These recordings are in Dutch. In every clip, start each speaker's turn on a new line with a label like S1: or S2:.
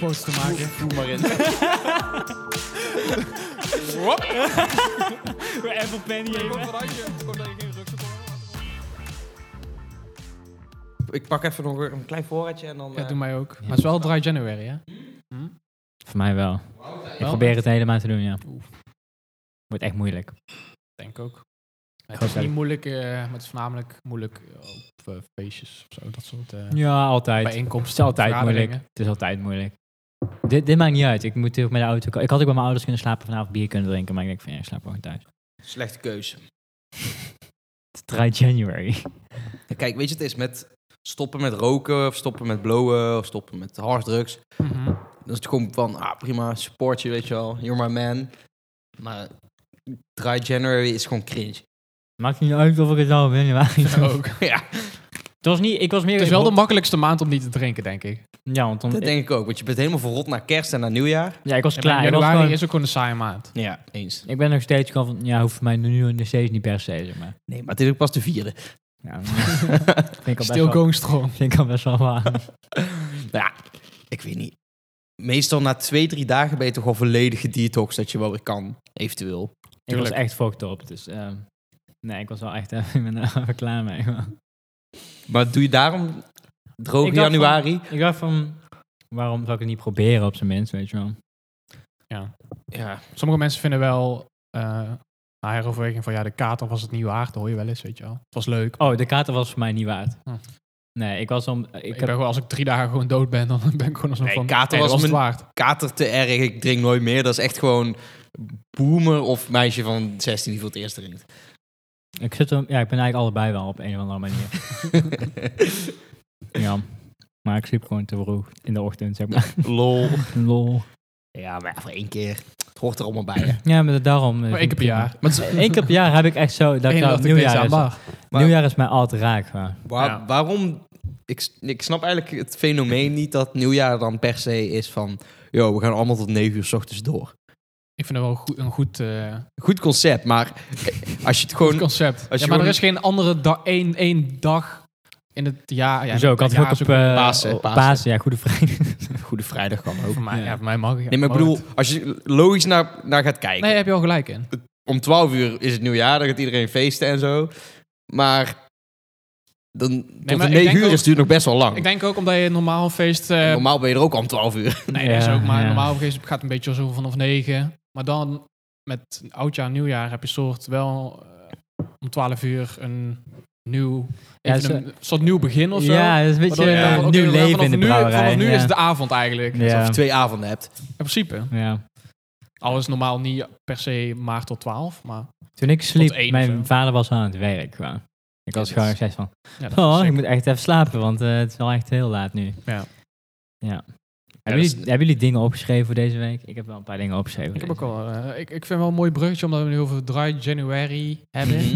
S1: post te maken.
S2: Voel maar in.
S3: Voor Apple Pen hier. hè.
S4: Ik pak even nog een klein voorraadje en dan...
S1: Ja,
S4: eh,
S1: doe mij ook. Maar het is wel Dry January, hè?
S3: Voor mij wel. Ik
S1: Hm? Wel?
S3: probeer het helemaal te doen, ja.
S1: Oeh.
S3: Wordt echt moeilijk.
S1: Denk ook. Het
S3: Oké.
S1: is niet moeilijk, eh, maar het is voornamelijk moeilijk op eh, feestjes of zo. Dat soort eh
S3: Ja, altijd.
S1: bijeenkomsten.
S3: Het is altijd moeilijk.
S1: vergaderingen.
S3: Het is altijd moeilijk. Dit, dit maakt niet uit. Ik moet natuurlijk met de auto ko- Ik had ook bij mijn ouders kunnen slapen, vanavond bier kunnen drinken, maar ik denk van ja, ik slaap gewoon thuis.
S4: Slechte keuze.
S3: Het is 3 January.
S4: Ja, Kijk, weet je, het is met stoppen met roken, of stoppen met blowen, of stoppen met harddrugs.
S1: Mhm.
S4: Dan is het gewoon van, ah prima, support je, weet je wel, you're my man. Maar Dry January is gewoon cringe.
S3: Maakt niet uit of ik het al ben, maar
S1: Ja, ook.
S4: ja,
S3: het was niet. Ik was meer.
S1: Het is wel de makkelijkste maand om niet te drinken, denk ik.
S3: Ja, want dan,
S4: dat denk ik ook, want je bent helemaal verrot naar kerst en naar nieuwjaar.
S3: ja, ik was
S1: En
S3: klaar. Ik, was
S1: januari
S3: gewoon-
S1: is ook gewoon een saaie maand.
S4: Ja, eens.
S3: ik ben nog steeds gewoon van ja, hoeft voor mij nu nog steeds niet per se, zeg maar.
S4: Nee, maar het is ook pas de vierde.
S3: Ja, vind ik al best
S1: Still
S3: wel.
S1: going strong.
S3: Vind ik al best wel waar.
S4: Ja, ik weet niet. Meestal na twee, drie dagen ben je toch al volledig gedetoxed dat je wel weer kan, eventueel.
S3: ik was
S1: Tuurlijk.
S3: echt fucked op. Dus ehm, nee, ik was wel echt eh, ik ben er wel klaar mee. man.
S4: Maar doe je daarom droog
S3: Ik dacht van-
S4: januari?
S3: Ik dacht van, waarom zou ik het niet proberen op zijn minst, weet je wel?
S4: Ja,
S1: Sommige mensen vinden wel eh na heroverweging van ja, de kater was het niet waard. Dat hoor je wel eens, weet je wel. Het was leuk.
S3: Oh, de kater was voor mij niet waard.
S1: Hm.
S3: Nee, ik was om.
S1: ik
S3: Ik
S1: ben
S3: heb,
S1: gewoon, als ik drie dagen gewoon dood ben, dan ben ik gewoon als een
S4: Nee,
S1: van...
S4: kater
S1: nee, dat was het
S4: was
S1: waard.
S4: kater te erg, ik drink nooit meer. Dat is echt gewoon boomer of meisje van 16 die voor het eerst drinkt.
S3: ik, zit er, ja, ik ben eigenlijk allebei wel op een of andere manier. ja. Maar ik sliep gewoon te vroeg in de ochtend, zeg maar.
S4: Lol.
S3: Lol.
S4: Ja, maar ja, voor één keer. Het hoort er allemaal bij. hè.
S3: Ja, maar daarom.
S1: Maar één keer per jaar.
S4: Maar het is-
S3: Eén keer per jaar heb ik echt zo. Dat
S1: Eén
S3: ik
S1: dag
S3: nou,
S1: dat ik deze
S3: nieuwjaar,
S1: aan
S3: is,
S1: mag.
S4: Maar-
S3: nieuwjaar is mij altijd raak. Maar.
S4: waar-
S1: Ja.
S4: Waarom? Ik, s- ik snap eigenlijk het fenomeen niet dat nieuwjaar dan per se is van... Yo, we gaan allemaal tot 9 uur s ochtends door.
S1: Ik vind het wel een goed, een goed, eh,
S4: Goed concept, maar als je het
S1: goed
S4: gewoon...
S1: concept. Ja,
S4: je
S1: maar er
S4: gewoon-
S1: is geen andere dag, één, één dag in het jaar. Ja,
S3: Zo, ik had
S1: ja,
S3: ook op
S1: is
S3: eh,
S4: Pasen,
S3: op
S4: Pasen.
S3: Pasen, Ja, goede vrijdag.
S4: Goede vrijdag kan ook.
S1: voor mij,
S3: eh, ja.
S1: ja, Oh, voor mij mag ik.
S4: Nee, maar ik bedoel, als je logisch naar, naar gaat kijken.
S1: Nee, daar heb je al gelijk in.
S4: om 12 uur is het nieuwjaar, dan gaat iedereen feesten en zo. Maar dan,
S1: maar
S4: tot de
S1: ik
S4: 9
S1: denk
S4: uur is
S1: ook-
S4: het natuurlijk nog best wel lang.
S1: Ik denk ook omdat je normaal een feest... eh,
S4: Normaal ben je er ook om 12 uur.
S1: nee, dat is
S3: Ja,
S1: ook maar
S3: ja.
S1: normaal feest gaat een beetje zo vanaf negen. Maar dan met oudjaar en nieuwjaar heb je soort wel eh, om twaalf uur een nieuw...
S3: Ja,
S1: even
S3: zo-
S1: een soort nieuw begin of zo.
S3: Ja, dat is een beetje
S1: Waardoor je
S3: eh,
S1: denkt van, oké,
S3: nieuw
S1: vanaf
S3: leven in de
S1: nu-
S3: brouwerij.
S1: Vanaf nu
S3: ja.
S1: is het de avond eigenlijk.
S3: Ja.
S4: Of je twee avonden hebt.
S1: In principe.
S3: ja.
S1: Al is normaal niet per se maart tot 12, maar
S3: Toen ik sliep,
S1: één of
S3: mijn
S1: zo.
S3: vader was aan het werk. Gewoon. Ik was
S4: Ja,
S3: gewoon
S4: dat
S3: steeds van,
S1: ja, dat is
S3: oh, ik
S1: zeker-
S3: moet echt even slapen, want eh, het is wel echt heel laat nu.
S1: Ja.
S3: ja.
S4: dat
S3: Hebben,
S4: is-
S3: jullie, hebben jullie dingen opgeschreven voor deze week? Ik heb wel een paar dingen opgeschreven.
S1: ik heb ook
S3: deze
S1: al. eh, ik, ik vind wel een mooi bruggetje omdat we nu over Dry January
S3: Mhm.
S1: hebben.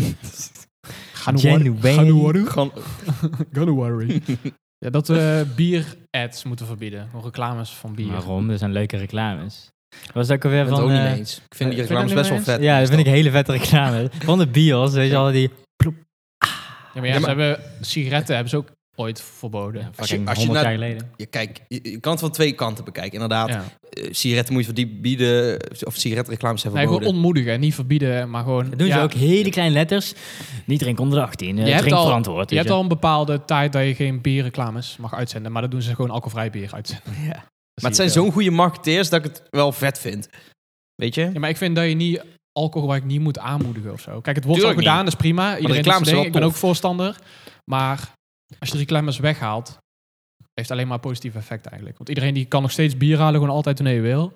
S3: week. January.
S4: Mhm. Gewoon,
S1: January. ja, dat we bier-ads moeten verbieden. Gewoon reclames van bier.
S3: Waarom? Dat zijn leuke reclames. Was ook alweer
S4: ik ben het
S3: van...
S4: ook niet
S3: eh,
S4: mee eens. Ik vind die
S1: vind je dat
S4: reclames
S1: niet
S4: best wel
S1: mee
S4: vet.
S3: ja, dat vind ik hele vette reclames. van de bios, weet je al die...
S1: Ja, maar ja,
S4: Ja,
S1: ze
S4: maar-
S1: hebben sigaretten hebben ze ook ooit verboden.
S4: Als je-
S3: fucking
S4: als je
S3: 100
S4: naar-
S3: jaar geleden.
S4: Je, kijk, je, je kan het van twee kanten bekijken. Inderdaad,
S1: Ja.
S4: eh, sigaretten moet je verbieden. Of sigaretreclames hebben
S1: Nee, gewoon
S4: verboden.
S1: ontmoedigen, niet verbieden, maar gewoon.
S3: Dat doen
S1: ja,
S3: ze ook hele kleine letters. Niet drinken onder de 18. eh,
S1: Je hebt
S3: drink
S1: al-
S3: verantwoord.
S1: Je
S3: weet
S1: hebt al een bepaalde tijd dat je geen bierreclames mag uitzenden, maar dat doen ze gewoon alcoholvrij bier uitzenden.
S4: maar het zijn zo'n goede marketeers dat ik het wel vet vind. Weet je?
S1: Ja, maar ik vind dat je niet alcoholgebruik niet moet aanmoedigen of zo. Kijk, het wordt
S4: Tuurlijk
S1: al gedaan, dat is prima. Iedereen doet
S4: reclames
S1: zijn ding.
S4: zijn
S1: Ik
S4: wel
S1: ben ook
S4: tof.
S1: voorstander. Maar als je de reclames weghaalt, heeft alleen maar een positief effect eigenlijk. Want iedereen die kan nog steeds bier halen, gewoon altijd wanneer je wil.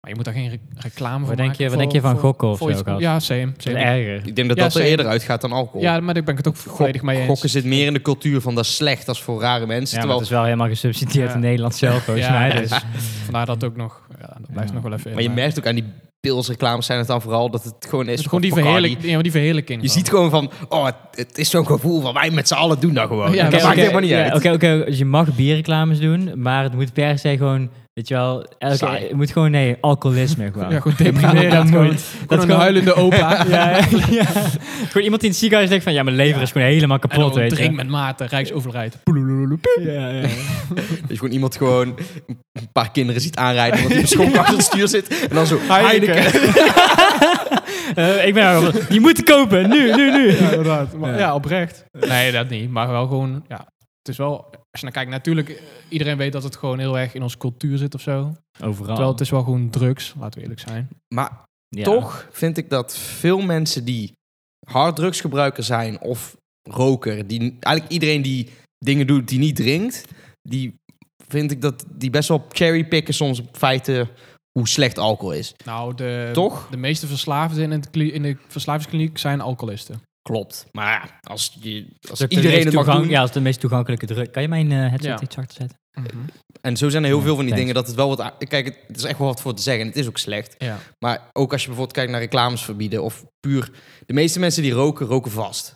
S1: Maar je moet daar geen re- reclame voor
S3: denk
S1: maken
S3: je- wat
S1: voor-
S3: denk je van
S1: voor-
S3: gokken of
S1: voor
S3: zo,
S1: iets-
S3: Cas?
S1: Ja, same.
S3: Dat
S1: same.
S3: is erger.
S4: Ik denk dat
S1: Ja,
S4: dat er
S1: zeker.
S4: eerder uitgaat dan alcohol.
S1: Ja, maar daar ben ik het ook
S4: Gok-
S1: volledig mee eens.
S4: gokken zit meer in de cultuur van dat is slecht, dat is voor rare mensen.
S3: Ja, maar
S4: terwijl
S3: het is wel helemaal gesubsidieerd
S1: Ja.
S3: in Nederland zelf, volgens
S1: Ja,
S3: mij.
S1: ja.
S3: Dus.
S1: Vandaar dat ook nog, ja, dat blijft
S3: Ja.
S1: nog wel even in, eh.
S4: Maar je merkt ook aan die pilsreclames zijn het dan vooral dat het gewoon is.
S1: het is Dus gewoon die,
S4: van Bacardi.
S1: verheerlijk, ja, maar die verheerlijking.
S4: Je
S1: gewoon.
S4: ziet gewoon van, oh, het, het is zo'n gevoel van wij met z'n allen doen dat gewoon.
S1: Ja,
S4: Ja, dat
S1: oké,
S4: maakt
S1: oké,
S4: helemaal niet
S3: ja,
S4: uit.
S3: Oké, oké, dus je mag bierreclames doen, maar het moet per se gewoon, weet je wel, elke,
S4: Saai.
S3: het moet gewoon, nee, alcoholisme gewoon.
S1: Ja,
S3: Ja,
S1: gewoon deprimerend.
S3: Dat
S1: gewoon.
S3: moet.
S1: Gewoon
S3: Dat
S1: een
S3: gewoon-
S1: huilende opa.
S3: ja, ja. Gewoon iemand die in het ziekenhuis denkt van, ja, mijn lever is gewoon helemaal
S1: En dan
S3: kapot, weet
S1: drink
S3: je.
S1: met mate, Rijksoverheid.
S3: Ja, ja.
S4: Dat je gewoon iemand gewoon een paar kinderen ziet aanrijden. Want die schoonmaakt achter het stuur zit. En dan zo,
S1: Heineken.
S4: Heineken.
S3: Eh, ik ben er Die moeten kopen. Nu, nu, nu.
S1: Ja, inderdaad. Maar,
S3: Ja.
S1: ja. oprecht. Nee, dat niet. Maar wel gewoon, ja. Het is wel, als je naar kijkt, natuurlijk, eh, iedereen weet dat het gewoon heel erg in onze cultuur zit of zo.
S3: Overal.
S1: Terwijl het is wel gewoon drugs, laten we eerlijk zijn.
S4: Maar
S3: Ja.
S4: Toch vind ik dat veel mensen die harddrugsgebruiker zijn of roker, die eigenlijk iedereen die dingen doet die niet drinkt, die vind ik dat die best wel cherrypicken soms op feiten hoe slecht alcohol is.
S1: Nou, de,
S4: Toch?
S1: de meeste verslaafden in, het, kli- in de verslavingskliniek zijn alcoholisten.
S4: Klopt. Maar ja, als, je, als
S3: Als ik de
S4: iedereen
S3: meest
S4: het mag
S3: toegang-
S4: doen,
S3: Ja, als de meest toegankelijke druk. Kan je mijn eh, headset
S1: Ja.
S3: iets harder zetten?
S4: en zo zijn er heel
S3: Ja,
S4: veel van die
S3: thanks.
S4: dingen dat het wel wat... a- Kijk, het- het is echt wel wat voor te zeggen en het is ook slecht.
S1: Ja.
S4: Maar ook als je bijvoorbeeld kijkt naar reclames verbieden of puur... De meeste mensen die roken, roken vast.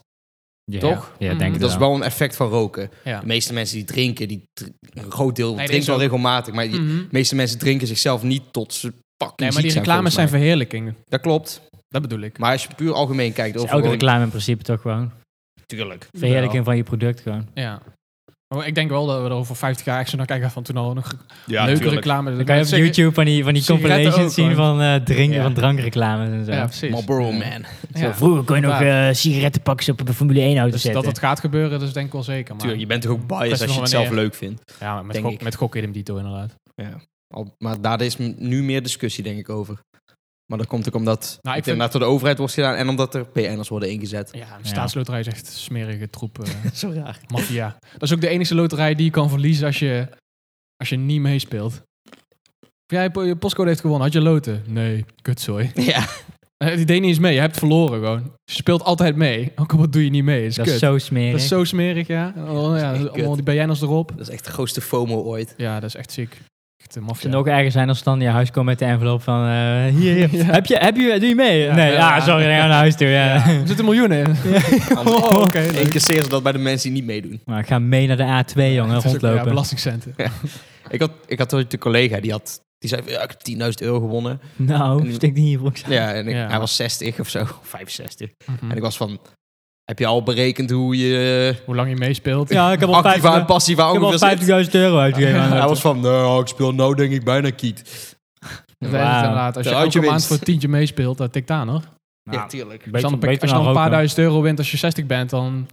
S4: Toch?
S3: Ja,
S1: Mhm.
S3: denk ik
S4: Dat is wel een effect van roken.
S1: ja.
S4: De meeste mensen die drinken, die dr- een groot deel
S1: dat
S4: drinkt
S1: is
S4: wel
S1: ook-
S4: regelmatig, maar die-
S1: Mhm.
S4: de meeste mensen drinken zichzelf niet tot ze fucking
S1: Nee, maar die
S4: ziek
S1: reclames zijn
S4: volgens mij.
S1: verheerlijking.
S4: Dat klopt.
S1: Dat bedoel ik.
S4: Maar als je puur algemeen kijkt
S3: Dus
S4: over
S3: elke
S4: gewoon,
S3: reclame in principe toch gewoon.
S4: tuurlijk.
S3: Verheerlijking van je product gewoon.
S1: Ja. Maar ik denk wel dat we er over 50 jaar echt zo naar kijken van toen al nog
S4: Ja,
S1: leuke
S4: tuurlijk.
S1: reclame.
S3: Dan kan je op YouTube van die, van die
S1: sigaretten
S3: compilations
S1: ook,
S3: zien van eh, drinken,
S1: Ja.
S3: van drankreclames en zo.
S1: Ja, precies.
S4: Marlboro Man.
S3: Zo,
S1: Ja.
S3: vroeger kon je nog eh, sigarettenpakjes op een Formule 1 auto
S1: Dus
S3: zetten.
S1: dat het gaat gebeuren, dat is denk ik wel zeker. Maar,
S4: Tuurlijk, je bent toch ook
S1: Dat is
S4: biased
S1: nog
S4: als je het
S1: wanneer.
S4: zelf leuk vindt.
S1: ja, maar met,
S4: denk
S1: gok,
S4: ik.
S1: met gokken in hem dito inderdaad.
S4: Al- maar daar is m- nu meer discussie denk ik over. Maar dat komt ook omdat het
S1: vind-
S4: inderdaad door de overheid wordt gedaan en omdat er PN'ers worden ingezet.
S1: Ja, de
S3: Ja.
S1: staatsloterij is echt een smerige troep. eh
S4: Zo raar.
S1: maffia. Dat is ook de enige loterij die je kan verliezen als je, als je niet meespeelt. Of jij po- je postcode heeft gewonnen, had je loten? Nee, kutzooi.
S4: Ja,
S1: Eh, Die deed niet eens mee, je hebt verloren gewoon. Je speelt altijd mee, ook al wat doe je niet mee, is
S3: Dat
S1: kut.
S3: is zo smerig.
S1: dat is zo smerig, ja. En dan, ja,
S4: echt kut.
S1: allemaal die BN'ers erop.
S4: dat is echt de grootste FOMO ooit.
S1: Ja, dat is echt ziek. Echt een
S3: Het
S1: maffia.
S3: kan ook erger zijn als dan je huis komt met de envelop van... eh, hier, hier.
S1: Ja.
S3: Heb je, heb je, doe je mee?
S1: Ja,
S3: nee,
S1: ja.
S3: ja, sorry, dan gaan we naar huis toe. Ja.
S1: Ja, er zitten miljoenen in. Oh, oké. leuk.
S4: Incasseer ze dat bij de mensen die niet meedoen.
S3: Maar ik ga mee naar de A2, jongen,
S1: Het is ook, ja,
S3: rondlopen.
S1: belastingcenten.
S4: Ik had, ik had ooit een collega die had, die zei, ja, ik heb 10.000 euro gewonnen.
S3: nou,
S4: En-
S3: stik niet hier broek.
S4: Ja, en ik-
S1: Ja.
S4: hij was 60 of zo, 65.
S1: Mhm.
S4: En ik was van, heb je al berekend hoe je
S1: Hoe lang je meespeelt.
S3: Ja, ik heb al
S4: actief
S3: 50
S4: en passief
S3: ik heb al
S4: ongeveer zit?
S3: 50.000 euro uitgegeven.
S1: Ja.
S3: aan
S4: Hij
S3: dat.
S4: was van, nou, ik speel nou denk ik bijna kiet.
S1: Dat
S3: Wauw.
S1: is het inderdaad. Als je
S4: Daar had
S1: elke
S4: je
S1: maand
S4: winst.
S1: voor een tientje meespeelt, dat tikt aan hoor.
S3: Nou,
S4: Ja, tuurlijk.
S3: beter-
S1: als je dan,
S3: beter
S1: als je dan een
S3: roken.
S1: paar duizend euro wint als je 60 bent, dan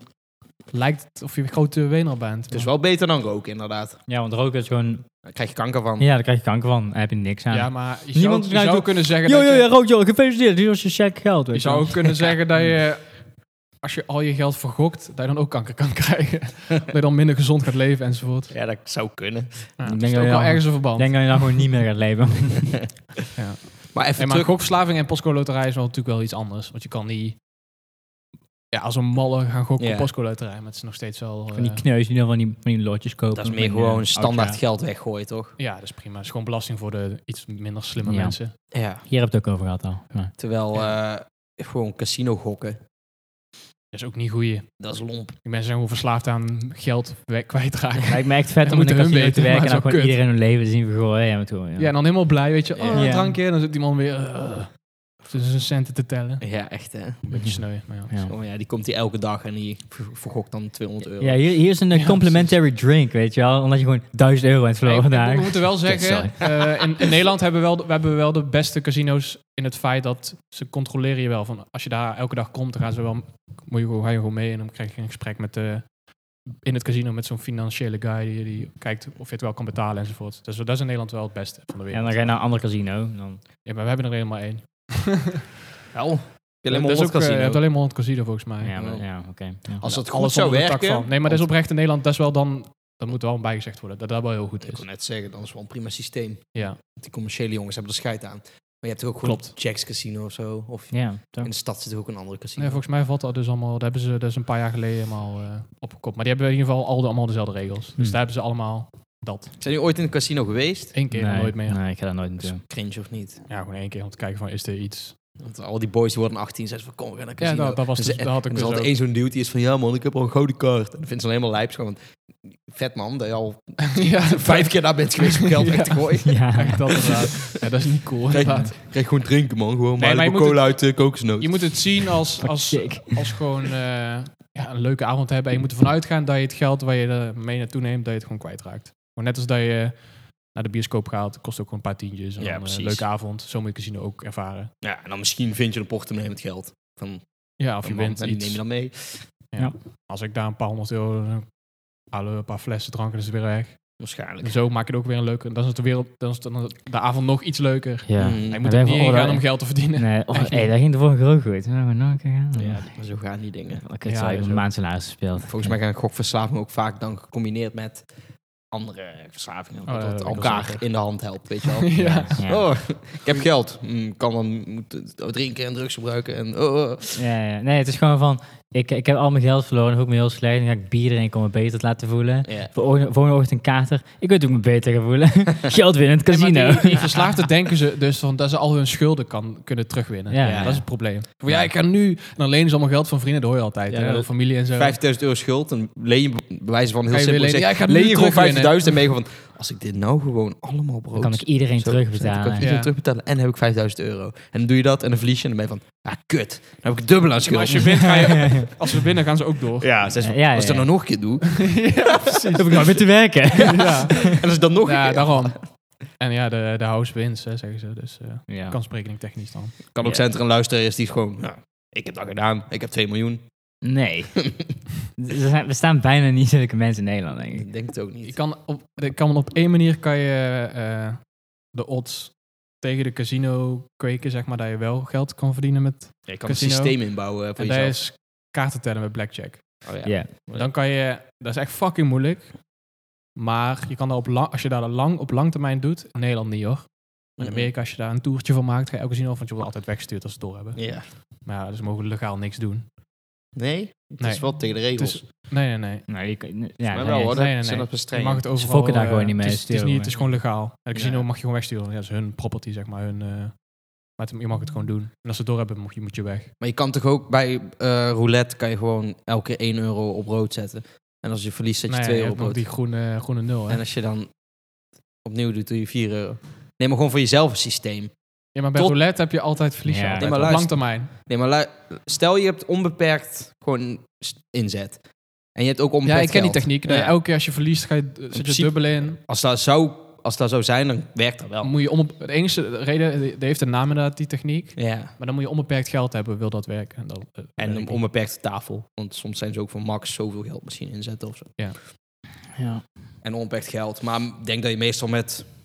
S1: lijkt het of je een grote winnaar bent.
S4: Het is wel beter dan roken, inderdaad.
S3: Ja, want roken is gewoon...
S4: Daar krijg je kanker van.
S3: Ja, daar krijg je kanker van. Daar heb je niks aan.
S1: ja, maar je zou,
S3: Niemand
S1: je
S3: draait
S1: zou
S3: op-
S1: kunnen zeggen
S3: Yo,
S1: dat
S3: yo,
S1: je,
S3: ja, rook, joh. Gefeliciteerd. Dit was je check geld.
S1: je
S3: Weet
S1: zou
S3: wel.
S1: ook kunnen zeggen dat je als je al je geld vergokt, dat je dan ook kanker kan krijgen. dat je dan minder gezond gaat leven enzovoort.
S4: Ja, dat zou kunnen.
S1: Ja,
S3: Ik
S1: dat
S3: denk
S1: is
S3: dat
S1: ook
S3: je
S1: wel
S3: dan-
S1: ergens een
S3: Ik
S1: verband.
S3: denk dat je dan gewoon niet meer gaat leven.
S1: Oh,
S4: Maar even
S1: Nee, maar
S4: terug.
S1: gokverslaving en postcoloterij is wel natuurlijk wel iets anders. Want je kan niet ja, als een malle gaan gokken
S4: Ja.
S1: op postcoloterij, maar het is nog steeds wel...
S3: Van die
S1: eh,
S3: kneus die dan van die, van die lotjes kopen.
S4: Dat is
S3: Van
S4: meer
S3: die,
S4: gewoon
S3: eh,
S4: standaard
S3: oudjaar.
S4: geld weggooien, toch?
S1: ja, dat is prima. Het is gewoon belasting voor de iets minder slimme
S3: Ja.
S1: mensen.
S4: Ja.
S3: Hier heb je het ook over gehad al. Maar
S4: Terwijl eh, gewoon casino gokken,
S1: Dat is ook niet goeie.
S4: dat is lomp.
S1: Die mensen zijn gewoon verslaafd aan geld we- kwijtraken.
S3: lijkt me echt vet
S1: Dat
S3: om in
S1: moeten
S3: een
S1: hun
S3: casino te
S1: weten,
S3: werken en
S1: maar het is
S3: dan gewoon
S1: wel kut.
S3: iedereen hun leven te zien vergooien. Ja, maar toen,
S1: Ja, en dan helemaal blij, weet je. Oh,
S4: Ja.
S1: een
S3: Ja.
S1: drankje. En dan zit die man weer eh, tussen zijn centen te tellen.
S4: Ja, echt hè.
S1: Een beetje sneu, maar ja.
S3: Ja.
S4: Oh, ja, die komt hier elke dag en die ver- vergokt dan 200 euro.
S3: Ja, hier, hier is een eh,
S1: Ja,
S3: complimentary drink, weet je wel. Omdat je gewoon 1000 euro hebt
S1: Nee,
S3: verloren
S1: we
S3: daar.
S1: moeten wel
S3: Sorry.
S1: zeggen, eh, in, in Nederland hebben we, wel, de- we hebben wel de beste casino's in het feit dat ze controleren je wel. Van, als je daar elke dag komt, dan gaan ze wel, moet je, gewoon- ga je gewoon mee en dan krijg je een gesprek met de, in het casino met zo'n financiële guy die, die kijkt of je het wel kan betalen enzovoort. Dus dat is in Nederland wel het beste van de
S3: En
S1: wereld.
S3: dan ga je naar een ander casino. en Dan...
S1: Ja, maar we hebben er helemaal één.
S4: Wel, ik wil helemaal
S1: dat is ook,
S4: rond
S1: eh, je
S4: casino.
S1: hebt alleen maar het casino volgens mij.
S3: Ja, maar, ja oké. ja.
S4: Als dat
S1: Alles
S4: goed zou
S1: onder de tak
S4: werken,
S1: van. Nee, maar dat is oprecht in Nederland. Dat is wel dan. Dat moet wel bijgezegd worden. Dat dat wel heel goed
S4: Ik
S1: is.
S4: kon net zeggen, dat is wel een prima systeem.
S1: Ja.
S4: Die commerciële jongens hebben er scheid aan. Maar je hebt toch ook gewoon
S1: Klopt.
S4: Jack's Casino of zo. Of
S3: Ja, toch.
S4: in de stad zit ook een andere casino.
S1: Nee, volgens mij valt dat dus allemaal. Dat hebben ze dus een paar jaar geleden helemaal eh opgekopt. Maar die hebben in ieder geval al de, allemaal dezelfde regels. Dus
S3: Hmm.
S1: daar hebben ze allemaal dat.
S4: Zijn jullie ooit in een casino geweest?
S1: Eén keer en
S3: nee,
S1: nooit meer.
S3: Nee, ik ga daar nooit
S4: Dat is
S3: naartoe.
S4: cringe of niet?
S1: Ja, gewoon één keer om te kijken van is er iets.
S4: Want al die boys die worden 18 zeiden van kom, we gaan naar een
S1: Ja,
S4: casino.
S1: dat, dat was
S4: En
S1: dus,
S4: ze-
S1: dat had ik
S4: en er
S1: dus
S4: is altijd
S1: ook.
S4: één zo'n dude die is van ja man, ik heb al een gouden kaart. En dan vindt ze helemaal lijp. gewoon, want, Vet man, dat je al
S1: ja,
S4: vijf keer daar bent geweest om geld weg te gooien.
S3: Ja,
S1: Echt dat inderdaad. Ja, dat is niet cool
S4: Kijk,
S1: inderdaad.
S4: Krijg gewoon drinken man, gewoon
S1: Nee,
S4: maar
S1: maar je
S4: cola uit de kokosnoot.
S1: Je moet het zien als,
S3: Fuck,
S1: als,
S3: sick.
S1: als gewoon eh, ja, een leuke avond hebben. En je moet ervan uitgaan dat je het geld waar je er mee naartoe neemt, dat je het gewoon kwijtraakt. Maar net als dat je naar de bioscoop gaat, kost ook gewoon een paar tientjes. En
S4: Ja,
S1: dan, eh,
S4: precies.
S1: leuke avond. Zo moet je casino ook ervaren.
S4: Ja, en dan misschien vind je een portemonnee met geld. Van,
S1: Ja, of je
S4: van man,
S1: bent
S4: en die neem
S1: iets.
S4: je dan mee.
S1: Als ik daar een paar honderd euro, dan halen we een paar flessen drank en is het weer weg.
S4: Waarschijnlijk.
S1: En zo maak je het ook weer een leuke. Dan is het weer, op- dan is het dan de avond nog iets leuker.
S3: Ja.
S4: Mm,
S1: Hij
S3: Maar
S1: moet
S3: wij
S1: er
S3: hebben
S1: niet in
S3: allebei-
S1: gaan om geld te verdienen.
S3: Nee, oh,
S1: Echt niet.
S3: hey, daar ging de vorige keer ook goed. Toen hebben we nog een keer gaan.
S4: ja, maar zo gaan die dingen.
S3: Ik heb
S1: Ja,
S3: ja,
S1: dat is
S3: een
S1: ook-
S3: maand salaris gespeeld.
S4: Volgens mij gaan gokverslavingen ook vaak dan gecombineerd met andere verslavingen.
S1: Oh, ja,
S4: dat
S1: dat
S4: het
S1: weet ik wel
S4: elkaar
S1: zeker.
S4: in de hand helpt, weet je wel.
S1: ja.
S3: Ja.
S4: Oh, ik heb geld. Mm, kan dan moet, drinken en drugs gebruiken. En, oh, oh.
S3: Ja, ja. Nee, het is gewoon van, ik, ik heb al mijn geld verloren, dan voel ik me heel slecht. Dan ga ik bier drinken om me beter te laten voelen.
S4: Ja.
S3: Voor volgende ochtend kater. Ik weet hoe ik me beter ga voelen. geld winnen in het
S1: Nee, maar
S3: casino.
S1: die, die verslaafden denken ze dus van dat ze al hun schulden kan, kunnen terugwinnen.
S3: Ja,
S1: Ja,
S3: ja,
S1: dat
S3: ja.
S1: is het probleem. Van, ja, ik ga nu... En alleen is allemaal geld van vrienden, dat hoor je altijd.
S4: Ja,
S1: hè,
S4: dat-
S1: familie en zo.
S4: 5000 euro schuld, dan leen je bij wijze van
S1: Ga
S4: heel
S1: je
S4: simpel
S1: weer lenen?
S4: gezegd,
S1: Ja, ik ga het
S4: leen
S1: nu
S4: je gewoon
S1: terugwinnen.
S4: 5000 en meegaan van, als ik dit nou gewoon allemaal brood...
S3: dan kan ik iedereen
S4: zo- Dan kan ik
S3: terugbetalen.
S4: iedereen
S1: Ja.
S4: terugbetalen en heb ik 5000 euro. En dan doe je dat en dan verlies je en dan ben je van, ah kut, dan heb ik dubbel aan
S1: Ja, maar
S4: schuld.
S1: als je wint, ga je... Als we winnen, gaan ze ook door.
S4: Ja, zes-
S3: Ja, ja,
S4: als ik dat
S3: ja.
S4: nou nog een keer doe,
S3: Heb ik nooit meer te werken.
S1: Ja,
S4: en als ik dan nog een
S1: ja
S4: keer...
S1: daarom. En ja, de, de house wins, hè, zeggen ze. Dus eh
S3: Ja.
S1: kansberekening technisch dan.
S4: kan ook
S3: Ja.
S4: zijn dat er een luisteraar is die gewoon, ja, ik heb dat gedaan, ik heb 2 miljoen.
S3: Nee. Er zijn- Er staan bijna niet zulke mensen in Nederland, denk ik.
S4: Ik denk het ook
S1: Je
S4: niet.
S1: kan op, je kan op één manier kan je eh, de odds tegen de casino kweken, zeg maar, dat je wel geld kan verdienen met...
S4: Ja, je kan een
S1: Casino.
S4: systeem inbouwen eh, voor
S1: En dat
S4: jezelf.
S1: is kaarten tellen met blackjack.
S4: Oh, ja.
S3: Ja.
S1: Dan kan je, dat is echt fucking moeilijk. Maar je kan daar op lang, als je daar lang, op lang termijn doet, in Nederland niet hoor. In
S4: Mhm.
S1: Amerika, als je daar een toertje van maakt, ga je elke zien want je wordt altijd weggestuurd als ze het doorhebben.
S4: Ja.
S1: Maar ja, dus mogen legaal niks doen.
S4: Nee, het
S1: Nee.
S4: is wel tegen de
S1: Het
S4: regels.
S1: is, nee, nee, nee.
S3: Nou, je, kan- ja,
S4: maar
S3: dat
S4: wel
S3: is-
S4: hoor,
S1: nee, nee,
S4: nee, dat
S1: nee.
S4: zijn dat
S1: Je
S4: bestrengen.
S1: mag het overal...
S3: fokken daar
S1: eh,
S3: gewoon niet mee,
S1: Het is, het is,
S3: sturen,
S1: niet, het is gewoon legaal. Het casino
S4: Ja.
S1: mag je gewoon wegsturen. Ja, dat is hun property, zeg maar. Hun, eh, maar het- je mag het gewoon doen. En als ze het doorhebben, moet je, moet je weg.
S4: Maar je kan toch ook bij eh, roulette kan je gewoon elke keer 1 euro op rood zetten. En als je verliest, zet je
S1: Nee,
S4: 2
S1: je
S4: euro
S1: hebt
S4: op
S1: nog
S4: rood.
S1: die groene, groene nul. hè.
S4: En als je dan opnieuw doet, doe je 4 euro. Nee, maar gewoon voor jezelf een systeem.
S1: Ja, maar bij
S4: tot-
S1: roulette heb je altijd verliezen.
S3: Ja,
S1: altijd.
S4: nee, maar
S1: op lang
S4: luister.
S1: termijn.
S4: Nee, maar lu- stel je hebt onbeperkt gewoon s- inzet. En je hebt ook
S1: Ja,
S4: onbeperkt
S1: ik ken die
S4: geld.
S1: techniek. Dat je
S4: Ja.
S1: elke keer als je verliest, ga je, zet je
S4: principe-
S1: dubbel in.
S4: Als dat, zou, als dat zou zijn, dan werkt dat
S1: Dan
S4: wel.
S1: moet je onbe- de enige reden, die die heeft een naam inderdaad, die techniek.
S4: Ja.
S1: Maar dan moet je onbeperkt geld hebben, wil dat werken. En, dat, eh,
S4: En
S1: werkt
S4: een
S1: niet.
S4: onbeperkte tafel. Want soms zijn ze ook van max zoveel geld misschien inzetten of zo.
S3: Ja.
S4: En onbeperkt geld. Maar ik denk dat je meestal met 20.000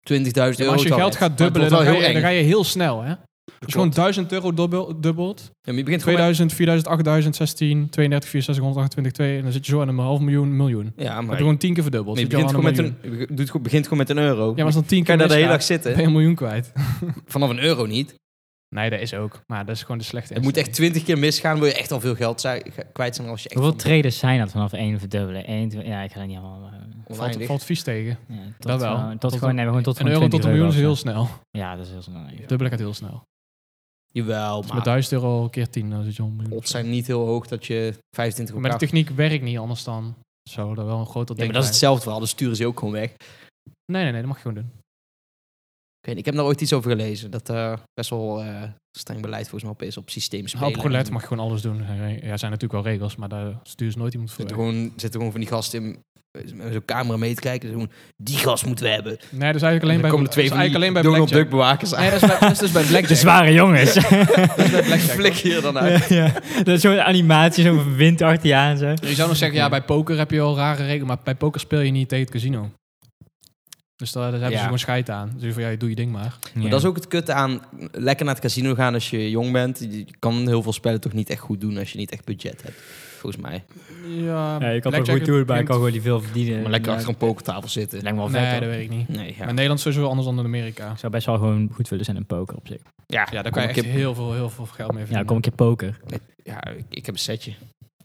S1: Ja,
S4: euro...
S1: maar als je geld
S4: het wel redt. Maar
S1: gaat
S4: het wordt
S1: dubbelen,
S4: wel
S1: dan ga,
S4: heel
S1: je,
S4: eng.
S1: dan ga je heel snel. Hè? Als je gewoon
S4: Klopt.
S1: 1000 euro dubbel, dubbelt,
S4: Ja, maar je begint gewoon met-
S1: 2000, 4000, 8000, 16, 32, 64, 128, 2, en dan zit je zo aan een half miljoen, miljoen. Dan
S4: Ja,
S1: heb
S4: maar
S1: je gewoon 10 keer verdubbeld.
S4: je
S1: Zit je
S4: begint
S1: al
S4: gewoon,
S1: aan
S4: met
S1: een
S4: een, je doet gewoon- begint gewoon met een euro.
S1: miljoen. Ja, maar als dan 10
S4: je kan
S1: keer
S4: daar de hele dag
S1: misgaat, ben
S4: zitten.
S1: je een miljoen kwijt.
S4: Vanaf een euro niet.
S1: Nee, dat is ook. Maar dat is gewoon de slechte
S4: Het moet echt
S1: insteek.
S4: 20 keer misgaan, wil je echt al veel geld zijn- kwijt zijn als je echt
S3: Hoeveel
S4: van-
S3: traders zijn dat vanaf één verdubbelen? Eén, twee- ja, ik ga dat niet allemaal... eh,
S1: Valt,
S4: oneindig.
S1: valt vies tegen.
S3: ja, tot,
S1: Dat wel.
S3: gewoon- Tot,
S1: Tot
S3: gewoon,
S1: een-
S3: nee, maar gewoon tot
S1: Een euro
S3: gewoon
S1: tot een
S3: 20
S1: miljoen is heel
S3: of zo.
S1: snel.
S3: Ja, dat is heel snel. ja.
S1: Dubbelen gaat heel snel.
S4: Jawel,
S1: Dus met
S4: maar
S1: 1000 euro keer 10, dan zit je al een miljoen.
S4: odds zijn niet heel hoog dat je 25 op
S1: Maar de
S4: elkaar...
S1: techniek werkt niet anders dan. Zou dat wel een groter
S4: Ja,
S1: ding
S4: maar dat is
S1: zijn.
S4: hetzelfde verhaal, dus sturen ze ook gewoon weg. Ik,
S1: Nee, nee, nee, dat mag je gewoon doen.
S4: weet niet, ik heb daar ooit iets over gelezen, dat er best wel eh, streng beleid volgens mij op is, op systeemspelen.
S1: Op roulette
S4: En-
S1: mag je gewoon alles doen. Er ja, er zijn natuurlijk wel regels, maar daar stuurt nooit iemand
S4: Er
S1: voor.
S4: Zitten
S1: weg.
S4: gewoon, zitten gewoon van die gasten in, met zo'n camera mee te kijken. Zo, die gas moeten we hebben.
S1: Nee, dat is eigenlijk alleen
S4: Dan
S1: bij,
S4: komen er twee
S1: dat
S4: van
S1: is eigenlijk
S4: die
S1: alleen bij
S4: Donald
S1: blackjack.
S4: Duck bewakers aan.
S1: Nee, dat is, bij, dat is dus bij
S3: De
S1: blackjack.
S3: zware jongens.
S1: Dat is bij blackjack.
S4: Flik hier dan uit.
S3: ja, ja. Dat is zo'n animatie, zo'n wind achter je aan. Zo.
S1: Je zou nog zeggen, ja, bij poker heb je al rare regels, maar bij poker speel je niet tegen het casino. Dus daar, daar hebben
S4: Ja.
S1: ze gewoon scheid aan. Dus van, ja, doe je ding maar.
S4: Maar dat is ook het kutte aan lekker naar het casino gaan als je jong bent. Je kan heel veel spellen toch niet echt goed doen als je niet echt budget hebt. Volgens mij.
S1: Ja,
S3: Ja, je kan het wel goed doen, maar ik kan gewoon die veel verdienen.
S4: Maar lekker achter
S3: Ja,
S4: een pokertafel zitten.
S3: Lijkt me wel vet.
S1: Nee,
S3: hoor.
S1: dat weet ik niet.
S4: Nee, ja.
S1: Maar Nederland is sowieso anders dan in Amerika.
S3: Ik zou best wel gewoon goed willen zijn in poker op zich.
S4: Ja,
S1: Ja, daar kan je
S4: ik
S1: echt
S4: heb-
S1: heel veel, heel veel geld mee
S3: Ja,
S1: verdienen.
S3: kom een keer poker.
S4: ja, ik, ik heb een setje.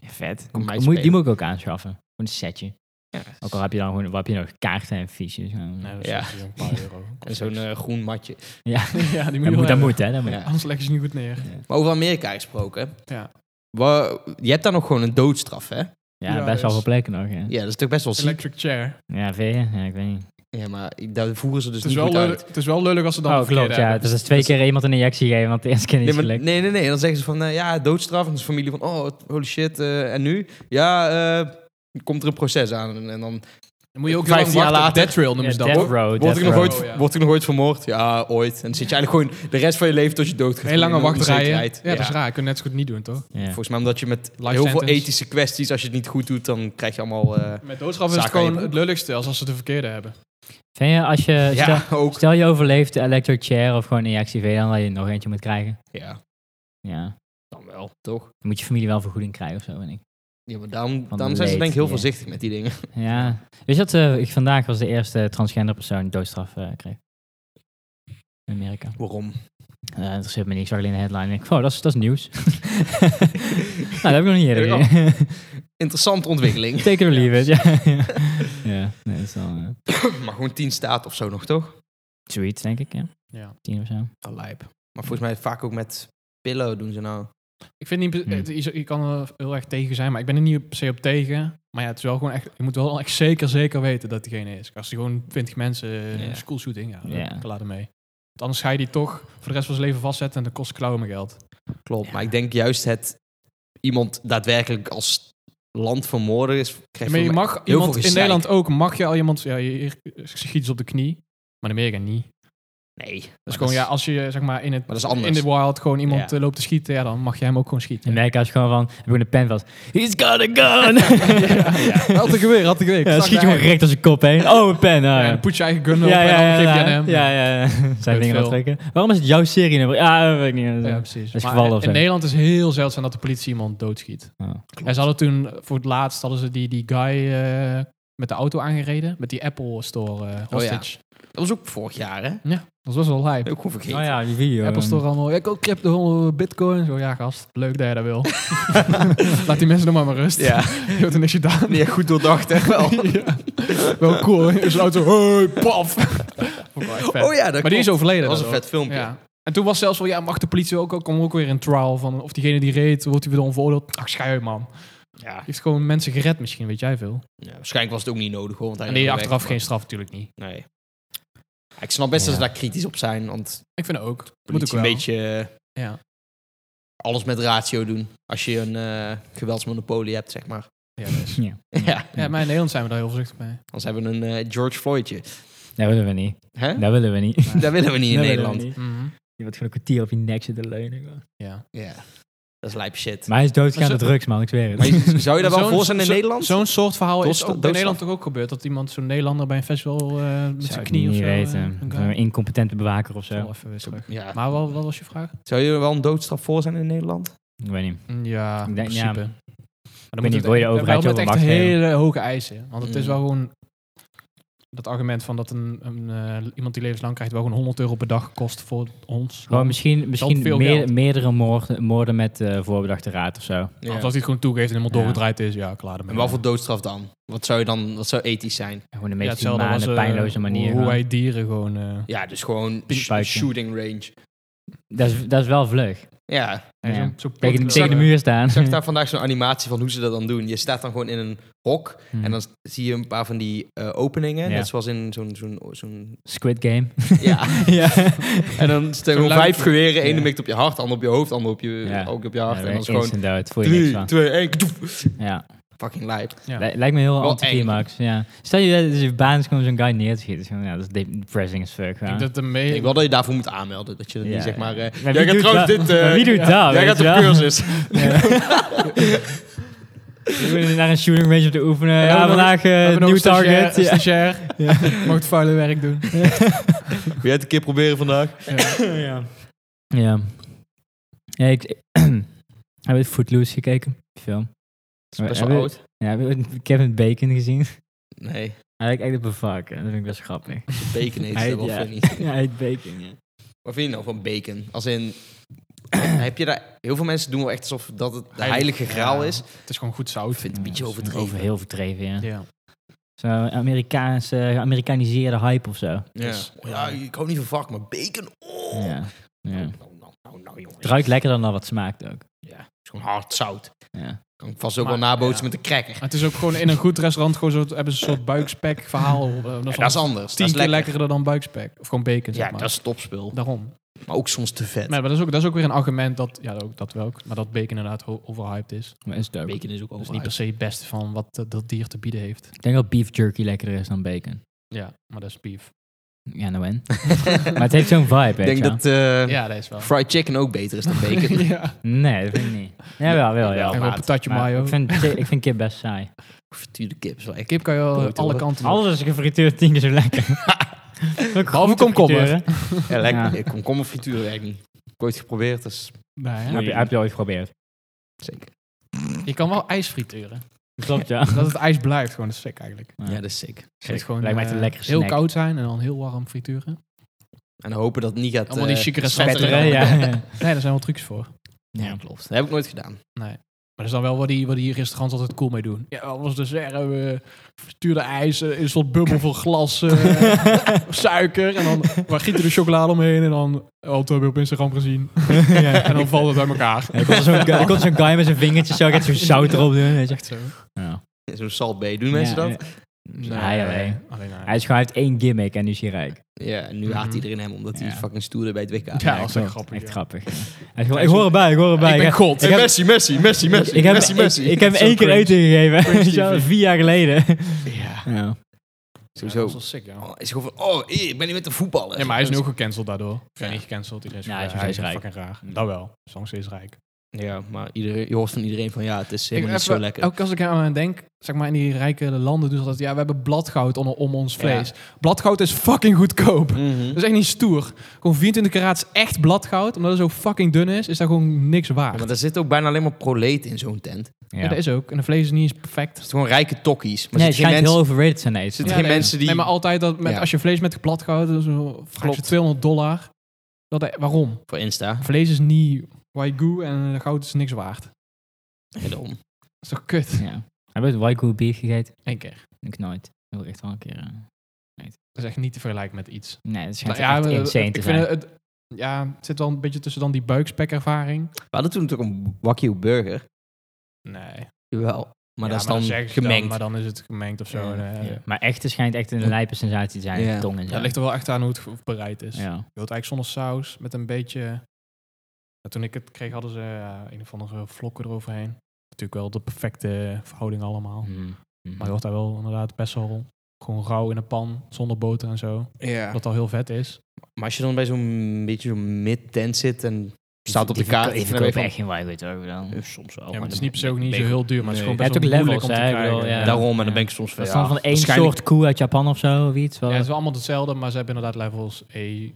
S3: vet.
S4: Kom mij
S3: die
S4: spelen.
S3: moet ik ook aanschaffen. Gewoon een setje.
S4: Ja.
S3: Ook al heb je dan gewoon, wat heb je nog? Kaarten en fiches. Ja,
S1: Nee, dat is
S4: Ja.
S1: natuurlijk een paar euro.
S4: En zo'n eh, groen matje.
S1: ja, die moet
S3: dat,
S1: je
S3: moet,
S1: wel
S3: dat
S1: hebben.
S3: moet, hè. Dat moet.
S4: Ja.
S1: Anders leggen ze niet goed neer.
S4: Maar over Amerika gesproken.
S1: Ja.
S4: Wa- je hebt daar nog gewoon een doodstraf, hè?
S3: Ja,
S1: Ja,
S3: best wel
S1: dus-
S3: veel plekken nog, ja. Dus
S4: Ja, dat is toch best wel ziek.
S1: Electric chair.
S3: Ja, vind je? Ja, ik weet niet.
S4: Ja, maar daar voeren ze dus
S1: Het is,
S4: niet
S1: wel eh,
S4: goed uit.
S1: lullig, het is wel lullig als ze dan
S3: oh,
S1: de verkeerde
S3: klopt, ja.
S1: hebben.
S3: Dus dat is twee keer iemand een injectie geven, want de eerste keer niet
S4: Nee,
S3: is
S4: maar-
S3: gelukt.
S4: nee, nee, nee. En dan zeggen ze van, eh, ja, doodstraf. En dan is de familie van, oh, holy shit. eh, en nu? Ja, eh, komt er een proces aan. En, en dan
S1: Dan moet je ook
S4: 15
S1: 15
S4: jaar
S1: jaar later.
S4: later.
S1: Death Trail noemen ze
S3: Ja,
S1: dat.
S3: Death
S1: hoor.
S3: Row,
S4: word,
S3: Death
S4: ik nog
S3: Row.
S4: ooit,
S1: Oh, ja.
S4: word ik nog ooit vermoord? Ja, ooit. En dan zit je eigenlijk gewoon de rest van je leven tot je dood gaat.
S1: Heel lange
S4: In de
S1: wachtrijen. Ja,
S4: onzekerheid.
S1: dat is raar. Kun je net zo goed niet doen, toch?
S3: Ja.
S4: Volgens mij omdat je met
S1: Life
S4: heel veel
S1: sentence.
S4: ethische kwesties, als je het niet goed doet, dan krijg je allemaal... eh,
S1: Met doodstraf is
S4: Zaak
S1: het
S4: aan je
S1: gewoon
S4: broek.
S1: het lulligste als als ze de verkeerde hebben.
S3: Vind je, als je, stel,
S4: ja, ook.
S3: stel je overleeft de electric chair of gewoon een injectie, vind je dan dat je nog eentje moet krijgen?
S4: Ja,
S3: Ja.
S4: dan wel, toch?
S3: Dan moet je familie wel vergoeding krijgen of zo, vind ik.
S4: Ja, maar daarom,
S3: de
S4: daarom zijn ze
S3: leed,
S4: denk ik heel
S3: ja.
S4: voorzichtig met die dingen.
S3: Ja. Weet je dat eh, ik vandaag was de eerste transgender persoon die doodstraf eh, kreeg? In Amerika.
S4: Waarom?
S3: Eh, Dat interesseert me niks, ik zag alleen de headline. en Ik, oh, dat is, dat is nieuws. nou, dat heb ik nog niet eerder.
S4: Ja.
S3: gezien.
S4: Interessante ontwikkeling.
S3: Take it or leave it. Ja, ja. ja nee, dat is wel eh,
S4: maar gewoon tien staat of zo nog, toch?
S3: zoiets, denk ik. Ja.
S1: Ja.
S3: Tien of zo.
S4: Al lijp. Maar volgens mij vaak ook met pillow doen ze nou.
S1: Ik vind niet, per-
S3: Hmm.
S1: het- je, je kan er heel erg tegen zijn, maar ik ben er niet per se op tegen. Maar ja, het is wel gewoon echt, je moet wel echt zeker, zeker weten dat diegene is. Als die gewoon 20 mensen in
S4: Ja.
S1: een school shooting, ja,
S3: Ja.
S1: ik laat hem mee. Want anders ga je die toch voor de rest van zijn leven vastzetten en dat kost klauwen mijn geld.
S4: Klopt.
S3: Ja.
S4: Maar ik denk juist het iemand daadwerkelijk als land vermoorden is. Krijg
S1: maar je
S4: voor mij-
S1: mag iemand
S4: veel
S1: in
S4: gezeik.
S1: Nederland ook, mag je al iemand, ja, je, je schiet ze op de knie, maar in Amerika niet.
S4: Nee. maar
S1: Dus gewoon, ja, als je zeg maar in het
S4: Maar dat is anders.
S1: in de wild gewoon iemand
S4: Ja.
S1: eh, loopt te schieten, ja, dan mag jij hem ook gewoon
S3: In
S1: schieten.
S3: Amerika is het gewoon van, heb ik een pen vast. He's got a gun!
S1: Had ik weer, had ik weer.
S3: Ja, dan schiet je gewoon recht als je kop heen. Oh, een pen. ah,
S1: Ja,
S3: ja.
S1: dan put je eigen gun op
S3: Ja, ja,
S1: en dan
S3: ja.
S1: geef je
S3: ja,
S1: aan hem.
S3: ja, ja, ja. Zijn
S1: Weet
S3: dingen
S1: veel.
S3: aantrekken. Waarom is het jouw serienummer? Ja, dat weet ik niet. Oh
S1: Ja,
S3: Ja.
S1: precies.
S3: Dat is
S1: Maar
S3: gevallen
S1: in
S3: of zo.
S1: Nederland is heel zeldzaam dat de politie iemand doodschiet. En ze hadden toen eh, voor het laatst hadden ze die, die guy eh, met de auto aangereden. Met die Apple Store eh hostage.
S4: Dat was ook vorig jaar, hè?
S1: Dat was wel
S4: Heb
S1: lijp.
S4: ik gewoon vergeten.
S3: Oh ja, die video.
S1: Apple Store allemaal. Ja, ik ook crypto, bitcoin. Zo, ja gast, leuk dat jij dat wil. Laat die mensen nog maar maar rust.
S4: Ja.
S1: Je hebt er niks gedaan.
S4: Nee, goed doordacht, echt wel. Oh,
S1: Ja. Wel cool. hè? Is de auto, hey, paf. Vond ik wel echt vet.
S4: Oh ja, dat
S1: maar die is
S4: klopt.
S1: overleden. dus
S4: Dat
S1: daardoor.
S4: was een vet filmpje.
S1: Ja. En toen was zelfs wel, ja, mag de politie ook, ook, kwam ook weer een trial van of diegene die reed, wordt hij weer onveroordeeld? Ach, schei uit, man. Die
S4: Ja.
S1: heeft gewoon mensen gered misschien, weet jij veel.
S4: Ja, Waarschijnlijk was het ook niet nodig, hoor. Want hij
S1: En nee,
S4: reed
S1: achteraf
S4: weg,
S1: geen Oh, straf natuurlijk niet.
S4: maar- Nee. Ja, Ik snap best dat ze
S3: Ja.
S4: daar kritisch op zijn, want
S1: Ik vind het ook. Moet ook
S4: politie
S1: wel.
S4: een beetje eh,
S1: Ja.
S4: alles met ratio doen. Als je een eh, geweldsmonopolie hebt, zeg maar.
S1: Ja, dus.
S3: Ja.
S4: ja,
S1: ja, maar in Nederland zijn we daar heel voorzichtig mee.
S4: anders hebben we een eh, George Floydje.
S3: Dat willen we niet.
S4: Hè?
S3: Dat willen we niet.
S4: Dat willen we niet in
S3: Dat willen we
S4: Nederland.
S3: niet.
S1: Mhm.
S3: Je wordt gewoon een kwartier op je nek zitten leunen. gewoon.
S1: Ja.
S4: Ja, dat is lijp shit.
S3: Maar hij is doodgaan
S1: Maar
S3: door
S1: zo-
S3: drugs, man. Ik zweer
S4: Maar
S3: het.
S4: je- zou je daar wel
S1: Zo'n-
S4: voor zijn in
S1: zo-
S4: Nederland?
S1: Zo'n soort verhaal is
S4: Doodstraf-
S1: ook in
S4: doodstraf.
S1: Nederland toch ook gebeurd. Dat iemand, zo'n Nederlander bij een festival eh, met
S3: Zou
S1: zijn
S3: ik
S1: knie of
S3: niet
S1: zo. eh,
S3: weten.
S1: een
S3: Van
S1: guy.
S3: Een incompetente bewaker of zo.
S1: Zo, even weer terug.
S4: ja.
S1: Maar wat, wat was je vraag?
S4: Zou je er wel een doodstraf voor zijn in Nederland?
S3: Ik weet niet.
S1: Ja, in
S3: Ik denk- ja,
S1: principe.
S3: ik
S1: Maar dan
S3: weet
S1: moet
S3: niet,
S1: het-
S3: wil je de overheid
S1: wel met
S3: je wel
S1: echt
S3: macht geven?
S1: hele hoge eisen. Want het is
S4: Mm.
S1: wel gewoon dat argument van dat een, een, eh, iemand die levenslang krijgt wel gewoon 100 euro per dag kost voor ons.
S3: Gewoon misschien, misschien
S1: veel
S3: meer-
S1: geld.
S3: meerdere moorden, moorden met eh, voorbedachte raad of zo.
S1: Of als hij het gewoon toegeeft en helemaal
S3: Ja.
S1: doorgedraaid is, ja, klaar ermee.
S4: En wat voor doodstraf dan? Wat zou, je dan, wat zou ethisch zijn?
S3: Gewoon een
S1: ja,
S3: beetje
S1: hetzelfde
S3: humane,
S1: was eh,
S3: pijnloze manier.
S1: Hoe
S3: gewoon.
S1: wij dieren gewoon... eh,
S4: Ja, dus gewoon
S3: Pink
S4: sh-
S3: buikje.
S4: shooting range.
S3: dat, is, dat is wel vlug.
S4: Ja,
S1: en
S3: Ja.
S1: zo'n- zo'n
S3: Tegen,
S1: pot-
S3: tegen de muur staan.
S4: ik zag daar vandaag zo'n animatie van hoe ze dat dan doen. Je staat dan gewoon in een hok
S3: Hmm.
S4: en dan s- zie je een paar van die eh, openingen.
S3: Ja.
S4: Net zoals in zo'n... zo'n zo'n
S3: Squid Game.
S4: ja.
S3: ja.
S4: En dan staan gewoon
S1: luikje.
S4: vijf geweren. Eén
S3: Ja.
S4: mikt op je hart, ander op je hoofd, ander op je,
S3: Ja.
S4: ook op je hart. en dan is
S3: gewoon
S4: gewoon
S3: instant dood. Voel je niks
S4: drie,
S3: van.
S4: twee, één.
S3: Ja.
S4: Fucking lijp.
S1: Ja.
S3: Lij- Lijkt me heel
S4: Wel
S3: anticlimax. Ja. Stel je dat dus je baan is gewoon zo'n guy neer te schieten. Is gewoon, Ja, dat is de- depressing as fuck.
S1: Ik
S3: Ja.
S1: denk dat de
S4: Ik
S1: mee...
S4: denk wel dat je daarvoor moet aanmelden. Dat je er
S3: Ja.
S4: niet zeg maar... eh, jij
S3: Maar wie
S4: gaat
S3: doet
S4: trouwens
S3: dat?
S4: dit...
S3: Maar
S4: eh,
S3: wie doet dat?
S4: jij
S3: weet
S4: gaat
S3: je
S4: op
S3: wel?
S4: cursus.
S3: Je moet naar een shooting range om te oefenen.
S1: hebben
S3: Ja,
S1: nog-
S3: vandaag
S1: we
S3: eh,
S1: hebben nog
S3: nieuw
S1: een stagiair-
S3: target.
S1: een
S3: Ja.
S1: stagiair. Mag het vuile werk doen.
S4: Wil jij het een keer proberen vandaag?
S3: ja. Ja. ik, heb je Footloose gekeken? Die Film.
S4: Dat is best
S3: Heb
S4: wel
S3: je-
S4: oud.
S3: Ja, heb je Kevin Bacon gezien?
S4: Nee,
S3: Hij lijkt echt op een vark. hè. Dat vind ik best grappig.
S4: bacon heet
S3: Hij-
S4: het wel
S3: ja.
S4: funny.
S3: ja, hij heet Bacon, ja.
S4: Wat vind je nou van bacon? Als in... heb je daar... Heel veel mensen doen wel echt alsof dat het de heilige graal
S1: Ja.
S4: is. Ik
S1: Het is gewoon goed zout.
S4: vind het een beetje
S3: Ja, dat is
S4: overdreven.
S3: Over, heel verdreven, ja.
S1: Ja.
S3: Zo'n Amerikaanse, geamerikaniseerde hype of zo.
S4: Ja.
S1: Dus-
S4: Oh ja, ik hou niet van vark, maar bacon... Oh.
S3: Ja. ja.
S4: Nou, nou, nou, nou, jongens.
S3: Het ruikt lekkerder dan wat smaakt ook.
S4: Ja, het is gewoon hard zout.
S3: Ja.
S4: Kan ik vast ook
S1: Maar,
S4: wel nabootsen
S1: ja.
S4: met een cracker.
S1: Maar het is ook gewoon in een goed restaurant gewoon zo, hebben ze een soort buikspek verhaal. eh,
S4: Ja,
S1: dat
S4: dat
S1: is
S4: is
S1: al
S4: anders.
S1: tien
S4: Dat is
S1: keer
S4: lekker.
S1: lekkerder dan buikspek. Of gewoon bacon, zeg
S4: Ja,
S1: maar.
S4: dat is topspul.
S1: Daarom.
S4: Maar ook soms te vet.
S1: Nee, maar dat is, ook, dat is ook weer een argument dat, ja, ook, dat wel, maar dat bacon inderdaad ho- overhyped is.
S3: Maar is het ook.
S4: Bacon is ook
S1: Dat is
S4: over.
S1: niet per se het beste van wat eh, dat dier te bieden heeft.
S3: Ik denk dat beef jerky lekkerder is dan bacon.
S1: Ja, maar dat is beef.
S3: Ja, nou en. maar het heeft zo'n vibe,
S4: Ik
S3: weet je
S4: denk
S3: wel.
S4: dat eh,
S1: Ja, dat is wel.
S4: fried chicken ook beter is dan bacon.
S1: ja.
S3: Nee, dat vind ik niet. Ja, wel, wel,
S4: wel.
S3: ja.
S1: En gewoon
S4: maat.
S1: patatje
S3: Maar
S1: mayo.
S3: Ik vind, ik vind kip best saai.
S4: Frituurde kip is wel echt-
S1: Kip kan je wel
S4: Brood,
S1: alle
S4: hoor.
S1: kanten op.
S3: Alles is gefrituurd tien keer zo lekker.
S1: Behalve komkommer.
S3: Heb
S4: Ja, lekker.
S3: Ja.
S4: Komkommerfrituur werkt niet. Ik ooit geprobeerd, dus
S1: Nee, hè?
S3: je, heb je ooit geprobeerd?
S4: zeker.
S1: Je kan wel ijs frituren.
S3: Klopt, ja.
S1: Dat het ijs blijft, gewoon dat is sick eigenlijk.
S4: Ja, dat is sick.
S1: Het gewoon,
S3: Lijkt mij echt een
S1: eh,
S3: lekkere
S1: heel
S3: snack.
S1: koud zijn en dan heel warm frituren.
S4: En hopen dat het niet gaat...
S1: Allemaal die
S4: eh,
S1: chique restaurants.
S4: spetteren.
S3: Vetter, hè? Ja, ja.
S1: Nee, daar zijn wel trucs voor.
S4: Ja, klopt. Dat heb ik nooit gedaan.
S1: Maar dat is dan wel wat die, wat die restaurants altijd cool mee doen. Ja, alles dessert hebben we frituurde ijs, eh, een soort bubbel van glas, eh, suiker. En dan we gieten de chocolade omheen en dan, oh, dat heb je op Instagram gezien.
S3: Ja.
S1: En dan valt het uit elkaar.
S3: Er komt zo'n guy- er komt zo'n guy met zijn vingertjes zo, gaat zo'n zout erop doen, weet je.
S1: Echt zo.
S3: Ja.
S4: Zo'n salt B. Doen mensen
S3: Ja,
S4: dat?
S3: ja. Hij alleen.
S1: alleen hij.
S3: Hij is gewoon, hij heeft één gimmick en nu is hij rijk.
S4: Ja, en nu haat
S1: Mhm.
S4: iedereen hem omdat hij
S3: Ja.
S4: fucking stoerde bij het WK.
S1: Ja, dat
S3: ik
S1: is echt
S3: snap het.
S1: grappig,
S3: Echt
S1: ja.
S3: grappig. Hij is gewoon, ik hoor erbij, ik hoor erbij.
S1: Ik ben
S3: heb-
S1: god.
S3: Ik heb-
S4: Messi, Messi, Messi, Messi.
S3: ik heb,
S4: Messi, Messi.
S3: Ik, ik heb hem
S1: Zo
S3: één keer
S1: cringe.
S3: eten gegeven,
S1: Cringe
S3: weet je wel,
S1: TV.
S3: vier jaar geleden.
S4: Ja,
S3: Ja.
S1: Ja, dat is wel
S4: sowieso.
S1: sick, ja.
S4: Oh, hij is gewoon van, oh, eh, ik ben niet met de voetballer.
S1: Ja, maar hij is nu
S4: Dus-
S1: ook gecanceld daardoor. Ja,
S3: Ja.
S1: niet gecanceld. Iedereen is,
S3: Ja,
S1: ja,
S3: hij is nog
S1: hij is
S3: steeds rijk. Mm.
S1: fucking raar. Dat wel. Soms is hij rijk.
S4: Ja, maar iedereen, je hoort van iedereen van, ja, het is
S1: Ik,
S4: helemaal niet
S1: even-
S4: zo lekker.
S1: Elke keer als ik aan denk, zeg maar in die rijke landen doen ze dat. Ja, we hebben bladgoud onder, om ons vlees. Bladgoud is fucking goedkoop.
S4: Mm. Mhm.
S1: Dat is echt niet stoer. Gewoon 24 karaat is echt bladgoud. Omdat het zo fucking dun is, is daar gewoon niks waard.
S4: Ja,
S1: Ja,
S4: maar daar zit ook bijna alleen maar proleet in zo'n tent. Het
S3: Ja.
S1: dat is ook. En de vlees is niet eens perfect.
S4: is gewoon rijke tokkies. Maar
S3: Nee, het
S4: zit geen
S3: schijnt
S4: mensen...
S3: heel overrated te zijn. nee. Het
S4: Zit
S3: is-
S1: Ja,
S4: geen
S1: nee.
S4: mensen die...
S1: Nee, maar altijd dat met,
S4: Ja.
S1: als je vlees met bladgoud, dan zo, vraag je 200 dollar. Dat, waarom?
S4: Voor Insta.
S1: Vlees is niet waigu en goud is niks waard. Dat
S4: Ja, daarom.
S1: is toch kut?
S3: Ja. Heb je het Waikou beef gegeten?
S1: Eén keer.
S3: Ik nooit. Ik wil echt wel een keer... eh,
S1: Dat is echt niet te vergelijken met iets.
S3: Nee, dat schijnt
S1: Nou ja,
S3: echt
S1: eh,
S3: insane
S1: ik
S3: te
S1: vind
S3: zijn.
S1: het, het- ja, het zit wel een beetje tussen dan die buikspekervaring.
S4: We hadden toen natuurlijk een Wagyu burger.
S1: Nee.
S4: Jawel. Maar dat is dan,
S1: zeggen ze
S4: gemengd.
S1: maar dan is het gemengd of zo.
S4: Ja,
S1: en, eh,
S3: Ja. Maar echt, het schijnt echt een lijpe sensatie te zijn.
S4: Ja.
S3: met tong en zo.
S1: Dat ligt er wel echt aan hoe het ge- bereid is.
S3: Ja.
S1: Je wilt eigenlijk zonder saus met een beetje... Ja, toen ik het kreeg hadden ze eh, een of andere vlokken eroverheen. Natuurlijk wel de perfecte verhouding allemaal.
S3: Mm.
S1: Maar je hoort daar wel inderdaad best wel gewoon rauw in een pan, zonder boter en zo.
S4: Ja.
S1: Dat al heel vet is.
S4: Maar als je dan bij zo'n beetje zo'n mid-tent zit en staat op de
S3: Die verko-
S4: kaart...
S3: Die
S4: en dan ben je
S3: verkopen
S4: van-
S3: echt geen Waikou toch? Dan.
S4: eh, Soms wel.
S1: Ja, maar
S4: maar
S1: het is
S4: dan-
S1: niet per se ook niet zo
S4: ben-
S1: heel duur, maar het is
S4: Nee.
S1: gewoon best
S3: Je hebt
S1: wel
S3: ook
S1: moeilijk om te
S3: levels, hè? Ik
S1: krijgen.
S3: bedoel, ja.
S4: Daarom, en
S3: Ja.
S4: dan ben ik soms
S3: Dat
S4: wel...
S3: is dan van één
S4: waarschijnlijk-
S3: soort koe uit Japan of zo, of iets. Wel,
S1: Ja, het is wel allemaal hetzelfde, maar ze hebben inderdaad levels E,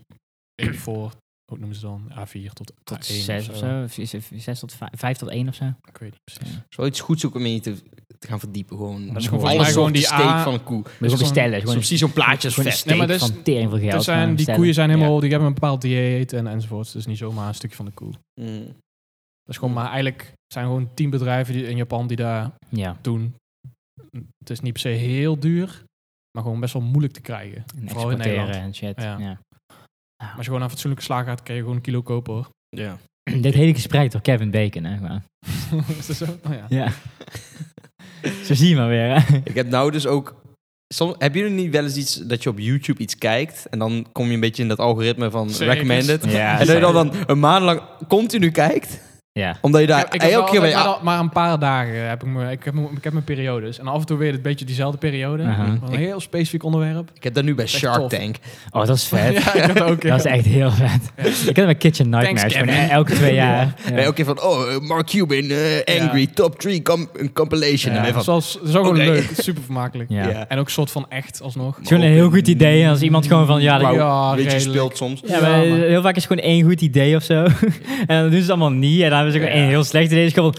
S1: E4, hoe noemen ze dan? A4 tot,
S3: tot
S1: A1
S3: zes of zo. Of is- is- is Zes tot vijf, vijf tot één of zo.
S1: Ik weet niet precies.
S3: Ja.
S1: Ja.
S4: Zo iets goeds zoeken om in je te, te gaan verdiepen. Gewoon,
S1: Dat is
S3: gewoon
S1: mij
S4: alles
S3: volgens
S4: gewoon die
S1: gewoon die
S4: steek
S1: A-
S4: van een koe.
S3: Moet je
S1: gewoon-
S3: gewoon bestellen. Gewoon,
S4: Zo precies zo'n plaatje is
S3: gewoon een
S4: vet.
S3: steak
S1: Nee, maar dat is-
S3: van tering voor geld.
S1: Dat
S3: gewoon
S1: zijn, die
S3: bestellen.
S1: koeien zijn helemaal, die hebben een bepaald dieet en, enzovoorts. Dus niet zomaar een stukje van de koe. Dat
S4: Mm.
S1: is gewoon, maar eigenlijk zijn gewoon tien bedrijven die, in Japan die daar
S3: Ja.
S1: doen. Het is niet per se heel duur, maar gewoon best wel moeilijk te krijgen.
S3: En
S1: Vooral in
S3: exporteren
S1: Nederland.
S3: en shit.
S1: Ja.
S3: Ja.
S1: Maar als je gewoon een fatsoenlijke slager gaat, kun je gewoon een kilo kopen hoor.
S4: Ja.
S3: Dit hele gesprek door Kevin Bacon, hè? gewoon.
S1: is dat zo? Oh, ja.
S3: Ja. Zo zie je maar weer, hè?
S4: Ik heb nou dus ook... Soms, hebben jullie niet wel eens iets dat je op YouTube iets kijkt en dan kom je een beetje in dat algoritme van
S1: Zeker.
S4: recommended?
S3: Ja,
S4: En dat je dan, dan een maand lang continu kijkt,
S3: Ja.
S4: omdat je
S1: Ja,
S4: daar
S1: ik heb wel
S4: elke keer
S1: altijd
S4: bij...
S1: maar, dan- maar een paar dagen heb ik, me, ik, heb me, ik heb mijn periodes. En af en toe weer een beetje diezelfde periode.
S3: Aha.
S1: Maar Een heel specifiek onderwerp.
S4: Ik heb dat nu bij
S1: echt
S4: Shark
S1: tof.
S4: Tank.
S3: Oh, dat is vet.
S1: Ja, ik heb dat ook.
S3: Dat is echt heel vet. Ik heb mijn Kitchen Nightmares.
S1: Kevin.
S3: Gewoon e- elke twee jaar. Ja.
S4: Ben je ook keer van, oh, eh, Mark Cuban, eh, Angry, Top 3, com- een compilation.
S1: Ja,
S4: En ben je
S1: dat
S4: van,
S1: is wel- dat is ook
S4: Oké.
S1: gewoon leuk. Super vermakelijk.
S3: Ja.
S4: ja.
S1: En ook soort van echt alsnog.
S3: Het is gewoon een heel goed idee. En als iemand gewoon van, ja, dat,
S1: Wauw.
S4: Wauw, weet je, je
S1: redelijk.
S4: speelt soms.
S3: ja, maar
S1: Ja, maar-
S3: heel vaak is gewoon één goed idee of zo. en dan doen ze het allemaal niet. En dan hebben ze gewoon
S1: Ja.
S3: één heel slecht idee. Dus gewoon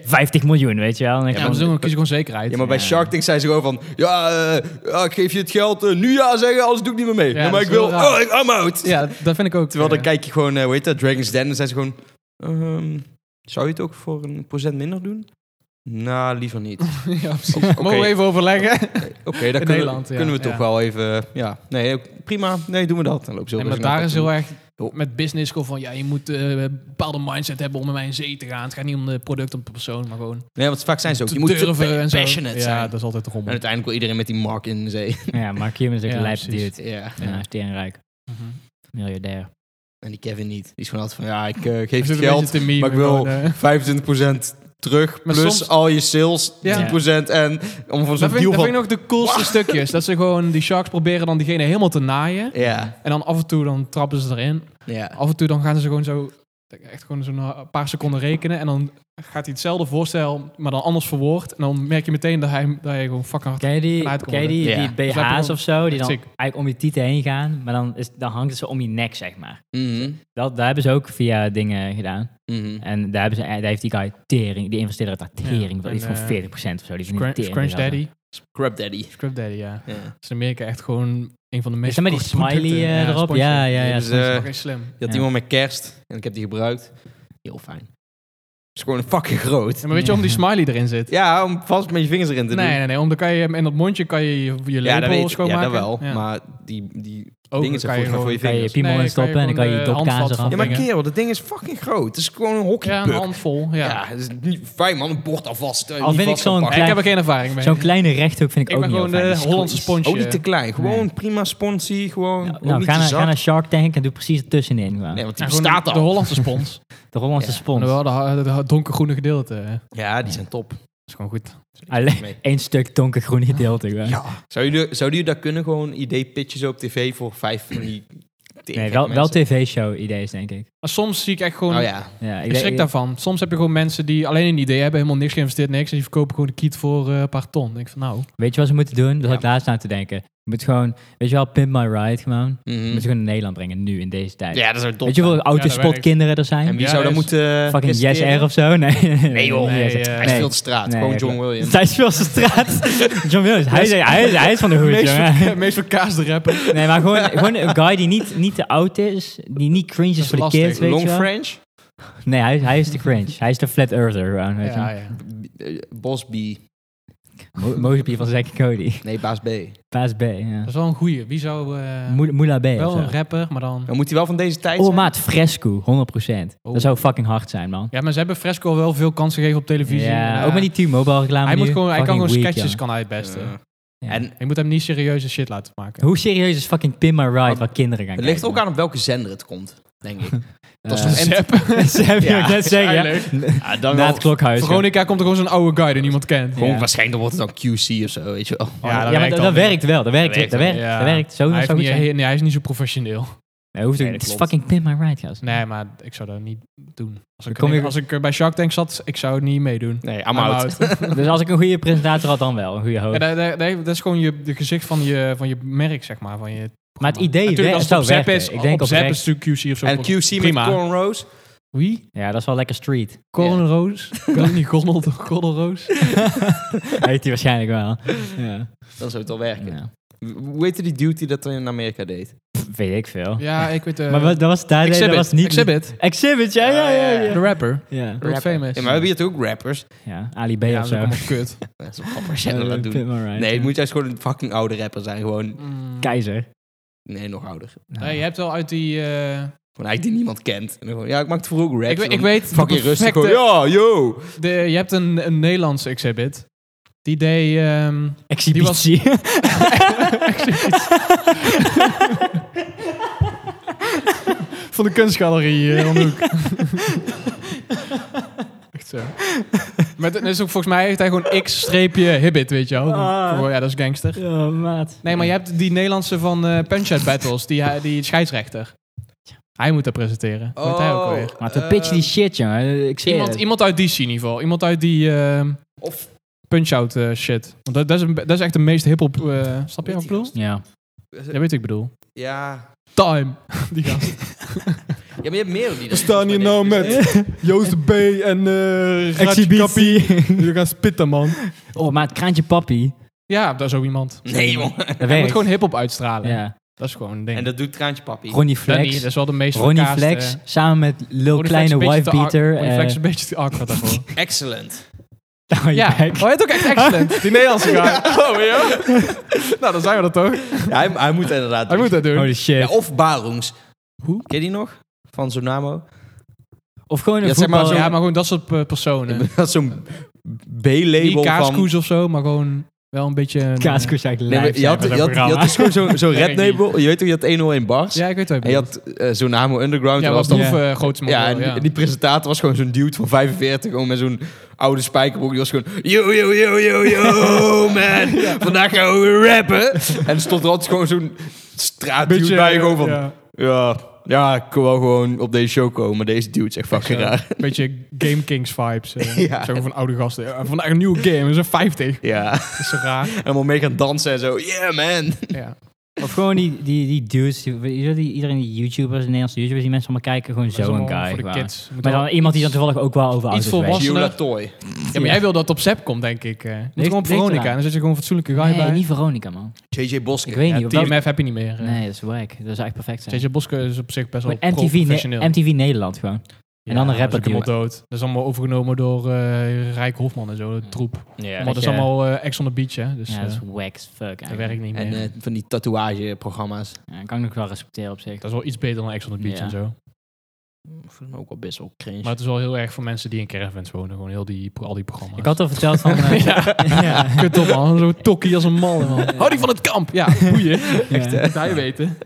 S3: 50%, 50 miljoen, weet je wel. En dan
S1: Ja,
S3: gewoon-
S1: maar zo kies gewoon zekerheid.
S4: Ja, maar bij
S3: Ja.
S4: Shark Tank zijn ze gewoon van... Ja, eh, ja, ik geef je het geld. eh, nu ja zeggen, anders doe ik niet meer mee.
S1: Ja,
S4: Ja, maar
S1: dat
S4: ik
S1: is
S4: wil...
S1: heel raar.
S4: Oh, ik- I'm out.
S1: Ja, dat vind ik ook.
S4: Terwijl dan
S1: eh,
S4: kijk je gewoon... eh hoe heet dat? Dragon's Den. Dan zijn ze gewoon... ehm, zou je het ook voor een procent minder doen? Nou, liever niet. Oké,
S1: ja, precies.
S4: Oké.
S1: Mogen we even overleggen?
S4: dan kunnen,
S1: Nederland,
S4: we,
S1: ja.
S4: kunnen we toch
S1: Ja.
S4: wel even... Ja, nee, prima. Nee, doen we dat. Dan lopen ze
S1: Nee, maar daar is heel erg
S4: Oh.
S1: met business gewoon van, ja, je moet eh, een bepaalde mindset hebben om in mijn zee te gaan. Het gaat niet om de product, om de persoon, maar gewoon
S4: Nee, want vaak zijn ze ook.
S1: te
S4: Je moet
S1: durven
S4: te
S1: en zo.
S4: passionate zijn.
S1: Ja, dat is altijd de
S4: En
S1: rommel.
S4: uiteindelijk wil iedereen met die mark in de zee.
S3: Ja, Mark Cuban is ook
S1: Ja,
S3: een lijp
S1: precies.
S3: dude.
S4: Ja.
S3: Ja, steenrijk.
S1: Mhm.
S3: Miljardair.
S4: En die Kevin niet. Die is gewoon altijd van, ja, ik eh, geef
S1: Hij
S4: je
S1: zit een
S4: geld,
S1: beetje te memen
S4: maar ik wil-
S1: gewoon, eh.
S4: 25% terug,
S1: Maar
S4: plus
S1: soms-
S4: al je sales, 10%
S1: Ja.
S4: en om van
S1: Dat
S4: zo'n
S1: vind, ik-
S4: deal
S1: dat vind ik
S4: van...
S1: nog de coolste stukjes. Dat ze gewoon die sharks proberen dan diegene helemaal te naaien.
S4: Ja,
S1: En dan af en toe dan trappen ze erin.
S4: ja.
S1: Af en toe dan gaan ze gewoon zo, echt gewoon zo'n eh, paar seconden rekenen. En dan gaat hij hetzelfde voorstel, maar dan anders verwoord. En dan merk je meteen dat hij, dat hij gewoon fucking hard...
S3: Ken je die,
S1: Vanuit
S3: ken je die,
S4: Ja.
S3: die
S1: Dus laat
S3: BH's
S1: me-
S3: of zo, die
S1: Echt
S3: dan
S1: ziek.
S3: eigenlijk om je tieten heen gaan, maar dan, is, dan hangt het ze om je nek, zeg maar.
S4: Mhm,
S3: Dat, daar hebben ze ook via dingen gedaan.
S4: mhm.
S3: En daar, hebben ze, daar heeft die guy tering, die investeerder had daar tering,
S1: Ja,
S3: wel iets
S1: en,
S3: van
S1: eh,
S3: 40% of zo. Die van die
S1: Scrunch,
S3: tering
S1: Scrunch
S3: hadden.
S1: Daddy.
S4: Crab Daddy.
S1: Scrub Daddy, ja.
S4: Ja.
S1: Dat is in Amerika echt gewoon een van de meest...
S3: Is dat met die
S1: verkochte
S3: smiley eh,
S1: producten.
S3: erop?
S1: sponsor.
S3: Ja, ja, ja.
S4: Dus,
S3: sponsor.
S4: eh,
S1: Dat is echt slim.
S4: Je had
S3: Ja.
S4: iemand met kerst en ik heb die gebruikt. Heel fijn. is gewoon fucking groot.
S1: Ja, maar weet je om die smiley erin zit?
S4: Ja, om vast met je vingers erin te doen.
S1: Nee, nee, nee. Om dan kan je hem in dat mondje kan je je, je
S4: ja, dat
S1: lepel
S4: weet ik. Ja,
S1: schoonmaken.
S4: dat wel. Maar die, die
S1: Ook
S4: dingen
S1: kan
S4: zijn voor,
S1: je
S4: voor
S1: gewoon-
S4: je
S3: kan je
S4: vingers.
S1: Nee,
S3: piemel in
S1: kan je
S3: stoppen en dan kan
S1: gewoon
S3: je
S1: de
S3: dopkaas
S1: handvat
S3: eraf.
S1: van-
S4: Ja, maar
S1: dingen.
S4: kerel, dat ding is fucking groot. Het is gewoon een
S1: Ja, een
S4: hockeypuck.
S1: handvol. Ja.
S4: Ja, het is niet fijn man, een bord alvast. eh,
S3: Al
S4: niet
S3: vind ik
S4: vast
S3: zo'n
S4: gepakt.
S1: Nee, ik heb er geen ervaring mee.
S3: Zo'n kleine rechthoek vind ik,
S1: Ik
S3: ook
S1: ben
S3: niet heel
S1: gewoon
S3: fijn.
S1: de
S3: Die is
S1: Hollandse
S3: squeeze.
S1: sponsje.
S4: Ook niet te klein. Gewoon prima sponsie. Gewoon ook
S3: Nou,
S4: niet
S3: ga
S4: te
S3: naar,
S4: zak.
S3: ga naar Shark Tank en doe precies ertussenin. gewoon.
S4: Ah, Nee, want die
S1: Ja, gewoon
S4: bestaat
S1: de,
S4: al.
S1: de Hollandse spons.
S3: De Hollandse
S4: Ja.
S1: Maar
S3: spons.
S1: wel de, ha- de ha- donkergroene gedeelte. hè. Dat
S4: Ja, die zijn top.
S1: is gewoon goed.
S3: Alleen
S4: mee.
S3: één stuk donkergroen gedeelte. gewoon.
S4: Zou je, zou je dat kunnen? Gewoon idee-pitches op tv voor vijf van die...
S3: Nee, wel, wel tv-show idees, denk ik.
S1: Maar soms zie ik echt gewoon...
S4: Oh ja.
S3: Ja, ik
S1: Ik schrik
S3: denk-
S1: daarvan. Soms heb je gewoon mensen die alleen een idee hebben, helemaal niks geïnvesteerd, niks. En die verkopen gewoon de kiet voor eh, een paar ton. Ik denk van nou,
S3: Weet je wat ze moeten doen? Daar had ik laatst aan te denken. Je moet gewoon, weet je wel, Pimp My Ride gewoon. Je
S4: Mhm.
S3: moet ze gewoon in Nederland brengen, nu in deze tijd.
S4: Ja, dat zou top
S3: weet je
S4: zijn.
S3: hoeveel autospotkinderen er zijn?
S4: En wie
S1: Ja,
S4: zou dan
S1: dat is-
S4: moeten... eh,
S3: Fucking Yes
S4: presenteren?
S3: Air of zo? Nee,
S4: Nee joh.
S1: Nee,
S3: Yes Air.
S1: eh,
S4: Hij
S3: Nee.
S4: speelt de straat.
S3: Nee,
S4: gewoon
S3: ja,
S4: John
S3: klopt.
S4: Williams.
S3: Hij speelt de straat. John Williams, hij, is- hij, is- hij is van de hoed, jongen.
S1: meest, meest verkaasde rapper.
S3: Nee, maar gewoon, gewoon een guy die niet, niet te oud is, die niet cringe is,
S1: is
S3: voor
S1: lastig.
S3: de kids, weet
S4: Long
S3: je wel.
S4: French.
S3: Nee, hij, is- hij is de cringe. Hij is de flat earther gewoon, weet je
S1: Ja,
S3: wel.
S1: ja.
S4: Eh, Bos B.
S3: Mo- Mozepie van Zack Cody.
S4: Nee, baas B.
S3: Paas B, ja.
S1: Dat is wel een goeie. Wie zou... eh,
S3: Moe- Moela B of
S1: wel
S3: zo.
S1: een rapper, maar dan...
S4: Dan moet hij wel van deze tijd
S3: Oh
S4: zijn.
S3: maat, Fresco, 100%.
S1: Oh.
S3: Dat zou fucking hard zijn, man.
S1: Ja, maar ze hebben Fresco al wel veel kansen gegeven op televisie.
S3: Ja,
S1: En, eh,
S3: ook met die T-Mobile reclame
S1: Hij, moet
S3: nu.
S1: gewoon, hij kan
S3: Fucking
S1: gewoon
S3: weak,
S1: sketches
S3: jongen.
S1: kan hij het beste.
S4: Ja.
S3: Ja.
S4: Eh, En
S1: Je moet hem niet serieuze shit laten maken.
S3: Hoe serieus is fucking Pin My Ride
S1: Oh,
S4: Maar-
S3: waar kinderen gaan
S4: het ligt ook
S3: kijken?
S4: aan op welke zender het komt, denk ik. dat is
S3: Eh,
S4: toch en-
S1: Sepp.
S3: Ze hebben
S4: Ja,
S3: ik net zeggen. ja.
S4: Ja, dan
S3: Na
S4: wel-
S3: het klokhuis. ja.
S1: Veronica komt er gewoon zo'n oude guy die niemand kent.
S4: Gewoon
S3: Ja.
S4: waarschijnlijk wordt het dan QC of zo, weet je wel.
S1: Oh, Ja, dat
S3: ja, maar
S1: werkt
S3: dat,
S1: dan
S3: dat
S1: weer.
S3: werkt wel. Dat werkt,
S4: Dat
S3: dat
S4: werkt
S3: werkt.
S1: Ja.
S3: Dat werkt. Zo
S1: hij,
S3: zou
S1: heeft
S3: goed
S1: niet,
S3: zijn.
S1: hij, nee, hij is niet zo professioneel.
S3: Nee, hoeft ook
S4: Nee, dat
S3: niet. Het is
S4: klopt.
S3: fucking Pin My Ride, gast.
S1: Nee, maar ik zou dat niet doen. Als ik,
S3: kom je-
S1: als ik eh, bij Shark Tank zat, ik zou het niet meedoen.
S4: Nee, I'm,
S1: I'm
S4: out.
S1: out.
S3: Dus als ik een goede presentator had, dan wel. Een goede
S1: Ja,
S3: host.
S1: dat, dat, dat- dat is gewoon je, de gezicht van je, van je merk, zeg maar. Van je
S3: Maar het idee
S1: Natuurlijk,
S3: werkt-
S1: als het
S3: zou
S1: op Zep
S3: werken.
S1: is,
S3: Ik denk
S1: op Zep
S3: oprecht.
S1: is natuurlijk QC of zo.
S4: En QC
S1: Prima.
S4: met cornrows.
S1: Wie?
S3: Ja, dat is wel lekker street.
S1: Coronel Roos? Kan ook niet Gonald Gonald Roos?
S3: Heet die waarschijnlijk wel. Ja.
S4: Dan zou het wel werken.
S3: Ja.
S4: Hoe heette die dude die dat dan in Amerika deed?
S3: Weet ik veel.
S1: Ja, ik weet... eh
S3: Maar wat- dat was daar nee, dat
S1: Exhibit.
S3: was niet...
S1: Exhibit.
S3: Exhibit, ja, ja, ja. ja.
S1: De rapper.
S3: Ja,
S1: World famous.
S4: Ja, maar we hebben hier toch ook rappers?
S3: ja Ali B
S1: Ja,
S3: of
S1: dat is ook
S3: zo.
S1: allemaal kut.
S4: Dat is wel grappig als jij dat
S3: Eh,
S4: doet.
S3: Pimp My Ride,
S4: Nee,
S3: ja.
S4: het moet juist gewoon een fucking oude rapper zijn. Gewoon,
S1: Mm.
S3: Keizer.
S4: nee, nog ouder.
S3: Nou.
S1: Nee, je hebt wel uit die... eh,
S4: Gewoon eigenlijk die niemand kent. En dan gewoon, ja, ik maak vroeger ook raps.
S1: ik, weet-
S4: En
S1: ik
S4: dan
S1: weet... de
S4: Fucking rustig
S1: perfecte-
S4: gewoon, ja, yo.
S1: de, je hebt een, een Nederlandse exhibit. Die deed... ehm,
S3: Exhibitie.
S1: van de kunstgalerie eh, om de hoek. Echt zo. Maar dat is ook, volgens mij heeft hij gewoon X-hibbit, weet je wel.
S3: Ah.
S1: Voor- Ja, dat is gangster.
S3: Ja, maat.
S1: Nee, maar je hebt die Nederlandse van eh Punch-Out Battles, die, hij- die scheidsrechter. Hij moet dat presenteren. Hoe heet hij ook alweer?
S4: Oh,
S3: Maar te
S4: eh,
S3: pitch die shit, jongen. Ik zie
S1: Iemand,
S3: het.
S1: iemand uit die scene in ieder geval. Iemand uit die ehm,
S4: Of,
S1: Punch-Out eh, shit. Want dat, dat, is een, dat is echt de meest hip-hop... eh, snap je wat ik bedoel?
S3: Ja.
S1: Ja, weet wat ik bedoel.
S4: ja.
S1: Time. Die gast.
S4: Ja, maar je hebt meer die
S1: We staan hier nou met Joost B. en eh Jullie gaan spitten, man.
S3: Oh, maar het kraantje papi.
S1: Ja, dat is ook iemand.
S4: Nee, jongen.
S3: Dat
S1: Je moet
S3: werkt.
S1: gewoon hip-hop uitstralen.
S3: Ja.
S1: Dat is gewoon een ding.
S4: En dat doet Traantje Papi.
S3: Ronnie
S1: dat, niet,
S3: Flex.
S1: dat is wel de meest
S3: Ronnie
S1: verkaasde-
S3: Flex samen met Lil
S1: Ronnie Flex
S3: Kleine
S1: is een beetje
S3: Wife
S1: te ar-
S3: Beater.
S1: Ronnie
S3: eh,
S1: Flex is een beetje te awkward daarvoor.
S4: Excellent.
S3: hou je
S1: ja,
S3: bek.
S1: oh, hij heet ook echt excellent. Die Nederlandse guy.
S4: Oh, ja?
S1: Nou, dan zijn we dat toch.
S4: hij, hij moet inderdaad.
S1: Hij moet dat doen.
S3: Holy shit.
S4: Ja, of Barungs.
S3: Hoe?
S4: Ken je die nog? Van Zonamo.
S3: Of gewoon een
S4: Ja, zeg maar
S3: voetballer.
S4: zo-
S1: Ja, maar gewoon dat soort eh, personen.
S4: Dat is zo'n
S1: Niet
S4: B-label van...
S1: kaaskoes of zo, maar gewoon wel een beetje... een, eh,
S3: Kaaskoes eigenlijk
S4: Nee, maar je
S3: lijp zijn
S4: had,
S3: van
S4: je
S3: zo'n
S4: had, je had
S3: programma.
S4: dus gewoon zo'n zo'n
S1: Dat
S4: red
S1: ken ik niet.
S4: label. Je weet toch, je had 101 bars.
S1: Ja, ik weet het
S4: En je had eh, Zonamo Underground.
S1: Ja,
S4: en
S1: wat
S4: was dan
S1: boeven eh, grootste
S4: Ja, en
S1: model,
S4: die, die presentator was gewoon zo'n dude van 45, gewoon met zo'n oude spijkerbroek. Die was gewoon, yo, yo, yo, yo, yo, man. Vandaag gaan we rappen. En er stond er altijd gewoon zo'n straatdude bij, gewoon van, ja.
S1: ja,
S4: ja, ik wil wel gewoon op deze show komen. Maar deze dude is echt fucking
S1: zo,
S4: raar.
S1: Een beetje Game Kings vibes. eh.
S4: Ja.
S1: Zo van oude gasten. Ja, vandaag een nieuwe game, we zijn 50.
S4: Ja,
S1: Dat is zo raar.
S4: helemaal mee gaan dansen en zo. Yeah, man.
S1: Ja.
S3: Of gewoon die, die, die dudes, die, weet je wel, die- iedereen die YouTubers, Nederlandse YouTubers, die mensen allemaal kijken, gewoon
S1: Dat is
S3: zo'n
S1: allemaal
S3: guy.
S1: Voor de
S3: gewoon.
S1: kids. Moet
S3: Maar
S1: wel
S3: dan iemand die dan
S1: iets-
S3: toevallig ook wel over auto's
S1: volwassener. Was
S3: weet.
S4: Giola
S1: er-
S4: Toy.
S1: Ja, maar jij wil dat het op Zep komt, denk ik. eh. Moet gewoon
S3: ligt eraan.
S1: Veronica. En dan zit je gewoon een fatsoenlijke guy
S3: Nee,
S1: bij.
S3: niet Veronica, man.
S4: JJ
S3: Ik
S4: Boske.
S3: weet
S1: Ja,
S3: niet. Of dat...
S1: TMF heb je niet meer. eh.
S3: Nee, dat is wack. Dat is echt perfect zijn.
S1: JJ Boske is op zich best wel
S3: Gewoon MTV, Ne-
S1: professioneel.
S3: MTV Nederland gewoon. en dan een rapper
S1: die
S3: die-
S1: dood. Dat is allemaal overgenomen door eh Rijk Hofman en zo, de troep.
S4: Ja.
S1: maar dat is
S3: je-
S1: allemaal eh Ex on the Beach, hè. Dus
S3: ja, dat is
S1: eh,
S3: wack as fuck
S1: dat
S3: eigenlijk.
S1: werkt niet meer.
S4: En eh, van die tatoeageprogramma's.
S3: Ja, kan ik nog wel respecteren op zich.
S1: dat is wel iets beter dan Ex on the Beach
S3: Ja.
S1: en zo.
S4: Ik vind hem ook wel best wel cringe.
S1: Maar het is wel heel erg voor mensen die in caravans wonen. Gewoon heel die, al die programma's.
S3: Ik had al verteld van... eh,
S1: ja.
S3: ja.
S1: Kut op, man. Zo tokkie als een malle, man. Hou die van het kamp. Ja, boeien.
S3: Echt, hè?
S1: Dat hij weten.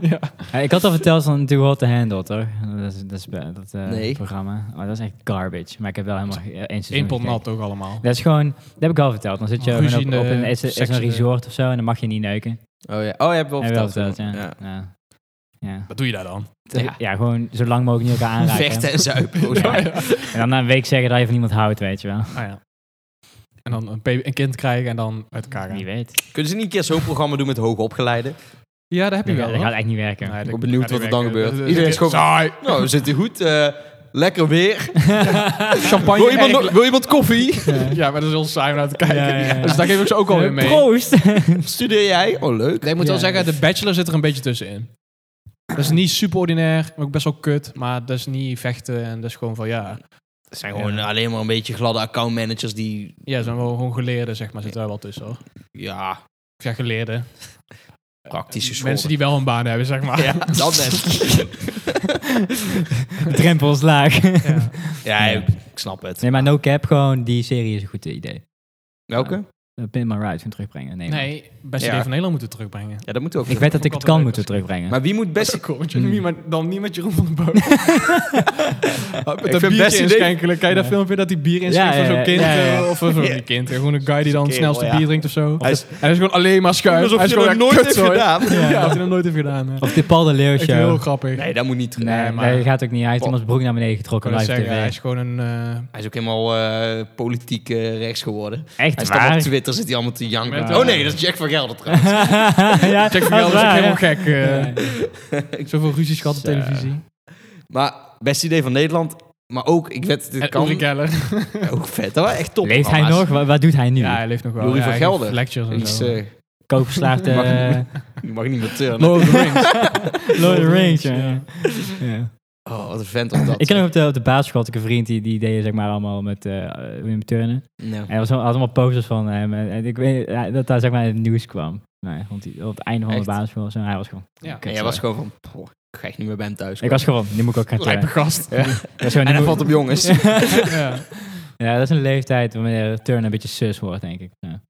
S1: ja.
S3: Ja, ik had al verteld van Too Hot to Handle, toch? Dat is, dat is be- dat eh,
S4: Nee.
S3: programma. Oh, dat is echt garbage. Maar ik heb wel helemaal ge- eh, één seizoen
S1: Eén pot
S3: gekeken.
S1: nat ook allemaal.
S3: Dat is gewoon... Dat heb ik al verteld. Dan zit je
S1: Ruzie
S3: gewoon op,
S1: in
S3: op
S1: de
S3: een, is, is
S1: seks-
S3: een resort of zo en dan mag je niet neuken.
S4: Oh ja, oh, je hebt wel
S3: Heb je wel
S4: verteld.
S3: verteld, ja.
S4: Ja.
S3: Ja. ja. ja.
S1: Wat doe je daar dan?
S3: gewoon zo lang mogelijk niet elkaar aanraken.
S4: Vechten en zuipen. Oh,
S3: Ja.
S4: ja.
S3: En dan na een week zeggen dat je van iemand houdt, weet je wel.
S1: Ah, ja. En dan een, baby- een kind krijgen en dan uit elkaar gaan.
S3: Wie weet.
S4: Kunnen ze niet een keer zo'n programma doen met hoogopgeleiden?
S1: Ja, dat heb je
S3: Dat,
S1: wel.
S3: gaat- dat gaat echt niet werken.
S1: hoor. Nee,
S4: Ik
S1: dat-
S4: ben benieuwd
S1: dat
S4: wat er
S1: gaat
S4: dan
S1: niet
S4: gebeurt.
S1: werken.
S4: Iedereen is gewoon...
S1: Saai.
S4: Nou, we zitten goed. eh, lekker weer.
S1: Champagne.
S4: Wil iemand,
S1: erg-
S4: nog- wil iemand koffie?
S1: Ja, maar dat is heel saai om naar te kijken.
S3: Ja, ja, ja.
S1: Dus daar geef ik ze ook alweer mee.
S3: Proost!
S4: Studeer jij? Oh, leuk.
S1: Nee, ik moet wel
S3: Ja.
S1: zeggen, de Bachelor zit er een beetje tussenin. Dat is niet super ordinair, ook best wel kut, maar dat is niet vechten en dat is gewoon van ja.
S4: Het zijn
S1: gewoon
S4: alleen maar een beetje gladde accountmanagers die...
S1: Ja, ze zijn wel gewoon geleerden, zeg maar, zit daar wel tussen hoor.
S4: Ja,
S1: Of ja, geleerden.
S4: praktische school.
S1: Mensen die wel een baan hebben, zeg maar.
S4: Ja, dat net.
S3: De drempel is laag.
S1: Ja.
S4: Ja,
S3: Ja.
S4: ik snap het.
S3: Nee, maar no cap, gewoon die serie is een goed idee.
S4: Welke?
S3: Eh, Pin My Ride gaan terugbrengen. Nee, man.
S1: Nee, beste
S4: Ja.
S1: idee van Nederland moeten terugbrengen.
S4: Ja, dat moet ook.
S3: Ik weet dat ik het kan moeten terugbrengen.
S4: Maar wie moet best... Hmm.
S1: Best cool, dan niet met Jeroen van den Boom. Met dat
S4: vind
S1: biertje
S4: best idee-
S1: inschenkelen. Kan je dat filmpje dat die bier inschenkt
S3: Ja,
S1: van
S3: ja,
S1: zo'n
S3: ja,
S1: kind?
S3: ja, ja.
S1: eh, Of van zo'n
S4: Ja.
S1: die kind. eh, Gewoon een guy die dan het
S4: Kerel,
S1: snelste
S4: ja.
S1: bier drinkt of zo.
S4: Hij is,
S1: Hij is gewoon alleen maar schuim.
S4: Alsof
S1: hij is
S4: je dat
S1: gewoon
S4: nooit
S1: een
S4: hebt
S1: kutzooi.
S4: gedaan.
S1: Ja, dat hij dat nooit heeft gedaan. hè.
S3: Of de Paul de Leeuw
S1: Echt heel
S3: show.
S1: grappig.
S4: nee, dat moet niet terug.
S3: Nee,
S1: Nee, maar-
S3: dat gaat ook niet. Hij heeft
S4: Paul-
S3: iemands broek naar beneden
S1: ik kan
S3: getrokken
S1: het
S3: live
S1: zeggen, hij
S3: tv.
S1: is gewoon een... eh,
S4: Hij is ook helemaal eh, politiek eh, rechts geworden. Hij
S3: Echt
S4: staat op
S3: waar?
S4: Twitter, zit hij allemaal te janken.
S1: Met, eh,
S4: oh nee, dat is Jack van Gelder trouwens.
S3: ja,
S1: Jack van
S3: dat is
S1: Gelder is ook
S3: waar,
S1: helemaal
S3: ja.
S1: gek. eh. Zoveel ruzies gehad op
S3: Zo.
S1: televisie.
S4: maar best idee van Nederland. Maar ook, ik weet dat
S1: En
S4: het kan.
S1: Uri Geller.
S4: Ook vet. Dat waren echt top Oh,
S3: Leeft hij nog?
S4: programma's.
S3: Wat, wat doet hij nu?
S1: Ja, hij leeft nog wel.
S4: Uri
S1: Ja,
S4: van
S1: hij geeft
S4: Gelder.
S1: Lectures en
S4: Iets,
S1: zo.
S4: eh,
S3: Koopverslaafde
S4: Mag
S3: eh,
S4: die mag niet meer turnen.
S1: Lord of the Rings.
S3: Lord of the Rings. ja.
S1: Ja.
S3: Ja.
S4: Oh, wat een vent was dat.
S3: Ik ken hem op de, op de basisschool, had ik een vriend die, die deed zeg maar allemaal met eh Wim Turnen.
S4: Ja.
S3: En hij was, had allemaal posters van hem. En, en ik weet eh, dat daar zeg maar in het nieuws kwam. Nou, ja, want die, op het einde van
S4: Echt?
S3: de basisschool. en Zo, hij was gewoon...
S1: Ja.
S4: En
S3: kut,
S4: jij was
S3: sorry.
S4: gewoon van, "Poh, ik ga echt niet meer bij hem thuis.
S3: Ik was gewoon, nu moet ik ook gaan
S1: Lijpe
S3: turnen.
S1: gast.
S3: Ja. Dat is gewoon,
S4: en
S3: nu
S4: hij
S3: moet-
S4: valt op jongens.
S1: Ja.
S3: Ja, dat is een leeftijd wanneer turnen een beetje sus wordt, denk ik. Ja.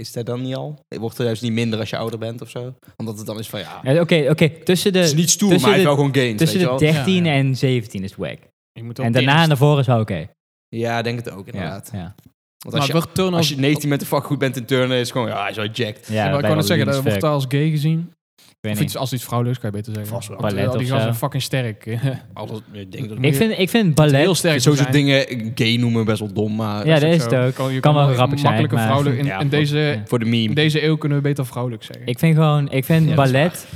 S4: Is dat dan niet al? Het Wordt er juist niet minder als je ouder bent of zo? Omdat het dan is van, ja,
S3: Ja, Oké, oké. Tussen
S4: het is
S3: de,
S4: niet stoer, maar
S3: tussen
S4: hij heeft
S3: de-
S4: wel gewoon gains,
S3: tussen
S4: weet je
S3: de
S4: wel?
S3: 13
S1: Ja, ja.
S3: en 17 is wack.
S1: Je moet wel
S3: En daarna
S1: eerst-
S3: naar voren is wel oké.
S4: Ja, denk het ook,
S3: Ja,
S4: inderdaad.
S3: ja.
S4: Want
S1: Maar
S4: als
S1: het
S4: je,
S1: wordt turn
S4: als
S1: als...
S4: je 19 met de vak goed bent in turnen, is het gewoon, ja, hij is wel jacked.
S3: ja
S1: maar ik kan het zeggen, dat wordt daar als gay gezien. Of iets,
S3: ik,
S1: als iets vrouwelijks, kan je beter zeggen.
S4: Vast wel.
S1: Want, eh,
S3: Ballet
S1: al die
S3: of
S1: gasten
S3: zo.
S1: zijn fucking sterk.
S4: Alles, ik denk dat
S1: Ik-
S3: ik, vind, ik vind ballet...
S1: Heel sterk.
S4: Sowieso
S1: zijn.
S4: dingen eh, gay noemen best wel dom, maar
S3: Ja, dat
S1: ook
S3: is
S1: zo.
S3: het ook.
S1: je
S3: Kan wel grappig zijn,
S1: Makkelijke
S3: maar-
S1: vrouwelijk. In,
S4: Ja,
S1: in deze,
S3: ja.
S4: voor de
S1: in
S4: meme.
S1: deze eeuw kunnen we beter vrouwelijk zeggen.
S3: Ik vind gewoon... Ik vind
S4: Ja, dat is
S3: ballet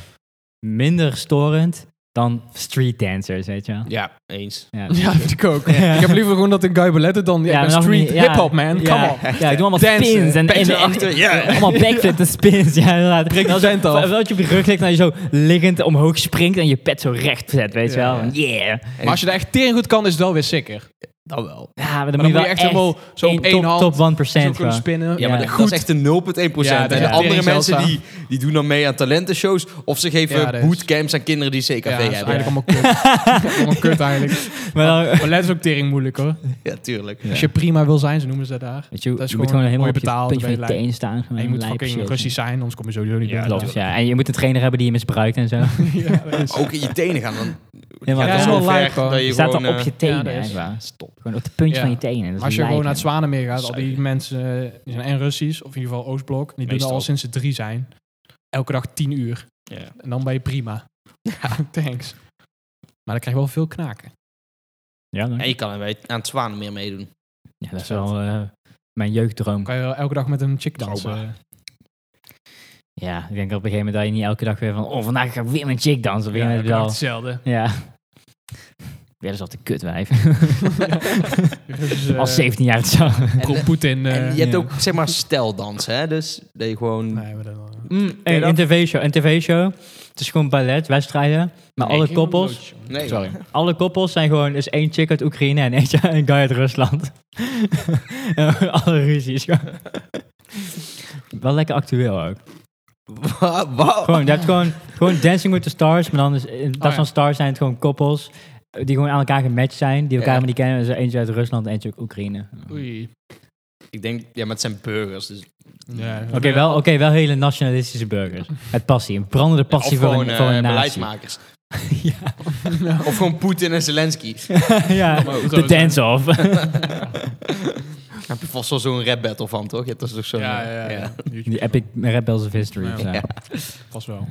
S3: minder storend dan street dancers, weet je wel.
S4: Ja, eens.
S3: Ja,
S1: ja, dat vind ik ook.
S3: Ja.
S1: Ik heb liever gewoon dat een guy ballet doet dan... Ja, ik
S3: maar
S1: ben
S3: dan
S1: street
S3: niet- ja,
S1: hip-hop, man.
S3: ja,
S1: Come on.
S3: Ja, ik doe allemaal
S1: Dansen,
S3: spins. En, en,
S4: Petje
S3: en-
S4: achter, ja.
S3: allemaal backflips en spins. Ja, inderdaad.
S1: Breek die
S3: Als je-
S1: vent af.
S3: als je op je rug ligt en je zo liggend omhoog springt en je pet zo recht zet, weet je
S1: Ja,
S3: wel.
S4: ja.
S3: Yeah.
S1: Maar als je daar echt tering goed kan, is het wel weer sicker.
S4: Dan wel.
S3: Ja, maar dan,
S1: Maar dan
S3: moet
S1: moet
S3: je
S1: je echt helemaal zo op één hand
S3: Top eh. 1%.
S1: zo
S3: gewoon.
S1: kunnen spinnen.
S4: Ja, maar
S3: Ja.
S4: dat- dat is echt een 0,1
S1: Ja, dat
S4: procent. en
S1: is
S4: de
S1: echt
S4: andere
S1: tering
S4: mensen die,
S1: zeldzaam.
S4: die doen dan mee aan talentenshows. Of ze geven
S1: Ja, dat is-
S4: bootcamps aan kinderen die CKV
S1: Ja, dat is
S4: hebben.
S1: eigenlijk allemaal kut. allemaal kut eigenlijk.
S3: Maar dan,
S1: Maar let is ook tering moeilijk hoor.
S4: Ja, tuurlijk.
S1: Als je prima wil zijn, zo noemen ze dat daar.
S3: Weet je, je
S1: Dat is
S3: moet
S1: gewoon
S3: gewoon helemaal
S1: mooi
S3: op je
S1: betaald,
S3: puntje van je
S1: ben je
S3: teen staan. gewoon
S1: En je moet
S3: lijp
S1: fucking
S3: shit.
S1: Russisch zijn, anders kom je sowieso niet
S3: Ja,
S1: binnen.
S3: klopt, ja. En je moet een trainer hebben die je misbruikt en zo.
S1: Ja, dat is-
S4: Ook in je tenen gaan dan.
S3: Helemaal
S4: gaat
S1: ja,
S4: het
S1: wel
S4: zo ver
S1: lijp, hoor.
S4: dat je,
S3: Je staat
S4: gewoon,
S3: dan op
S4: eh,
S3: je tenen.
S1: ja, dat is-
S3: echt waar. Stop. Gewoon op het puntje
S1: Ja.
S3: van je tenen. Dat is
S1: Als je gewoon
S3: lijp,
S1: naar het
S3: ja.
S1: Zwanenmeer gaat, al die
S4: Zeker.
S1: mensen eh, die zijn en Russisch, of in ieder geval Oostblok, en die doen
S4: Meestal.
S1: al sinds ze drie zijn. Elke dag tien uur.
S4: Ja.
S1: En dan ben je prima. Thanks. Maar dan krijg je wel veel knaken.
S3: Ja, dan-
S4: Ja, je kan er bij- aan het zwanen meer meedoen.
S3: Ja, dat is wel eh, mijn jeugddroom.
S1: Dan kan je wel elke dag met een chick dansen.
S4: Trauma.
S1: Eh,
S3: Ja, ik denk op een gegeven moment dat je niet elke dag weer van... Oh, vandaag ga ik weer met chick dansen. Weer
S1: elke
S3: met
S1: dag
S3: wel.
S1: hetzelfde.
S3: Ja. Weer eens op de kutwijf.
S1: Dus, eh,
S3: Als 17 jaar zo.
S1: pro
S4: En,
S1: Poetin. eh,
S4: en je hebt
S1: ja.
S4: ook, zeg maar, steldansen, hè? Dus dat je gewoon...
S1: Nee, maar dan, eh,
S4: ken je
S3: Een
S4: dat?
S3: tv-show. Een tv-show. Het is gewoon ballet, wedstrijden. Maar
S1: nee,
S3: alle
S1: geen
S3: koppels...
S1: blootje, jongen.
S4: Nee,
S3: Sorry. Alle koppels zijn gewoon dus één chick uit Oekraïne en eentje een guy uit Rusland. En Alle ruzies. gewoon. Wel lekker actueel ook.
S4: Wa- wa-
S3: Gewoon, je hebt gewoon, gewoon Dancing with the Stars, maar dan is, in plaats
S1: Oh, ja.
S3: van stars zijn het gewoon koppels eh, die gewoon aan elkaar gematcht zijn, die elkaar
S4: Ja.
S3: maar niet kennen. Dus eentje uit Rusland, eentje uit Oekraïne.
S1: Oei.
S4: Ik denk, ja, maar het zijn burgers. Dus
S1: Ja,
S3: Oké, wel, oké, wel hele nationalistische burgers. Met passie, een brandende
S4: of
S3: passie voor
S4: gewoon
S3: een, voor
S4: eh,
S3: een natie.
S4: beleidsmakers. Of gewoon Poetin en Zelensky.
S3: ja,
S1: maar ook
S3: de
S1: zo zijn.
S3: dance-off.
S4: Daar heb je vast wel zo'n rap battle van, toch? Je hebt dat toch zo'n...
S1: Ja, ja,
S4: eh,
S1: ja. ja. YouTube,
S3: Die epic Rebels of History.
S1: Ja.
S3: of zo.
S4: Ja.
S1: Pas wel.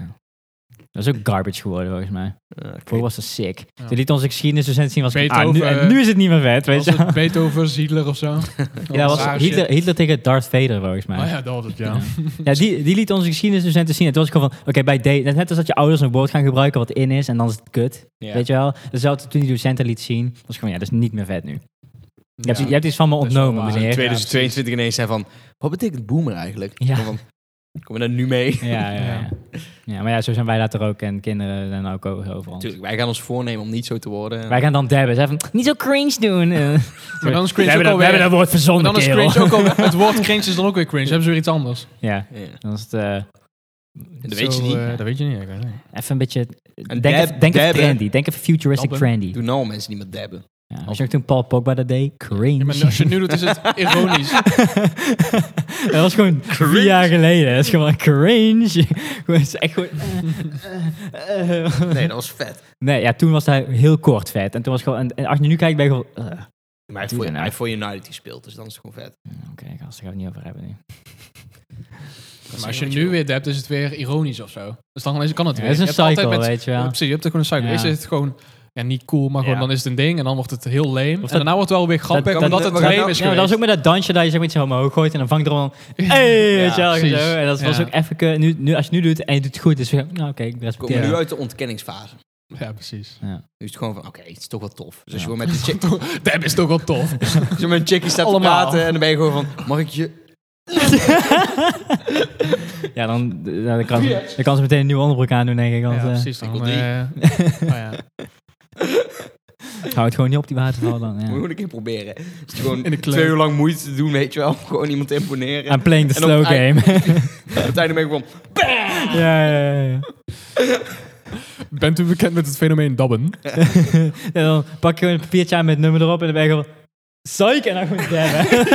S3: Dat is ook garbage geworden volgens mij.
S4: Ja, oké.
S3: Vroeger was dat sick.
S1: Ja.
S3: Toen liet onze geschiedenisdocent zien was van, ah, nu,
S1: Beethoven, eh,
S3: en nu is het niet meer vet, weet
S1: Was
S3: je.
S1: het Beethoven, Hitler of zo?
S3: Ja, dat
S1: Raar
S3: was
S1: shit.
S3: Hitler, Hitler tegen Darth Vader volgens mij.
S1: Oh ja, dat was het, ja.
S3: Ja. Ja, die, die liet onze geschiedenisdocenten zien. Het was ik gewoon van, oké, bij date, net- net als dat je ouders een woord gaan gebruiken wat in is en dan is het kut.
S4: Ja.
S3: Weet je wel? Dezelfde toen die docenten liet zien, was gewoon, ja, dat is niet meer vet nu. Je, hebt, je hebt iets van me
S1: Dat is wel
S3: ontnomen,
S1: waar.
S3: meneer.
S4: 2022 ineens zijn van, wat betekent boomer eigenlijk?
S3: Ja.
S4: Van, kom je daar nu mee?
S3: Ja, ja, ja. ja, maar ja, zo zijn wij later ook en kinderen zijn ook overal.
S4: Natuurlijk, wij gaan ons voornemen om niet zo te worden.
S3: Wij gaan dan debben. Ze van, niet zo cringe doen. Eh,
S1: Maar dan is
S3: we,
S1: cringe
S3: hebben
S1: ook
S3: dat, we
S1: alweer...
S3: hebben dat woord
S1: maar
S3: verzonnen,
S1: dan is
S3: kerel.
S1: cringe ook al... Het woord cringe is dan ook weer cringe. Hebben ze weer iets anders?
S3: Ja,
S4: Ja.
S3: dan is het... eh,
S4: Dat weet je niet.
S1: eh, dat weet je niet. ik weet het niet.
S3: Even een beetje. Denk,
S4: dab-
S3: even, denk even
S4: dabben.
S3: trendy. Denk even futuristic
S1: Dabben.
S3: trendy.
S4: Doe nou al mensen die met dabben.
S3: Ja, was je ook toen Paul Pogba dat deed? Cringe.
S1: Ja, maar als je het nu doet, is het ironisch.
S3: dat was gewoon vier jaar geleden. Dat is gewoon cringe. Gewoon, het is echt gewoon. eh, eh, eh.
S4: Nee, dat was vet.
S3: Nee, ja, toen was hij heel kort vet. En toen was gewoon. En, en als je nu kijkt, ben je gewoon. eh, Oké,
S4: Maar hij heeft
S3: Doe
S4: voor,
S3: dan
S4: hij
S3: uit.
S4: heeft voor United gespeeld, dus dan is het gewoon vet.
S3: gast, daar gaan we het niet over hebben. nu.
S1: Maar als je nu weer debt, is het weer ironisch of zo. Dus dan is- kan het
S3: Ja,
S1: weer.
S3: het is
S1: Je
S3: een
S1: hebt altijd
S3: cycle,
S1: met-
S3: weet je wel.
S1: Ja,
S3: Of
S1: precies, je hebt er gewoon een cycle.
S3: Ja.
S1: Eerst is het gewoon ja, niet cool, maar gewoon
S3: Ja.
S1: dan is het een ding. En dan wordt het heel lame. en
S3: dat-
S1: daarna wordt het wel weer grappig,
S3: dat-
S1: omdat
S4: dat-
S1: het
S4: we gaan
S1: lame
S4: nou-
S1: is
S3: Ja, maar dat was ook met dat dansje dat je zeg maar iets omhoog gooit en dan vangt er allemaal een... Hey, weet je wel,
S1: precies.
S3: zo. En dat was
S1: Ja.
S3: ook even... ke- Nu, nu, als je het nu doet en je doet het goed, is het... Nou, oké, ik
S4: We
S3: respecteer
S4: komen
S3: het.
S4: nu uit de ontkenningsfase.
S1: geweest. Ja, precies.
S4: Nu is het gewoon van, oké, het is toch wel tof. Dus als je
S3: Ja.
S4: gewoon met een chick,
S1: Dab is toch wel tof.
S4: als je met een chickie staat te
S1: Allemaal.
S4: praten en dan ben je gewoon van, mag ik je...
S3: Ja, dan, dan, kan, ze- dan kan ze meteen een nieuwe onderbroek aandoen, denk ik. Want
S1: Ja,
S3: eh,
S1: precies.
S4: ik wil
S1: Dan,
S4: die.
S1: eh, oh ja.
S3: hou het gewoon niet op die waterval dan.
S4: Moet je
S3: Ja.
S4: gewoon een keer proberen. Dus het gewoon
S1: In de club.
S4: twee uur lang moeite te doen, weet je wel. om Gewoon iemand te imponeren.
S3: I'm playing the
S4: En op
S3: slow
S4: het eind-
S3: game.
S4: Op het einde ben ik gewoon,
S3: ja, ja, ja, ja.
S1: Bent u bekend met het fenomeen dabben?
S3: En dan pak je gewoon een papiertje aan met het nummer erop en dan ben je gewoon... Psych! En dan gewoon debben.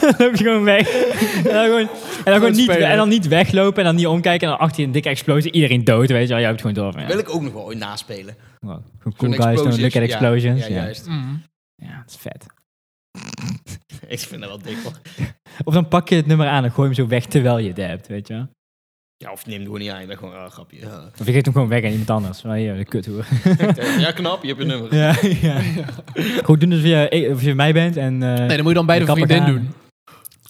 S3: dan loop je gewoon weg. En dan gewoon, en dan gewoon niet,
S1: spelen.
S3: en dan niet weglopen en dan niet omkijken. En dan achter je een dikke explosie. Iedereen dood, weet je wel. Jij hebt het gewoon door. van, ja.
S4: wil ik ook nog wel ooit naspelen.
S3: Wow. Cool
S4: Zo'n
S3: guys don't
S4: explosies.
S3: look at
S4: Ja,
S3: explosions. Ja,
S4: Ja, juist.
S1: Mm.
S3: Ja, dat is vet.
S4: Ik vind dat wel dik hoor.
S3: Of dan pak je het nummer aan en gooi hem zo weg terwijl je dabt, weet je wel.
S4: Ja, of neem het gewoon niet aan. Je bent gewoon, ah, grapje. Ja.
S3: Of je geeft hem gewoon weg aan iemand anders. Maar hier, de kuthoer.
S4: ja, knap. Je hebt je nummer.
S3: Ja, ja. Goed, doen alsof je, of je mij bent en... eh,
S1: Nee, dan moet je dan bij
S3: De
S1: de vriendin
S3: kapper
S1: doen.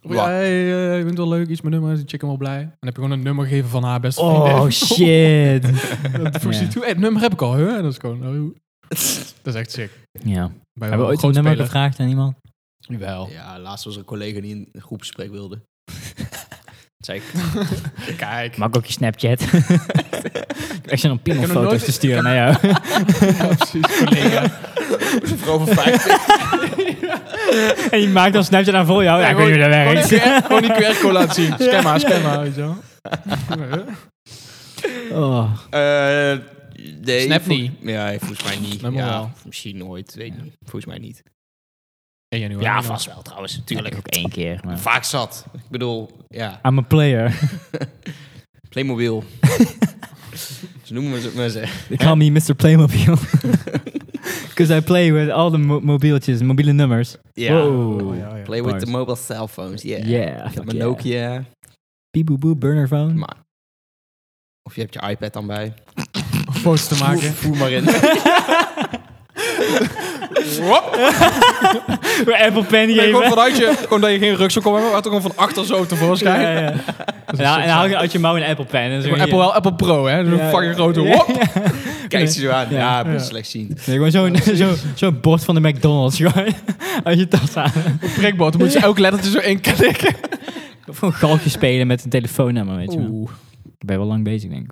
S4: Wat?
S1: Ja, hey, eh, ik vind het wel leuk, iets met nummer, is die chick helemaal blij. En dan heb je gewoon een nummer gegeven van haar beste
S3: oh,
S1: vriendin.
S3: shit.
S1: Dan voegt ze
S3: Ja.
S1: toe, hey, het nummer heb ik al, hè? En dat is gewoon, oh, dat is echt sick.
S3: ja.
S1: Bij
S3: Hebben we ooit een
S1: grote
S3: nummer
S1: speler.
S3: gevraagd aan iemand?
S1: Jawel.
S4: Ja, laatst was er een collega die een groepsgesprek wilde.
S3: Zeker.
S1: Kijk.
S3: Mag ook je Snapchat. Ik zit een
S4: nog
S3: pingelfoto's
S4: nooit-
S3: te sturen naar jou.
S1: Ja, precies. Collega.
S4: Vrouw van 50.
S3: en je maakt dan Snapchat aan voor jou. Ja, ik weet
S1: gewoon-
S3: niet hoe dat werkt.
S4: Gewoon die QR-code laten zien.
S1: Scan maar, scan maar, weet je wel.
S3: Oh.
S4: Eh, nee,
S1: Snap
S4: vol-
S1: niet.
S4: Ja, volgens mij niet.
S1: Snap
S4: ja,
S1: wel.
S4: Misschien nooit. Weet niet. Volgens mij niet.
S1: 1 januari.
S4: Ja,
S1: nog.
S4: vast wel trouwens. Tuurlijk.
S3: Tuurlijk ook één keer. Maar.
S4: Vaak zat. Ik bedoel, ja.
S3: I'm a player.
S4: Playmobil. Ze noemen ze het maar ze.
S3: They call me Mr. Playmobil. Because I play with all the mo- mobieltjes, mobiele nummers.
S4: Ja.
S3: Wow.
S1: Oh, ja, ja.
S4: Play with
S3: Bars.
S4: the mobile cell phones. Yeah.
S3: Yeah.
S4: Ik
S3: fuck
S4: heb mijn
S3: yeah.
S4: Nokia.
S3: Piep, boe, boe, burner phone.
S4: Maar. Of je hebt je iPad dan bij.
S1: Foto's te maken.
S4: Voer maar in.
S3: Weer Apple Pen geven.
S1: vanuit je, gewoon dat je geen rugzak kon hebben, maar toch gewoon van achter zo
S3: Ja,
S1: tevoorschijn.
S3: ja, ja. Nou, en dan haal je uit je mouw een Apple Pen. en zo-
S1: Maar Apple wel Apple Pro, hè? Zo'n
S3: Ja,
S1: fucking
S3: ja.
S1: grote.
S3: Ja,
S1: Wop!
S3: ja.
S4: Kijk ze zo aan.
S3: Ja.
S4: Ja,
S1: Ja.
S4: ja. slechtziend.
S3: Nee, gewoon zo'n zo, zo'n bord van de McDonald's. Gewoon uit je tas aan.
S1: Een prikbord. Dan moet je elk lettertje zo in klikken.
S3: Of gewoon galgje spelen met een telefoonnummer, weet je wel. Ik ben wel lang bezig, denk ik.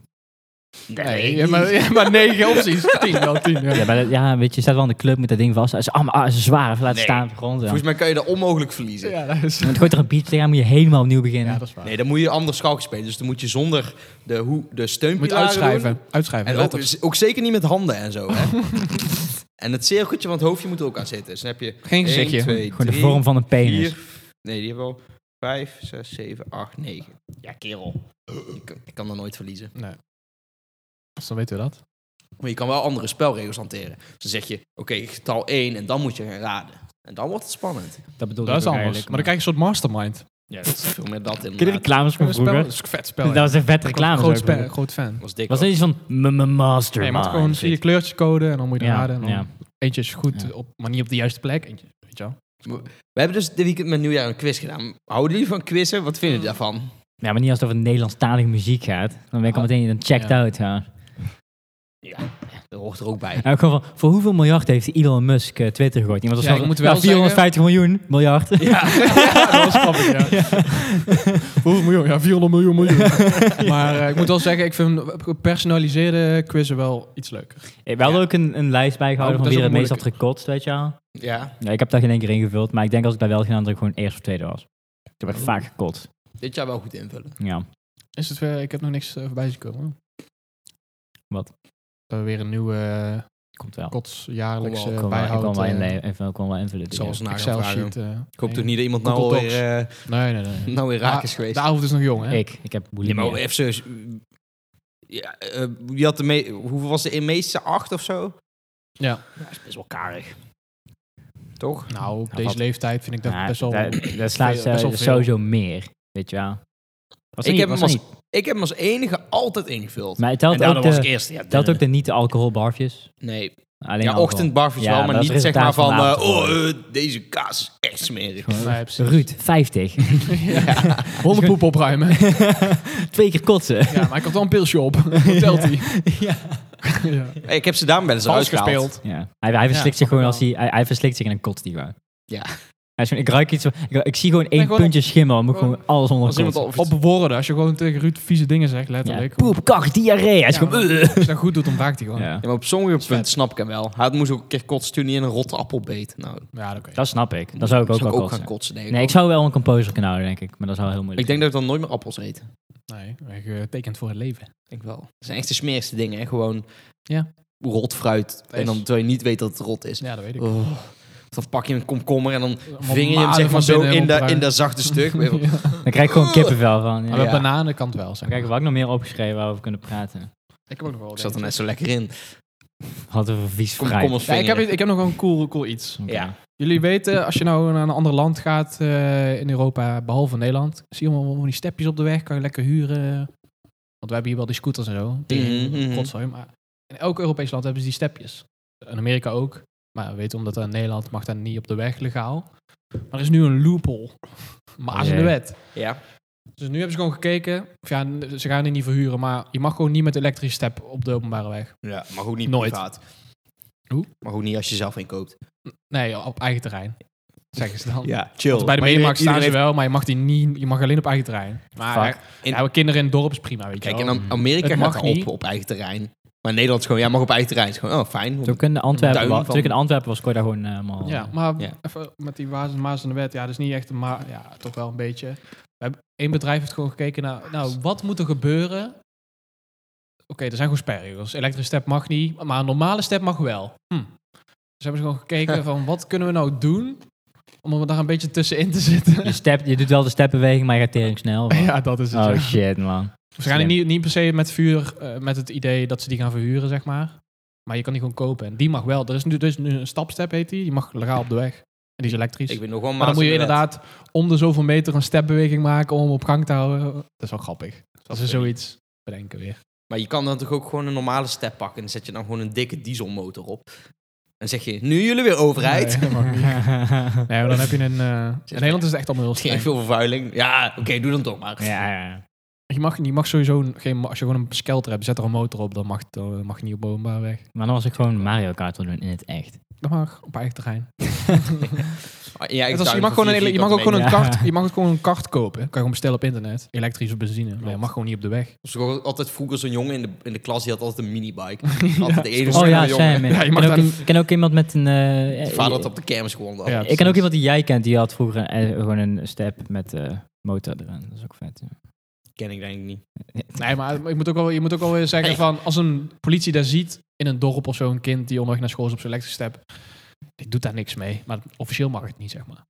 S1: Nee, je hebt maar, je hebt maar negen opties. Tien wel, tien. Ja.
S3: Ja, maar dat- ja, weet je, je staat wel in de club met dat ding vast. Als ah, maar, ah, is zwaar, even laten
S4: Nee.
S3: staan op de grond. Ja.
S4: Volgens mij kan je dat onmogelijk verliezen.
S1: Ja, dat is...
S3: Want gooit er een beat tegenaan, moet je helemaal opnieuw beginnen.
S1: Ja, dat is waar.
S4: Nee, dan moet je een ander schalkje spelen. Dus dan moet je zonder de, hoe, de
S1: Je moet
S4: steunpilaren doen.
S1: uitschrijven. Uitschrijven,
S4: En
S1: let
S4: ook,
S1: op.
S4: ook zeker niet met handen en zo. Hè? en het cirkeltje van het hoofdje moet er ook aan zitten. Snap je?
S1: Geen gezichtje.
S4: Eén, twee,
S3: Gewoon de
S4: drie,
S3: vorm van een penis.
S4: vier. Nee, die hebben we al. Vijf, zes, zeven, acht, negen. Ja, kerel. Ik kan, ik kan dat nooit verliezen.
S1: Nee. Dus dan weten we dat.
S4: Maar je kan wel andere spelregels hanteren. Dus dan zeg je, oké, getal één en dan moet je gaan raden. En dan wordt het spannend.
S3: Dat bedoel
S1: Dat
S3: ik
S1: is anders.
S3: ook eigenlijk,
S1: Maar dan krijg je een soort mastermind.
S4: Ja, dat is veel meer dat in.
S3: Ken je de reclames van
S1: Spel-
S3: vroeger?
S1: Dat is een vet spel.
S3: Dat was een vet reclame.
S1: Groot,
S3: zo.
S1: spe- groot fan.
S4: was dik.
S3: Was
S4: ook.
S3: dat iets van m- m-
S1: Nee,
S3: mastermind?
S1: maar het gewoon zie je kleurtjes code en dan moet je raden. En dan
S3: ja.
S1: Eentje is goed,
S3: Ja.
S1: op, maar niet op de juiste plek. Eentje, weet je wel.
S4: We hebben dus dit weekend met nieuwjaar een quiz gedaan. Houden jullie van quizzen? Wat vinden jullie daarvan?
S3: Ja, maar niet als het over Nederlandstalige muziek gaat. Dan ben ik al
S1: Ah.
S3: meteen dan checked
S1: Ja.
S3: out. Ja.
S4: Ja, dat hoort er ook bij.
S3: En ook gewoon van, voor hoeveel miljard heeft Elon Musk eh, Twitter gegooid? Iemand was
S1: Ja,
S3: zo-
S1: ik moet wel
S3: ja, 450 miljoen miljard.
S4: Ja,
S1: Ja, dat was grappig, ja. Hoeveel miljoen? Ja, 400 miljoen miljoen. Maar eh, ik moet wel zeggen, ik vind gepersonaliseerde quizzen wel iets leuker.
S3: Eh, We hadden ook een, een lijst
S1: Oh,
S3: bijgehouden
S1: dat
S3: van
S1: is
S3: wie er
S1: ook
S3: het meest had
S1: moeilijk.
S3: gekotst, weet je wel.
S4: ja.
S3: Ja, ik heb daar geen enkele ingevuld, maar ik denk als ik dat wel gedaan had, dat ik gewoon eerst of tweede was. Ik heb echt
S4: Oh.
S3: vaak gekotst.
S4: dit jaar wel goed invullen.
S3: Ja.
S1: Is het weer, ik heb nog niks eh, voorbij zien komen.
S3: Wat?
S1: Dat we weer een nieuwe eh,
S3: Komt wel.
S1: kotsjaarlijkse
S4: Kom
S1: eh,
S3: Oh, Ik kon wel, ik kon
S1: bijhouden.
S3: wel,
S1: eh,
S3: inle- even- ik kon wel invullen. dit
S4: Zoals
S3: jaar.
S4: naar
S1: Excel
S4: vragen.
S1: sheet. eh,
S4: Ik hoop
S1: nee.
S4: toch niet dat iemand nou
S1: Google
S4: weer, eh,
S1: Nee, nee, nee.
S4: nou weer raak is geweest.
S1: De avond is nog jong, hè?
S3: Ik, ik heb
S4: Ja,
S3: bulimia.
S4: maar even serieus. Ja, eh, wie had de me- hoeveel was de meeste? Acht of zo?
S1: Ja.
S4: Ja, dat is best wel karig. Toch?
S1: Nou, op
S3: Ja,
S1: deze
S3: wat-
S1: leeftijd vind ik dat
S3: Nou,
S1: best wel...
S3: daar- daar slaat
S1: veel-
S3: ze
S1: best wel veel.
S3: sowieso meer, weet je wel. Was
S4: Ik
S3: niet-
S4: heb
S3: was
S4: hem als-
S3: niet.
S4: Ik heb hem als enige altijd ingevuld.
S3: Maar het
S4: en
S3: telt
S4: daardoor
S3: ook
S4: was ik
S3: de,
S4: eerste. Ja,
S3: telt
S4: duh.
S3: ook de niet-alcoholbarfjes.
S4: Nee,
S3: Alleen
S4: ja,
S3: alcohol.
S4: ochtendbarfjes
S3: Ja,
S4: wel, maar
S3: dat is
S4: niet zeg maar van...
S3: resultaat
S4: eh,
S3: van later,
S4: oh,
S3: hoor.
S4: eh, deze kaas is echt smerig.
S1: Nee, precies.
S3: Ruud, 50.
S1: Ja. Hondenpoep opruimen.
S3: Twee keer kotsen.
S1: Ja, maar ik had wel een pilsje op. Dat telt hij.
S3: ja.
S1: Ja.
S4: Hey, ik heb ze daarom wel eens
S1: Vals
S4: uitgehaald.
S1: gespeeld.
S3: Ja. Hij, hij
S1: snap
S3: verslikt
S1: ik
S3: zich gewoon
S1: wel.
S3: als hij, hij, hij verslikt zich en dan kotst hij gewoon.
S4: Ja.
S3: Hij is gewoon, ik ruik iets, van- ik, ik zie gewoon één
S1: gewoon
S3: puntje schimmel, dan moet ik
S1: gewoon-
S3: gewoon alles onder
S4: Als iemand
S3: kotsen.
S4: al...
S1: Op woorden, als je gewoon tegen Ruud vieze dingen zegt,
S3: Ja.
S1: letterlijk.
S3: Poep, kak, diarree. Hij is
S1: Ja,
S3: gewoon...
S1: maar-
S3: "Ugh."
S1: Als je dat goed doet, dan raakt hij gewoon. Ja,
S3: Ja.
S4: Ja, maar op sommige punten snap ik hem wel. Hij had- moest ook een keer kotsen toen hij in een rotte appel beet. Nou,
S1: dat kan je.
S3: Dat snap ik. Dan zou ik ook
S4: zou
S3: wel
S4: ik ook
S3: kotsen.
S4: gaan kotsen, denk ik.
S3: Nee, ik zou wel een composer kunnen houden, denk ik. Maar dat zou heel
S4: Ik
S3: moeilijk
S4: denk dat ik dan nooit meer appels eet.
S1: Nee, getekend voor het leven.
S4: Ik wel. Dat zijn echt de smerigste dingen, hè. Gewoon
S1: Ja.
S4: rot fruit. En dan terwijl je niet weet dat het rot is.
S1: Ja, dat weet ik.
S4: Oh. Dan pak je een komkommer en dan
S1: Allemaal
S4: vinger je hem
S1: maden
S4: zeg maar
S1: van
S4: zo
S1: binnen
S4: in dat
S1: opruimen.
S4: in dat zachte stuk.
S1: Ja.
S4: Even-
S3: Dan krijg ik gewoon kippenvel van. Ja.
S1: Maar bij
S4: Ja.
S1: bananen kan het wel. Zeg
S3: Dan kijk, wat ik nog meer opgeschreven waar we kunnen praten.
S1: Ik heb ook nog wel.
S4: Ik zat er net zo lekker in.
S3: Had over vies vrij.
S4: Komkommers
S1: ik, heb,
S4: vingeren.
S1: ik heb nog wel een cool, cool iets.
S3: Oké.
S4: Ja.
S1: Jullie weten, als je nou naar een ander land gaat eh, in Europa, behalve Nederland, zie je allemaal van die stepjes op de weg, kan je lekker huren. Want we hebben hier wel die scooters en zo.
S4: Mhm, mhm.
S1: Rotzooi, maar in elk Europees land hebben ze die stepjes. In Amerika ook. Maar we weten omdat dat in Nederland mag dat niet op de weg legaal. Maar er is nu een loophole. Maas in de
S3: Jee.
S1: wet.
S4: Ja.
S1: Dus nu hebben ze gewoon gekeken. Of ja, n- ze gaan het niet verhuren, maar je mag gewoon niet met elektrische step op de openbare weg.
S4: ja. Maar goed niet
S1: Nooit.
S4: privaat.
S1: Hoe?
S4: Maar goed niet als je zelf inkoopt.
S1: Nee, op eigen terrein. zeggen ze dan.
S4: Ja, chill.
S1: Want Oh. bij de
S4: Maar
S1: mediamarkt staan ze
S4: iedereen
S1: wel, maar je mag, die niet, je mag alleen op eigen terrein. Maar
S4: Fuck.
S1: in, ja, we kinderen in het dorp is prima, weet je
S4: Kijk,
S1: wel.
S4: in Am- Amerika
S1: Het mag
S4: gaat dat
S1: niet.
S4: op, op eigen terrein. Maar in Nederland is gewoon, ja, mag op eigen terrein. Het is gewoon, oh, fijn.
S3: Toen ik in Antwerpen,
S4: Duin
S3: wa-
S4: van-
S3: toen ik in Antwerpen was, kon je daar gewoon eh, helemaal...
S1: Ja, maar
S4: Ja.
S1: even met die waas en maas aan de wet. Ja, dat is niet echt een maar. Ja, toch wel een beetje. We hebben, één bedrijf heeft gewoon gekeken naar, nou, wat moet er gebeuren? Oké, er zijn gewoon spelregels. Elektrische step mag niet, maar een normale step mag wel. Hm. Dus hebben ze gewoon gekeken van, wat kunnen we nou doen om er daar een beetje tussenin te
S3: Je,
S1: zitten?
S3: step, je doet wel de stepbeweging, maar je gaat tering snel. man.
S1: ja, dat is het.
S3: Oh
S1: ja.
S3: shit, man.
S1: Waarschijnlijk niet, niet per se met vuur, eh, met het idee dat ze die gaan verhuren, zeg maar. Maar je kan die gewoon kopen. En die mag wel. Er is nu, dus nu een stapstep, heet die. Die mag legaal op de weg. En die is elektrisch.
S4: Ik ben nog wel
S1: Maar dan moet je
S4: maas aan de wet.
S1: inderdaad om de zoveel meter een stepbeweging maken om hem op gang te houden. Dat is wel grappig. Dat ze zoiets bedenken weer.
S4: Maar je kan dan toch ook gewoon een normale step pakken. En dan zet je dan gewoon een dikke dieselmotor op. En zeg je, nu jullie weer overheid.
S1: Nee, dat mag niet. Nee, maar dan heb je een... eh, in Nederland is het echt allemaal heel
S4: Geen
S1: streng.
S4: veel vervuiling. Ja, oké, doe dan toch maar.
S3: ja, ja.
S1: Je mag, je mag sowieso een- geen... Als je gewoon een skelter hebt, zet er een motor op. Dan mag, dan mag je niet op openbaar weg.
S3: Maar dan was ik gewoon Mario Kart wil doen in het echt.
S1: Dat mag op eigen terrein.
S4: In je eigen
S1: Net als- je
S4: tuin
S1: mag,
S4: van
S1: gewoon een,
S4: vier
S1: ele- je mag ook
S4: vierkante
S1: gewoon een
S3: meter.
S1: kart, je mag ook gewoon een kart kopen. Kan je gewoon bestellen op internet. Elektrisch of benzine. Maar je mag gewoon niet op de weg.
S4: meter. Er was gewoon altijd vroeger zo'n jongen in de, in de klas, die had altijd een minibike. Altijd de enige
S3: Oh ja,
S4: jongen.
S3: Sam.
S1: Ja, je
S3: ik
S1: mag
S3: ken, ook,
S1: daar-
S3: ik ken ook iemand met een... eh,
S4: Zijn vader had op de kermis gewonnen.
S1: Ja.
S3: ik ken ook iemand die jij kent, die had vroeger een- eh, gewoon een step met eh, motor eraan. Dat is ook vet. ja.
S4: ken ik denk ik niet.
S1: Nee, maar je moet ook wel, je moet ook wel weer zeggen
S4: Nee.
S1: van... Als een politie daar ziet in een dorp of zo een kind die onderweg naar school is op zijn elektrische step... Die doet daar niks mee. Maar officieel mag het niet, zeg maar.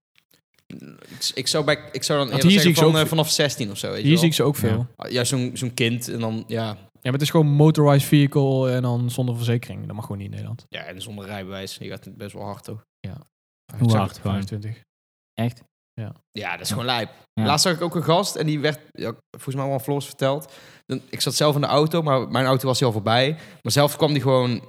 S4: Ik, ik, zou bij, ik zou dan
S1: Want hier zie
S4: eerder zeggen
S1: ik ze
S4: van,
S1: ook-
S4: eh, vanaf 16 of zo. Weet je
S1: Hier
S4: wel.
S1: zie ik ze ook
S3: veel.
S1: veel. Ja.
S4: Ja, zo'n zo'n kind en dan, ja,
S1: maar het is gewoon motorized vehicle en dan zonder verzekering. Dat mag gewoon niet in Nederland.
S4: ja, en zonder rijbewijs. Je gaat best wel hard, toch?
S3: Hoe hard gewoon?
S1: 25.
S3: Echt?
S4: Ja, dat is gewoon lijp.
S3: Ja.
S4: Laatst zag ik ook een gast en die werd, ja, volgens mij wel aan Floors verteld. Dan- Ik zat zelf in de auto, maar mijn auto was heel voorbij. Maar zelf kwam die gewoon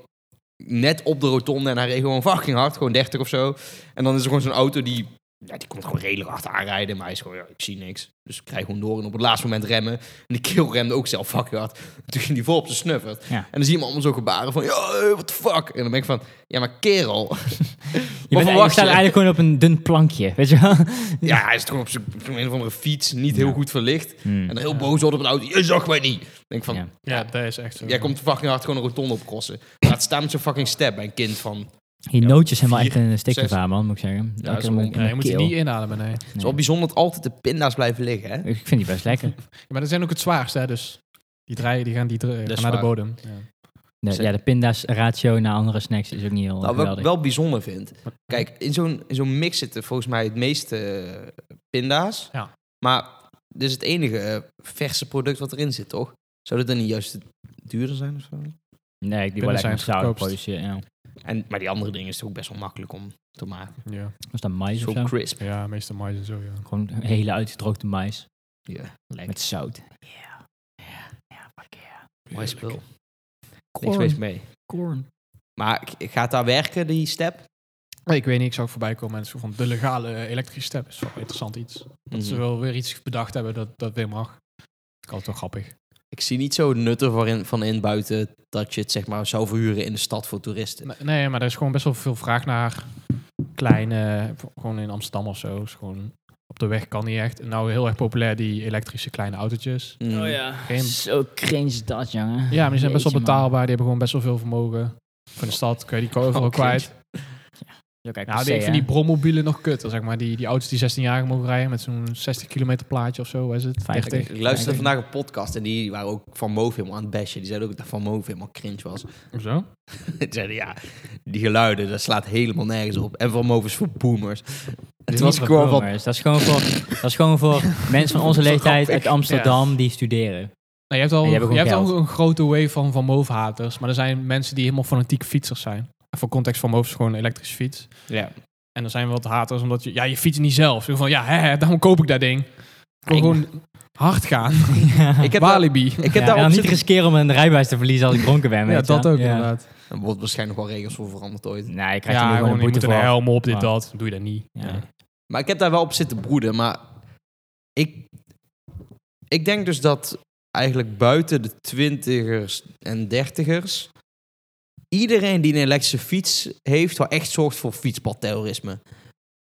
S4: net op de rotonde en hij reed gewoon fucking hard, gewoon 30 of zo. En dan is er gewoon zo'n auto die, ja, die komt gewoon redelijk hard aanrijden, maar hij is gewoon, ja, ik zie niks. Dus ik krijg gewoon door en op het laatste moment remmen. En die keel remde ook zelf fucking hard. Toen ging die vol op zijn snuffert.
S3: Ja.
S4: En dan zie je hem allemaal zo gebaren van, ja, eh, what the fuck? En dan ben ik van, ja, maar kerel.
S3: Je bent, je
S4: verwacht
S3: staat
S4: je?
S3: eigenlijk gewoon op een dun plankje, weet je wel?
S4: Ja, hij is gewoon op zijn op zo'n een of andere fiets, niet heel
S3: Ja.
S4: goed verlicht.
S3: Hmm.
S4: En dan heel boos wordt op een auto. Je zag mij niet. Ik Denk van,
S3: Ja.
S1: Ja, dat is echt zo.
S4: jij komt fucking hard gewoon een rotonde opkrossen. Laat staan met zo'n fucking step bij een kind van... Het
S3: Die nootjes zijn wel
S4: vier,
S3: echt een stikgevaar,
S4: zes.
S3: man, moet ik zeggen. Elke
S4: is
S3: keer
S4: wel-
S3: in
S1: Nee,
S3: de
S1: je moet je
S3: keel.
S1: niet inademen, nee.
S4: is wel bijzonder dat altijd de pinda's blijven liggen, hè?
S3: Ik vind die best lekker.
S1: Maar dat zijn ook het zwaarst, hè. Dus die draaien, die gaan, die dra-
S4: is
S1: gaan naar de
S4: waar.
S1: bodem. Ja.
S3: De-
S4: Zeker.
S3: ja, de pinda's ratio naar andere snacks is ook niet heel
S4: Nou, wat ik
S3: geweldig.
S4: wel bijzonder vind. Kijk, in zo'n, in zo'n mix zitten volgens mij het meeste eh, pinda's.
S1: Ja.
S4: Maar dit is het enige eh, verse product wat erin zit, toch? Zou dit dan niet juist duurder zijn of zo?
S3: nee, ik doe wel
S1: pinda's
S3: lekker
S1: zijn
S3: met
S1: het
S3: zout
S1: goedkoopst.
S3: produceren. Ja.
S4: En, maar die andere dingen is het ook best wel makkelijk om te maken.
S1: Ja.
S3: Was dat mais
S4: Zo
S3: of zo?
S4: crisp.
S1: ja, meestal mais en zo, ja.
S3: Gewoon hele uitgedroogde mais
S4: Ja, lekker.
S3: met zout.
S4: Mooi spul. Niks mis
S3: Corn.
S4: mee.
S3: Corn.
S4: Maar ik- gaat daar werken, die step?
S1: Nee, ik weet niet, ik zou ook voorbij komen en zo van de legale eh, elektrische step is wel interessant iets. Dat ze
S3: Mhm.
S1: wel weer iets bedacht hebben dat, dat weer mag. Ik had het wel grappig.
S4: Ik zie niet zo nutten van in, van in buiten dat je het zeg maar zou verhuren in de stad voor toeristen.
S1: Nee, nee, maar er is gewoon best wel veel vraag naar kleine, gewoon in Amsterdam of zo. Is gewoon op de weg kan niet echt. En nou heel erg populair die elektrische kleine autootjes.
S3: Oh,
S4: Mm.
S1: Geen-
S3: Zo cringe dat, jongen.
S1: Ja, maar die zijn best wel
S3: Jeetje, man.
S1: betaalbaar. Die hebben gewoon best wel veel vermogen. Van de stad kun je die overal
S4: Oh,
S1: kwijt.
S3: Zo kijk,
S1: Nou,
S3: per
S1: die, ik
S3: se,
S1: vind die
S3: hè.
S1: brommobielen nog kut. Zeg maar, die, die auto's die 16 jaar mogen rijden met zo'n 60 kilometer plaatje of zo. Waar is het?
S3: 50.
S1: 30.
S4: Ik luisterde vandaag een podcast en die waren ook van Moof helemaal aan het bashen. Die zeiden ook dat van Moof helemaal cringe was.
S1: Of zo?
S4: Die zeiden ja, die geluiden, dat slaat helemaal nergens op. En van Moof is voor boomers. Het was
S3: Niet
S4: gewoon van,
S3: boomers. Dat is gewoon voor, dat is gewoon voor mensen van onze
S4: Zo
S3: leeftijd
S4: grappig.
S3: uit Amsterdam die studeren.
S1: Nee, je hebt al, je
S3: En die hebben
S1: hebt
S3: gewoon
S1: al
S3: geld.
S1: een grote wave van, van MOVE-haters. Maar er zijn mensen die helemaal fanatiek fietsers zijn. En voor context van MOVE is gewoon een elektrische fiets.
S4: ja.
S1: En er zijn wat haters omdat je... Ja, je fietst niet zelf. Zo van, ja, hè, hè, daarom koop ik dat ding. Ik wil
S4: Eng.
S1: gewoon hard gaan.
S4: Ik heb, daar,
S1: Walibi.
S4: ik
S3: Ik
S4: heb daar
S3: dan
S4: op
S3: niet
S4: zich-
S3: riskeren om een rijbewijs te verliezen als ik dronken ben.
S1: Ja,
S3: weet je
S1: dat
S3: wel.
S1: ook
S3: Ja.
S1: inderdaad.
S4: Er wordt waarschijnlijk wel regels voor veranderd ooit.
S3: Nee, ik krijg er
S1: Ja,
S3: nu gewoon
S1: gewoon,
S3: een
S1: je
S3: boete
S1: moet een
S3: voor.
S1: helm op, dit,
S3: Ah.
S1: dat. Doe je dat niet.
S3: Ja.
S4: Maar ik heb daar wel op zitten broeden. Maar ik, ik denk dus dat eigenlijk buiten de twintigers en dertigers... iedereen die een elektrische fiets heeft... wel echt zorgt voor fietspadterrorisme.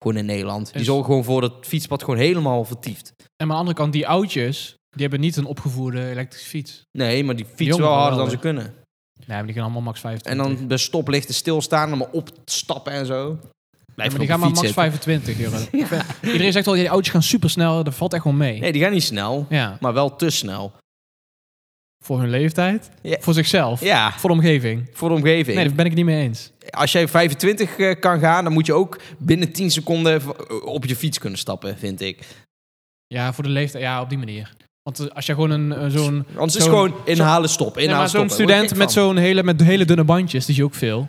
S4: Gewoon in Nederland. Die
S1: Is-
S4: zorgen gewoon voor dat het fietspad gewoon helemaal vertieft.
S1: En maar aan de andere kant, die oudjes, die hebben niet een opgevoerde elektrische fiets.
S4: Nee, maar die fietsen
S1: jongeren
S4: wel harder
S1: wel,
S4: dan ze
S1: hè?
S4: kunnen.
S1: Nee, maar die gaan allemaal max 25.
S4: En dan bij stoplichten stilstaan en maar opstappen en zo.
S1: Ja,
S4: Blijf
S1: maar die gaan maar max 25 euro. Iedereen zegt al, die auto's gaan supersnel, dat valt echt wel mee.
S4: Nee, die gaan niet snel,
S1: Ja,
S4: maar wel te snel.
S1: voor hun leeftijd,
S4: Ja.
S1: voor zichzelf,
S4: Ja,
S1: voor de omgeving.
S4: voor de omgeving.
S1: Nee, daar ben ik niet mee eens.
S4: Als jij 25 eh, kan gaan, dan moet je ook binnen 10 seconden v- op je fiets kunnen stappen, vind ik.
S1: Ja, voor de leeftijd, ja, op die manier. Want eh, als je gewoon een, eh, zo'n...
S4: Anders is
S1: Zo'n-
S4: gewoon inhalen, stop,
S1: Nee,
S4: inhalen,
S1: maar
S4: stop.
S1: zo'n student met zo'n hele, met hele dunne bandjes, die zie je ook veel.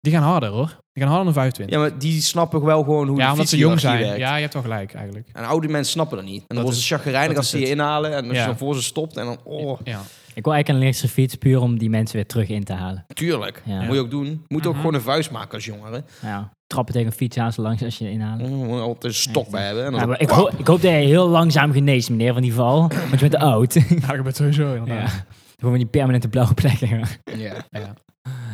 S1: Die gaan harder hoor. Die gaan harder dan 25.
S4: Ja, maar die snappen wel gewoon hoe
S1: Ja,
S4: de
S1: omdat ze jong
S4: fietshierarchie
S1: zijn.
S4: werkt.
S1: Ja, je hebt wel gelijk eigenlijk.
S4: En oude mensen snappen dat niet. En dan
S1: Dat
S4: worden ze
S1: is-
S4: chagrijnig
S1: dat
S4: als
S1: is
S4: ze je
S1: het.
S4: inhalen en als
S1: Ja.
S4: je dan voor ze stopt en dan, oh,
S1: Ja.
S3: Ik wil eigenlijk een elektrische fiets puur om die mensen weer terug in te halen.
S4: tuurlijk.
S3: Ja.
S4: Moet je ook doen. Moet ook
S1: Mhm.
S4: gewoon een vuist maken als jongere.
S3: Ja. Trappen tegen een fiets aan zo langs als je inhalen.
S4: Daar moet je altijd een stok bij hebben. En dan
S3: Ja,
S4: zo,
S3: maar ik, ho- ik hoop dat jij heel langzaam geneest, meneer, van die val. Want je bent te oud.
S1: Nou, ik ben sowieso inderdaad.
S3: ja. Gewoon die permanente blauwe plekken.
S4: Ja,
S1: Ja.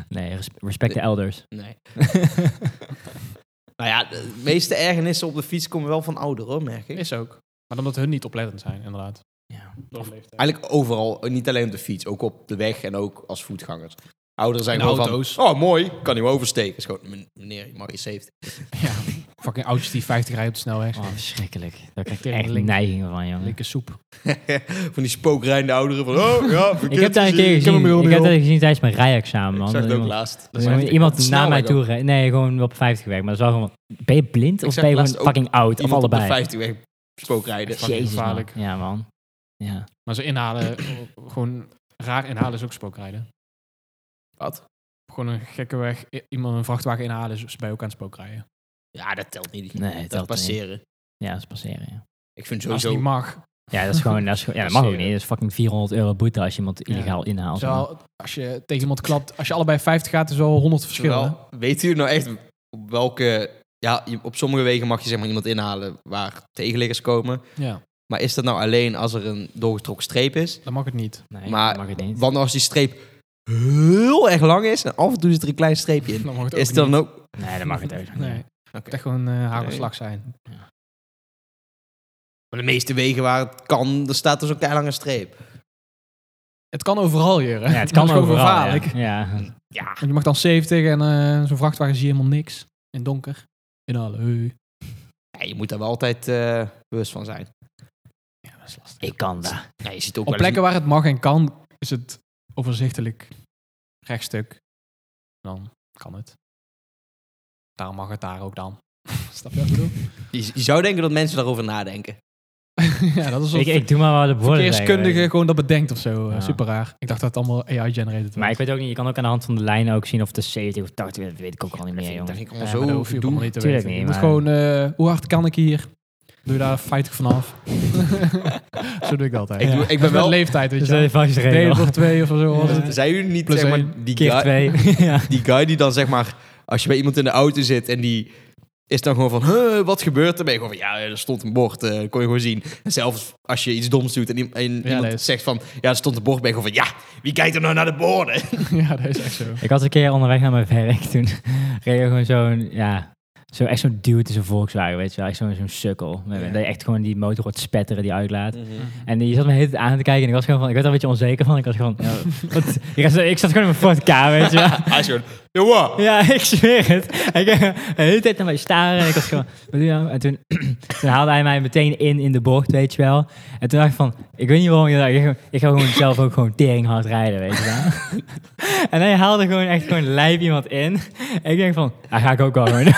S3: Nee, res- respect de elders.
S4: nee. nou ja, de meeste ergernissen op de fiets komen wel van ouderen, hoor, merk ik.
S1: Is ook. Maar omdat hun niet oplettend zijn, inderdaad.
S3: Ja.
S1: Door de leeftijd.
S4: Eigenlijk overal, eh, niet alleen op de fiets, ook op de weg en ook als voetgangers. Ouderen zijn
S1: In
S4: gewoon
S1: auto's.
S4: van, oh mooi, kan hij me oversteken. Is gewoon, "Men- meneer, je mag je 70.
S1: Ja. Fucking oudjes die 50 rijden op de snelweg.
S3: Oh, verschrikkelijk. Daar krijg ik
S1: Tering
S3: echt
S1: link.
S3: neigingen van, jongen.
S1: Linker soep.
S4: van die spookrijdende ouderen van, oh ja, verkeerd
S3: Ik heb daar een
S4: gezien."
S3: keer
S1: Ik heb hem
S3: gezien.
S1: weer
S3: Ik
S1: opnieuw.
S3: heb dat gezien tijdens mijn rijexamen.
S4: Ik
S3: man.
S4: zag het ook
S3: Iemand-
S4: laatst.
S1: Dat is
S3: iemand
S1: echt-
S3: iemand na mij
S4: snelweg
S3: toe rijden. Nee, gewoon op 50 weg. Maar dat is wel gewoon... Ben je blind
S4: Ik
S3: of
S4: zag
S3: ben je
S4: laatst
S3: gewoon fucking oud? Of
S4: Iemand op de
S3: allebei?
S4: 50 weg spookrijden.
S1: Fucking
S3: Jezus, man.
S1: gevaarlijk.
S3: Ja, man. Ja.
S1: Maar ze inhalen, eh, gewoon raar inhalen is ook spookrijden.
S4: Wat?
S1: Gewoon een gekke weg, i- iemand een vrachtwagen inhalen is bij ook aan het spookrijden.
S4: Ja, dat telt niet.
S3: Nee,
S4: dat
S3: telt niet.
S4: passeren.
S3: Ja, dat is passeren, ja.
S4: Ik vind
S1: Als
S4: sowieso...
S1: het niet mag.
S3: Ja, dat is gewoon... Dat, is gewoon- ja, dat mag ook
S1: Passeren.
S3: niet. Dat is fucking 400 euro boete als je iemand
S1: Ja.
S3: illegaal inhaalt. man.
S1: Terwijl, als je tegen iemand klapt, als je allebei 50 gaat, is er al 100 verschillen.
S4: Terwijl, weet u nou echt op welke... Ja, je- op sommige wegen mag je zeg maar iemand inhalen waar tegenliggers komen.
S1: Ja,
S4: Maar is dat nou alleen als er een doorgetrokken streep is?
S1: dan mag het niet.
S3: Nee,
S4: maar-
S3: dat mag het niet.
S4: Want als die streep heel erg lang is en af en toe zit er een klein streepje in.
S1: Dan mag het ook
S4: Is het dan
S1: niet.
S4: ook...
S3: Nee, dat mag het ook niet.
S1: Nee,
S4: Oké.
S1: het echt gewoon eh hagelslag zijn.
S4: Maar de meeste wegen waar het kan, er staat dus ook een lange streep.
S1: Het kan overal, Jure.
S3: Ja, het kan
S1: Dat is gewoon
S3: overal.
S1: gevaarlijk.
S3: Ja. ja.
S1: Want je mag dan 70 en eh, zo'n vrachtwagen zie je helemaal niks. In het donker. Inhalen. Hey.
S4: Ja, je moet daar wel altijd eh, bewust van zijn.
S1: Ja, dat is lastig.
S3: Ik kan dat.
S4: Ja, je ziet ook
S1: Op
S4: wel eens-
S1: plekken waar het mag en kan, is het overzichtelijk rechtstuk. Dan kan het. Daar mag het daar ook dan. Snap je wat ik bedoel?
S4: Je, je zou denken dat mensen daarover nadenken.
S1: ja, dat is
S3: Ik,
S1: een
S3: ik doe maar wat de woorden zeggen, weet
S1: verkeerskundige
S3: je.
S1: gewoon dat bedenkt of zo. Eh,
S3: Ja.
S1: Super raar. Ik dacht dat het allemaal AI-generated was.
S3: Maar ik weet ook niet, je kan ook aan de hand van de lijnen ook zien of het is 70 of 80, dat weet ik ook al niet meer,
S4: vind ik- dat
S3: jongen.
S4: vind ik allemaal
S1: Ja, maar dat
S4: zo
S1: hoef je ook
S4: gedoe.
S1: allemaal niet te
S3: Tuurlijk
S1: weten. Je
S3: niet,
S1: moet
S3: maar-
S1: gewoon, eh, hoe hard kan ik hier? Doe je daar 50 vanaf? zo doe ik dat eigenlijk.
S4: Ik, doe,
S1: Ja.
S4: ik
S1: Dat
S4: ben
S1: is met
S4: wel...
S1: leeftijd, weet
S3: Dus
S1: je
S3: dat
S1: wel.
S3: is vast
S1: Delen
S3: regel.
S1: door twee of zo. was
S3: Ja.
S1: het.
S4: Zijn jullie niet
S1: Plus
S4: zeg maar,
S1: één.
S4: die,
S3: Keer
S4: guy,
S3: twee. ja.
S4: die guy die dan zeg maar... Als je bij iemand in de auto zit en die is dan gewoon van... "Huh, wat gebeurt er? Ben je gewoon van... Ja, er stond een bord. eh, kon je gewoon zien. En zelfs als je iets doms doet en, i- en iemand
S1: nee.
S4: zegt van... Ja, er stond een bord. Ben je gewoon van... Ja, wie kijkt er nou naar de borden?
S1: ja, dat is echt zo.
S3: Ik was een keer onderweg naar mijn werk toen reed er gewoon zo'n, ja, zo echt zo'n dude in zijn Volkswagen, weet je wel. Echt zo'n zo'n sukkel. Dat je echt gewoon die motor wordt spetteren, die uitlaat.
S1: Mhm.
S3: En die zat me de hele tijd aan te kijken en ik was gewoon van, ik werd er een beetje onzeker van. Ik was gewoon, ja, wat- ik, was- ik zat gewoon in mijn Ford K, weet je wel.
S4: Hij is gewoon... Jongen!
S3: Ja, ik zweer het. Hij keek de hele tijd naar mij staren. En ik was gewoon, wat doe je nou? En toen, toen haalde hij mij meteen in, in de bocht, weet je wel. En toen dacht ik van, ik weet niet waarom je dat... Ik, ga- ik ga gewoon zelf ook gewoon tering hard rijden, weet je wel. En hij haalde gewoon echt gewoon lijp iemand in. En ik denk van, daar ga ik ook al gewoon.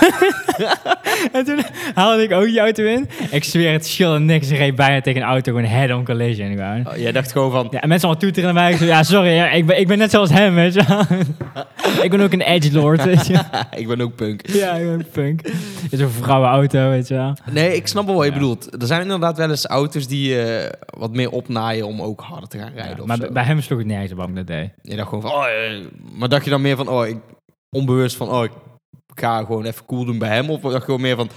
S3: en toen haalde ik ook die auto in. Ik zweer het, schilde niks. Ik reed bijna tegen een auto, gewoon head-on collision gewoon.
S4: Oh, jij dacht gewoon van...
S3: Ja, en mensen al toeteren naar mij. Ik zo, ja, sorry, ja, ik, ben, ik ben net zoals hem, weet je wel. ik ben ook een edgelord, weet je
S4: ik ben ook punk.
S3: ja, ik ben punk. Is een vrouwenauto, weet je wel.
S4: Nee, ik snap wel wat je
S3: Ja.
S4: bedoelt. Er zijn inderdaad wel eens auto's die eh, wat meer opnaaien om ook harder te gaan rijden.
S3: Ja,
S4: of
S3: maar
S4: zo.
S3: bij- bij hem sloeg het nergens op waarom ik dat deed.
S4: Je dacht gewoon van, oh, eh, maar dacht je dan meer van, oh, ik, onbewust van, oh, ik ga gewoon even cool doen bij hem? Of dacht je gewoon meer van, oh,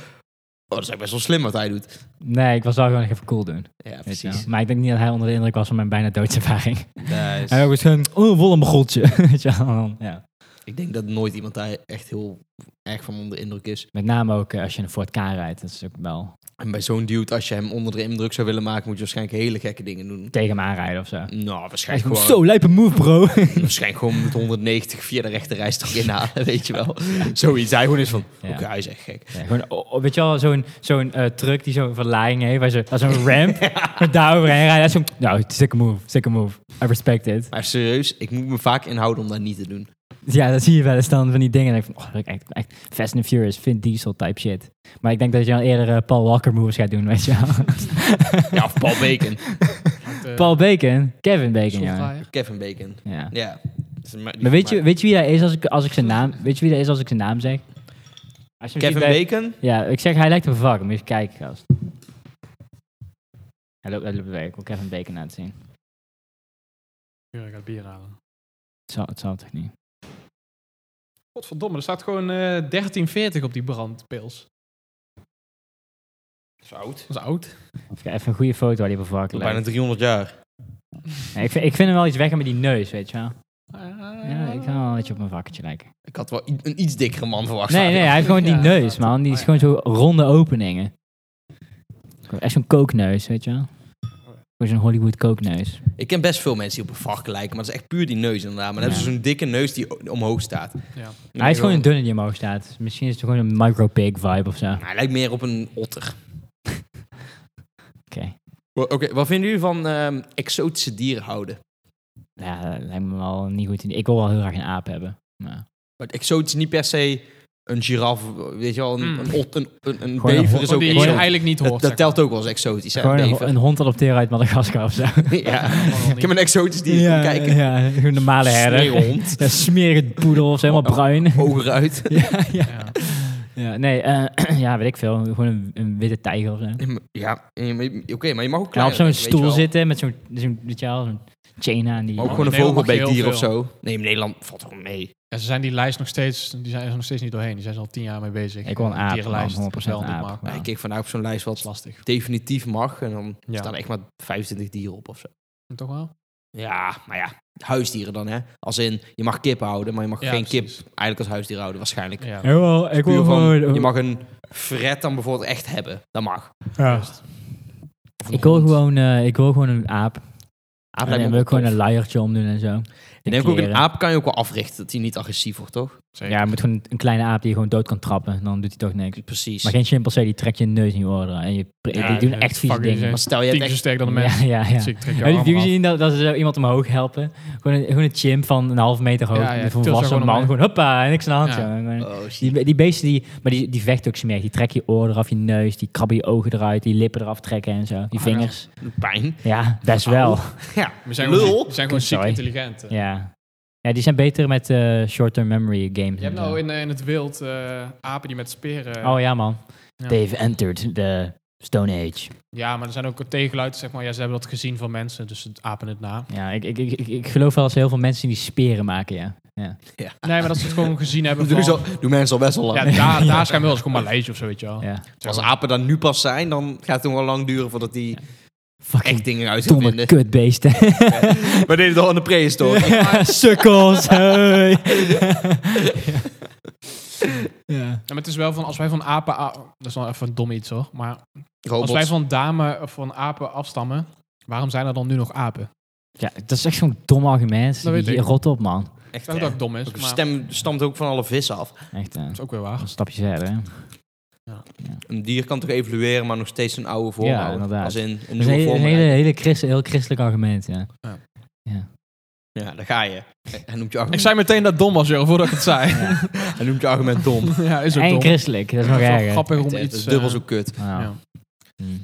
S4: dat is eigenlijk best wel slim wat hij doet?
S3: Nee, ik was wel gewoon even cool doen.
S4: Ja,
S3: Weet je
S4: precies.
S3: wel. Maar ik denk niet dat hij onder de indruk was van mijn bijna doodservaring.
S4: Nice.
S3: Hij was gewoon, oh, vol een begoeltje. weet je wel. Ja.
S4: Ik denk dat nooit iemand daar echt heel erg van onder de indruk is.
S3: Met name ook eh, als je een Ford K rijdt. Dat is ook wel
S4: En bij zo'n dude, als je hem onder de indruk zou willen maken, moet je waarschijnlijk hele gekke dingen doen.
S3: tegen hem aanrijden of zo.
S4: Nou,
S3: Echt
S4: waarschijnlijk
S3: gewoon,
S4: gewoon,
S3: zo, lijpe move, bro.
S4: waarschijnlijk gewoon met 190 via de rechterrijstrook inhalen, weet je wel. Zoiets. Hij gewoon is van,
S3: Ja.
S4: oké, hij is echt gek.
S3: Ja, gewoon, o- o- weet je wel, zo'n zo'n eh, truck die zo'n verlaaiing heeft, waar ze- waar zo'n ramp met daar overheen rijden. Dat is zo'n, nou, sick move, sick move. I respect it.
S4: Maar serieus, ik moet me vaak inhouden om dat niet te doen.
S3: Dus Ja, dat zie je wel eens dan van die dingen. En ik van, oh, dat is echt, echt Fast and Furious, Vin Diesel type shit. Maar ik denk dat je dan eerder eh, Paul Walker moves gaat doen, weet je wel.
S4: Ja, of Paul Bacon.
S1: Met, eh,
S3: Paul Bacon, Kevin Bacon, ja.
S1: software.
S4: Kevin Bacon.
S3: ja.
S4: Ja. Dat is een ma- die
S3: Maar weet je,
S4: gemaakt-
S3: weet je wie hij is als ik, als ik zijn naam, weet je wie hij is als ik zijn naam zeg? Als je hem
S4: Kevin
S3: ziet bij-
S4: Bacon?
S3: Ja, ik zeg hij lijkt op een vak. Moet je even kijken, gast. Hij loopt uit de weg. Ik wil Kevin Bacon laten zien.
S1: Ja, ik ga het bier halen.
S3: Het zal, het zal toch niet.
S1: Godverdomme, er staat gewoon eh 1340 op die brandpils.
S4: Dat is oud.
S1: Dat is oud.
S3: Even kijken, even een goede foto waar hij op een varken
S4: Bijna
S3: lijkt.
S4: 300 jaar.
S3: Nee, ik, vind, ik vind hem wel iets weg met die neus, weet je wel. Ja, ik kan
S1: ga
S3: wel een beetje op mijn vakketje lijken.
S4: Ik had wel i- een iets dikkere man verwacht.
S3: Nee, nee, hij heeft gewoon die
S1: Ja,
S3: neus,
S1: inderdaad.
S3: man. Die is
S1: Oh, ja.
S3: gewoon zo ronde openingen. Gewoon Echt zo'n kookneus, weet je wel. Gewoon zo'n Hollywood kookneus.
S4: Ik ken best veel mensen die op een varken lijken, maar dat is echt puur die neus inderdaad. Maar dat is
S3: Ja.
S4: zo'n dikke neus die o- omhoog staat.
S1: Ja.
S3: Hij is gewoon een dunne die omhoog staat. Dus Misschien is het gewoon een micro-pig vibe of zo. Oké.
S4: Nou, Hij lijkt meer op een otter. Oké, wat vinden jullie van ehm, exotische dieren houden?
S3: Ja, dat lijkt me wel niet goed. idee. Ik wil wel heel graag een aap hebben. Maar
S4: Want exotisch niet per se een giraf, weet je wel, een,
S1: Mm.
S4: een ot, een, een, een
S3: Gewoon een
S4: bever
S3: ho-
S4: is
S1: Zo
S4: ook
S1: die je
S3: gewoon-
S4: exotisch.
S1: eigenlijk niet
S4: Dat,
S1: hoort.
S4: dat telt ook wel als exotisch, hè?
S3: gewoon
S4: een
S3: een,
S4: bever.
S3: een hond adopteren uit Madagaskar of zo.
S4: ja. Ik heb een exotisch dier. Kijk, een
S3: ja, gewoon een normale herder.
S4: sneeuwhond.
S3: Ja, smerige poedel of zo,
S1: Oh.
S3: helemaal bruin.
S4: Ogen eruit.
S3: ja, ja.
S1: Ja.
S3: ja, nee, eh, ja, weet ik veel. Gewoon een, een witte tijger of zo.
S4: Ja, eh, maar- oké, maar je mag ook
S3: Ja,
S4: kleiner,
S3: op zo'n
S4: weet je
S3: stoel
S4: wel.
S3: zitten met zo'n, zo'n, weet je wel, zo'n chain aan die...
S4: Maar ook
S1: Ja,
S4: gewoon
S1: in
S4: een
S1: Nederland Oh, mag je
S4: vogelbeekdier of
S1: heel
S4: zo. Nee, in Nederland valt er gewoon mee.
S1: Ja, ze zijn die lijst nog steeds, die zijn er nog steeds niet doorheen. Die zijn er al tien jaar mee bezig.
S3: Ik wil een
S1: Die
S3: aap,
S1: dierenlijst,
S3: man, 100%
S1: wel
S3: een
S1: niet
S3: aap.
S1: mag.
S3: Ja.
S4: Ik keek vandaag op zo'n lijst
S1: Dat is
S4: wat
S1: lastig.
S4: definitief mag. En dan
S1: Ja.
S4: staan er echt maar 25 dieren op of zo.
S1: En toch wel?
S4: Ja, maar ja. Huisdieren dan, hè? Als in, je mag kip houden, maar je mag
S1: Ja,
S4: geen
S1: precies.
S4: kip eigenlijk als huisdier houden, waarschijnlijk.
S1: Ja.
S3: Jawel, ik
S4: Puur
S3: wil
S4: van,
S3: gewoon...
S4: je mag een fret dan bijvoorbeeld echt hebben. Dat mag.
S3: Ja.
S4: Of een
S3: Ik wil
S4: hond.
S3: gewoon, eh, ik wil gewoon een aap.
S4: Aap
S3: en
S4: lijkt
S3: dan
S4: me
S3: wil ik gewoon
S4: tof.
S3: een luiertje omdoen en zo.
S4: Ik denk ook, een aap kan je ook wel africhten, dat hij niet agressief wordt, toch?
S1: Zeker.
S3: Ja, je moet gewoon een kleine aap die je gewoon dood kan trappen. Dan doet hij toch niks.
S4: Precies.
S3: Maar geen chimpansee, die trekt je neus in je oren. En je,
S1: Ja,
S3: die doen
S1: eh,
S3: echt vieze
S1: fucking
S3: dingen.
S4: Maar stel, je
S1: Tien
S4: hebt
S1: keer zo
S4: echt...
S1: sterk dan een mens.
S3: Ja, ja, ja.
S1: Dus ik trek je
S3: Heb je die
S1: arm
S3: video
S1: af.
S3: gezien dat, dat ze zo iemand omhoog helpen? Gewoon een, gewoon een chimp van een half meter hoog.
S1: Ja, ja,
S3: een
S1: tilt zo
S3: volwassen
S1: gewoon
S3: man.
S1: omheen.
S3: Gewoon hoppa, niks aan de hand.
S1: Ja.
S3: joh. Gewoon-
S4: Oh, shit.
S3: Die, die beesten, die, maar die, die vechten ook smerig. Die trekken je oren eraf, je neus, die krabben je ogen eruit, die lippen eraf trekken en zo. Die
S1: Ah,
S3: vingers.
S4: Pijn.
S3: Ja, best wel.
S4: Ja,
S1: We zijn
S4: Lul.
S1: gewoon, we zijn gewoon ziek
S3: Sorry.
S1: intelligent. eh. hè.
S3: Ja. ja, die zijn beter met eh, short-term memory games.
S1: Je hebt
S3: en zo.
S1: nou in, eh, in het wild eh, apen die met speren...
S3: Oh ja, man.
S1: Ja.
S3: They've entered the Stone Age.
S1: Ja, maar er zijn ook tegenluiden, zeg maar. Ja, ze hebben dat gezien van mensen, dus het apen het na.
S3: Ja, ik, ik, ik, ik, ik geloof wel dat ze heel veel mensen die speren maken, ja. ja.
S1: Nee, maar dat ze het gewoon gezien hebben
S4: Dat doen,
S1: van...
S4: ze al- doen mensen al best wel lang.
S1: Ja, daar, daar schijnt wel eens gewoon Maleisië of zo, weet je wel.
S3: ja.
S4: Als apen dan nu pas zijn, dan gaat het nog wel lang duren voordat die
S3: Fucking
S4: echt dingen uit gaan
S3: domme
S4: vinden.
S3: kutbeesten.
S4: We deden het al in de prehistorie.
S3: Sukkels. hey. ja.
S1: Ja, maar het is wel van, als wij van apen... a- dat is wel even dom iets, hoor. Maar als
S4: Robots.
S1: wij van dame of van apen afstammen... Waarom zijn er dan nu nog apen?
S3: ja, dat is echt zo'n dom argument.
S1: Dat weet
S3: Die-
S1: ik.
S3: Rot op, man.
S4: Echt,
S1: Ik weet
S4: hè?
S1: dat het dom is,
S4: Ook
S1: maar dat
S4: stem stamt ook van alle vissen af.
S3: Echt, eh,
S1: is ook weer waar.
S3: een stapje verder. hè.
S4: Een dier kan toch evolueren, maar nog steeds een oude vorm
S3: Ja,
S4: houden?
S3: inderdaad.
S4: Als
S1: Dus
S4: in een
S3: Dat is een
S4: nieuwe
S3: hele,
S4: vorm.
S3: een hele, hele christen- heel christelijk argument, ja.
S1: Ja.
S3: Ja.
S4: Ja, daar ga je. Hij noemt je
S1: Ik
S4: argument,
S1: zei meteen dat het dom was, joh, voordat ik het zei.
S4: hij noemt je argument dom.
S1: ja, is ook
S3: En
S1: dom.
S3: christelijk, dat is nog
S1: Het is wel
S3: erger.
S1: grappig om
S4: Het
S1: iets...
S4: is dubbel
S1: eh,
S4: zo kut.
S3: Nou,
S1: ja.
S3: mm.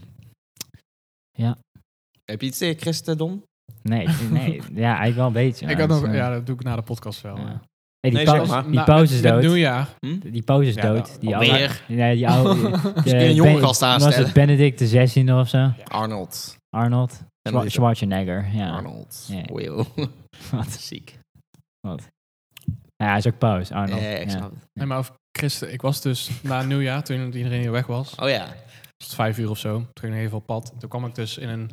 S4: Heb je iets tegen christendom?
S3: Nee, nee, ja, eigenlijk wel een beetje.
S1: Ik
S3: maar
S1: had nog,
S3: het is, eh,
S1: ja, dat doe ik na de podcast wel. Nou,
S3: ja.
S1: hè.
S3: Hey, die,
S4: Nee,
S3: pauze,
S4: zeg maar.
S3: die
S1: Na-
S3: pauze is
S1: met- met
S3: dood.
S1: nieuwjaar.
S3: Die pauze is
S1: Ja,
S3: dood.
S1: nou,
S3: die
S4: Hm? alweer.
S3: oude- Nee, die oude...
S4: kun je een jonge gast
S3: Was het
S4: aanstellen.
S3: Benedict de 16 of zo?
S4: Arnold.
S3: Arnold?
S4: En
S3: Schwa-
S4: dan is het
S3: Schwarzenegger, ja.
S4: Arnold. oh.
S3: Ja.
S4: Wow.
S3: Wat?
S4: Ziek.
S3: Ja, hij is ook pauze, Arnold.
S4: Ja, ik
S3: ja.
S4: snap het.
S1: Nee, maar over Christen. Ik was dus na nieuwjaar, toen iedereen hier weg was,
S4: Oh ja.
S1: was het vijf uur of zo, toen ging ik even op pad. Toen kwam ik dus in een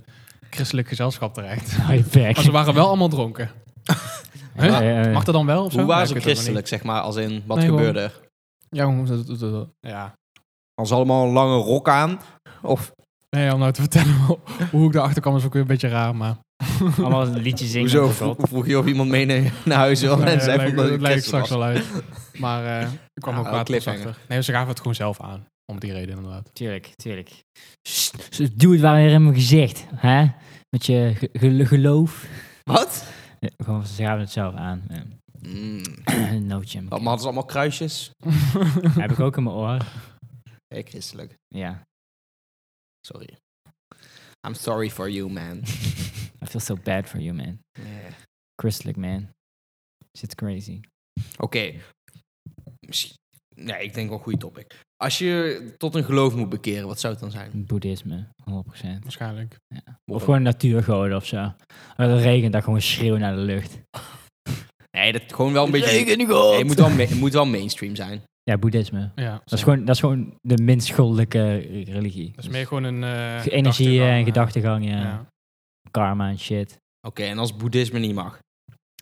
S1: christelijk gezelschap terecht.
S3: Oh, je bek.
S1: Maar ze waren wel allemaal dronken. Huh?
S3: Ja, ja, ja.
S1: Mag dat dan wel? Of zo?
S4: Hoe waren
S1: Ja,
S4: ze
S1: ik weet het ook
S4: christelijk, zeg maar, als in wat
S1: Nee, gewoon-
S4: gebeurde er?
S1: niet. Ja, hoe- dat- dat- dat- dat- ja.
S4: Als allemaal een lange rok aan? Of
S1: Nee, om nou te vertellen hoe ik daarachter kwam is ook weer een beetje raar, maar...
S3: Allemaal een liedje zingen.
S4: hoezo
S3: of wat.
S4: vroeg, vroeg je of iemand mee naar naar huis wil?
S1: Nee,
S4: en
S1: dat
S4: zij
S1: lijkt-
S4: vond dat
S1: dat
S4: het
S1: lijkt
S4: christelijk
S1: straks
S4: was.
S1: wel uit. Maar eh, ik kwam
S4: Ja,
S1: ook
S4: wel
S1: later pas
S4: cliffhanger.
S1: achter. Nee, ze gaven het gewoon zelf aan. Om die reden inderdaad.
S3: Tuurlijk, tuurlijk. Sst, sst, Doe het wanneer in mijn gezicht. Hè? Met je ge- ge- geloof.
S4: Wat?
S3: Ja, Gewoon, ze gaan het zelf aan. Ja. Oh.
S4: Mm.
S3: no Jim.
S4: Wat, Oh, maar hadden ze allemaal kruisjes?
S3: Heb ik ook in mijn oor.
S4: Hey, christelijk.
S3: Ja.
S4: Sorry. I'm sorry for you, man.
S3: I feel so bad for you, man.
S4: Yeah.
S3: Christelijk, man. Shit's crazy.
S4: Oké. Misschien- Nee, ik denk wel een goede topic. Als je tot een geloof moet bekeren, wat zou het dan zijn?
S3: Boeddhisme, 100%.
S1: Waarschijnlijk.
S3: Of gewoon natuurgoden of zo. Als het regent, dan gewoon schreeuw naar de lucht.
S4: Nee, dat gewoon wel een beetje...
S3: nu
S4: Nee, het, moet wel ma- het moet wel mainstream zijn.
S3: Ja, boeddhisme.
S1: Ja.
S3: Dat is, gewoon, dat is gewoon de minst goddelijke religie.
S1: Dat is meer gewoon een... eh,
S3: Energie
S1: gedachtegang,
S3: en gedachtegang, ja.
S1: ja.
S3: Karma en shit.
S4: Oké, en als boeddhisme niet mag?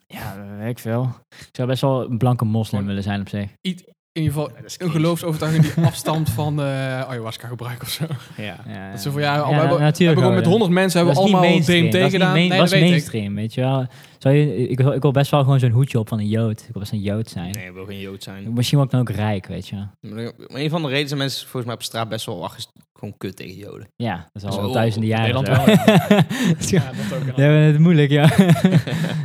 S3: Ja, dat weet ik veel. Ik zou best wel een blanke moslim willen zijn op zich.
S1: In ieder geval een geloofsovertuiging die afstamt van eh ayahuasca gebruik of zo.
S4: Ja.
S3: Ja, nou,
S1: Dat ze van, ja, al- we
S3: na-
S1: hebben, we hebben
S3: natuurgoden.
S1: gewoon met 100 mensen hebben we
S3: Dat is niet
S1: allemaal
S3: mainstream.
S1: DMT
S3: Dat is niet
S1: gedaan.
S3: main-
S1: nee,
S3: dat
S1: dat
S3: is
S1: weet ik.
S3: mainstream, weet je wel. Zou je, ik, wil, ik wil best wel gewoon zo'n hoedje op van een jood. Ik wil best een jood zijn.
S4: Nee, ik wil geen jood zijn.
S3: Misschien word ik dan ook rijk, weet je wel.
S4: Maar een van de redenen zijn mensen volgens mij op straat best wel ach, gewoon kut tegen joden.
S3: Ja, dat is al
S4: Zo,
S3: duizenden jaren.
S1: Oh, Nederland
S3: zo.
S1: wel,
S3: ja,
S1: Ja, dat ook.
S3: we hebben het moeilijk, ja.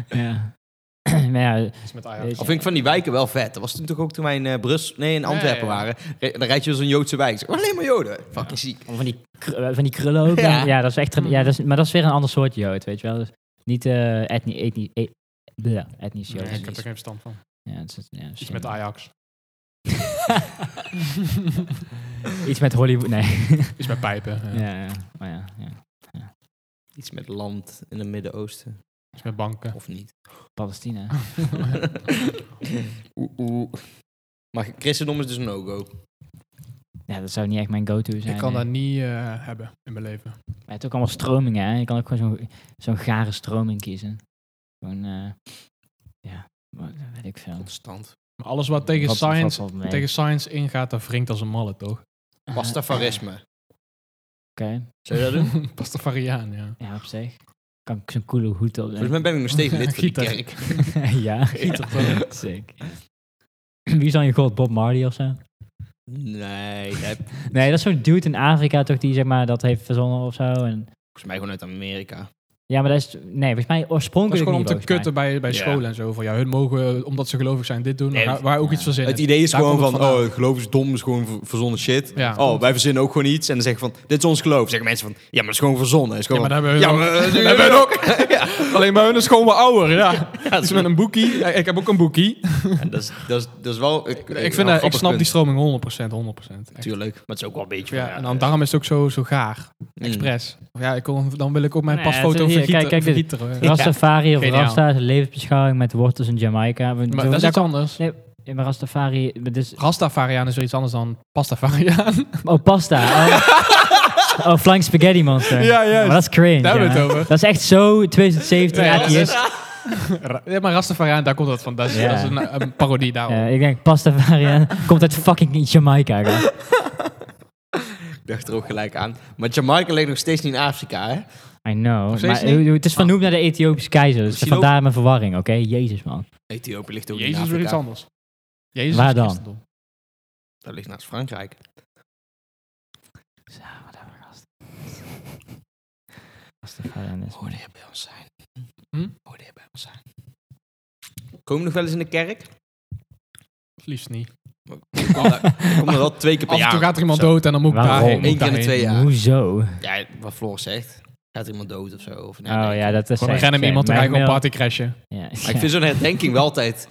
S3: ja. maar ja,
S1: Dat is met
S3: Weet
S1: ayahuasca.
S4: Al vind ik van die wijken wel vet. Dat was toen toch ook toen wij in eh, Brus, nee, in Antwerpen
S1: Ja, ja,
S4: waren. Re- dan rijd je dus een Joodse wijk. Zeg, alleen maar Joden. Fucking ziek.
S3: van die,
S1: eh,
S3: kru- van die krullen ook.
S4: Ja.
S3: Ja, dat is echt... Ja, dat is, maar dat is weer een ander soort jood, weet je wel. Dus niet eh etni, etni, e- bleh, etnisch jood.
S1: Nee, ik heb er geen verstand van.
S3: Ja, het is, ja,
S1: Iets met Ajax.
S3: Iets met Hollywood, nee.
S1: Iets met pijpen. eh, ja.
S3: ja, ja, maar ja, ja.
S4: Iets met land in het Midden-Oosten.
S1: Iets met banken.
S4: Of niet.
S3: Palestina.
S4: oeh, oeh. Maar christendom is dus een no-go.
S3: Ja, dat zou niet echt mijn go-to zijn.
S1: Ik kan
S3: nee.
S1: dat niet eh, hebben in mijn leven.
S3: Maar het is ook allemaal stromingen, hè. Je kan ook gewoon zo'n zo'n gare stroming kiezen. Gewoon, eh, ja, wat, weet ik veel.
S4: Constant.
S1: Maar alles wat tegen,
S3: Wat- wat
S1: science,
S3: valt mee?
S1: tegen science ingaat, dat wringt als een malle, toch?
S4: Pastafarisme.
S3: Oké,
S4: Zou je dat doen?
S1: Pastafariaan, ja.
S3: ja, op zich. Kan ik zo'n coole hoed op
S4: Volgens mij ben ik nog steeds lid van die
S1: Gieter.
S4: kerk.
S3: ja, sick. Wie is dan je god? Bob Marley of zo?
S4: Nee, dat-
S3: Nee, dat is zo'n dude in Afrika toch die zeg maar dat heeft verzonnen of zo. En,
S4: volgens mij gewoon uit Amerika.
S3: ja, maar dat is... Nee, volgens mij
S1: Dat is
S3: oorspronkelijk
S1: gewoon om
S3: niet,
S1: te
S3: volgens mij.
S1: kutten bij, bij
S4: Ja.
S1: scholen en zo. Van ja, hun mogen, omdat ze gelovig zijn, dit doen.
S4: Nee,
S1: waar, waar ook
S3: ja.
S1: iets van
S4: Het
S1: zinnen.
S4: idee is
S1: Daar
S4: gewoon
S1: komt
S4: van,
S1: het
S4: oh,
S1: vandaan.
S4: het geloof is dom, is gewoon ver- verzonnen shit.
S1: Ja.
S4: Oh, wij verzinnen ook gewoon iets en dan zeggen van, dit is ons geloof. Zeggen mensen van, ja, maar dat is gewoon verzonnen. Is
S1: Ja,
S4: gewoon
S1: maar daar
S4: van,
S1: hebben
S4: ja,
S1: hun
S4: maar,
S1: ook.
S4: eh,
S1: Daar hebben hun ook. Alleen maar hun is gewoon wat ouder, ja. Het is met een boekie. Ja, Ik heb ook een boekie.
S4: Ja, dat, is, dat, is, dat is wel... Ik,
S1: Ik, vind, dat- ik snap die stroming 100%. 100%. Echt.
S4: Natuurlijk, maar het is ook wel een beetje...
S1: Ja, en dan, daarom is het ook zo, zo gaar.
S4: Mm.
S1: Expres. Ja, ik kon, dan wil ik ook mijn
S3: Nee, Nou het
S1: pasfoto
S3: is hier,
S1: vergieten.
S3: kijk, kijk dit.
S1: vergieteren. Ja.
S3: Rastafari of
S1: Geniaal.
S3: Rasta is een levensbeschouwing met wortels in Jamaica. We-
S1: Maar
S3: daar
S1: dat is iets
S3: kom-
S1: anders.
S3: Ja, maar Rastafari... maar Dus,
S1: Rastafariaan is weer iets anders dan pastafariaan.
S3: oh, pasta. Oh, oh, Flying Spaghetti Monster.
S1: Ja, juist.
S3: Maar dat is cringe.
S1: Daar
S3: ja.
S1: hebben we het over.
S3: Dat is echt zo 2017
S1: Nee, dat
S3: atjes.
S1: is- Ra- Ja, maar Rastafariaan, daar komt dat van. Dat is,
S3: Ja.
S1: dat is een, een parodie daarop.
S3: Eh, ik denk Pastafari hè, komt uit fucking Jamaica. gast.
S4: Ik dacht er ook gelijk aan. Maar Jamaica ligt nog steeds niet in Afrika, hè?
S3: I know.
S1: steeds
S3: Maar,
S1: niet? Ah.
S3: eh, het is vernoemd naar de Ethiopische keizer. Dus
S4: Misschien
S3: vandaar mijn verwarring, oké? Jezus, man.
S4: Ethiopië ligt ook niet
S1: Jezus
S4: in
S1: is
S4: Afrika.
S1: weer iets anders. Jezus
S3: Waar
S1: is
S3: dan?
S1: christendom.
S4: Dat ligt naast Frankrijk.
S3: Rastafarian is-
S4: Hoorde je bij ons zijn?
S1: Hm?
S4: Hoorde je bij ons zijn? Komen we nog wel eens in de kerk?
S1: Het liefst niet.
S4: Ik kom er- ik kom er wel twee keer
S1: Af
S4: per
S1: en
S4: jaar.
S1: toe gaat er iemand
S4: Zo.
S1: dood en dan moet ik
S3: Waarom?
S1: daarheen.
S3: Eén
S1: moet ik
S4: keer in de
S1: daarheen.
S4: twee jaar.
S3: Hoezo?
S4: Ja, wat Floor zegt. Gaat er iemand dood of zo? Of, nee,
S3: Oh
S4: nee.
S3: ja, dat is...
S1: Gewoon
S3: zij-
S1: rennen
S3: zij-
S1: iemand en
S3: mijn
S1: ga je gewoon
S3: mail-
S1: party crashen.
S3: Ja,
S4: Nou, Maar ik vind zo'n herdenking wel altijd...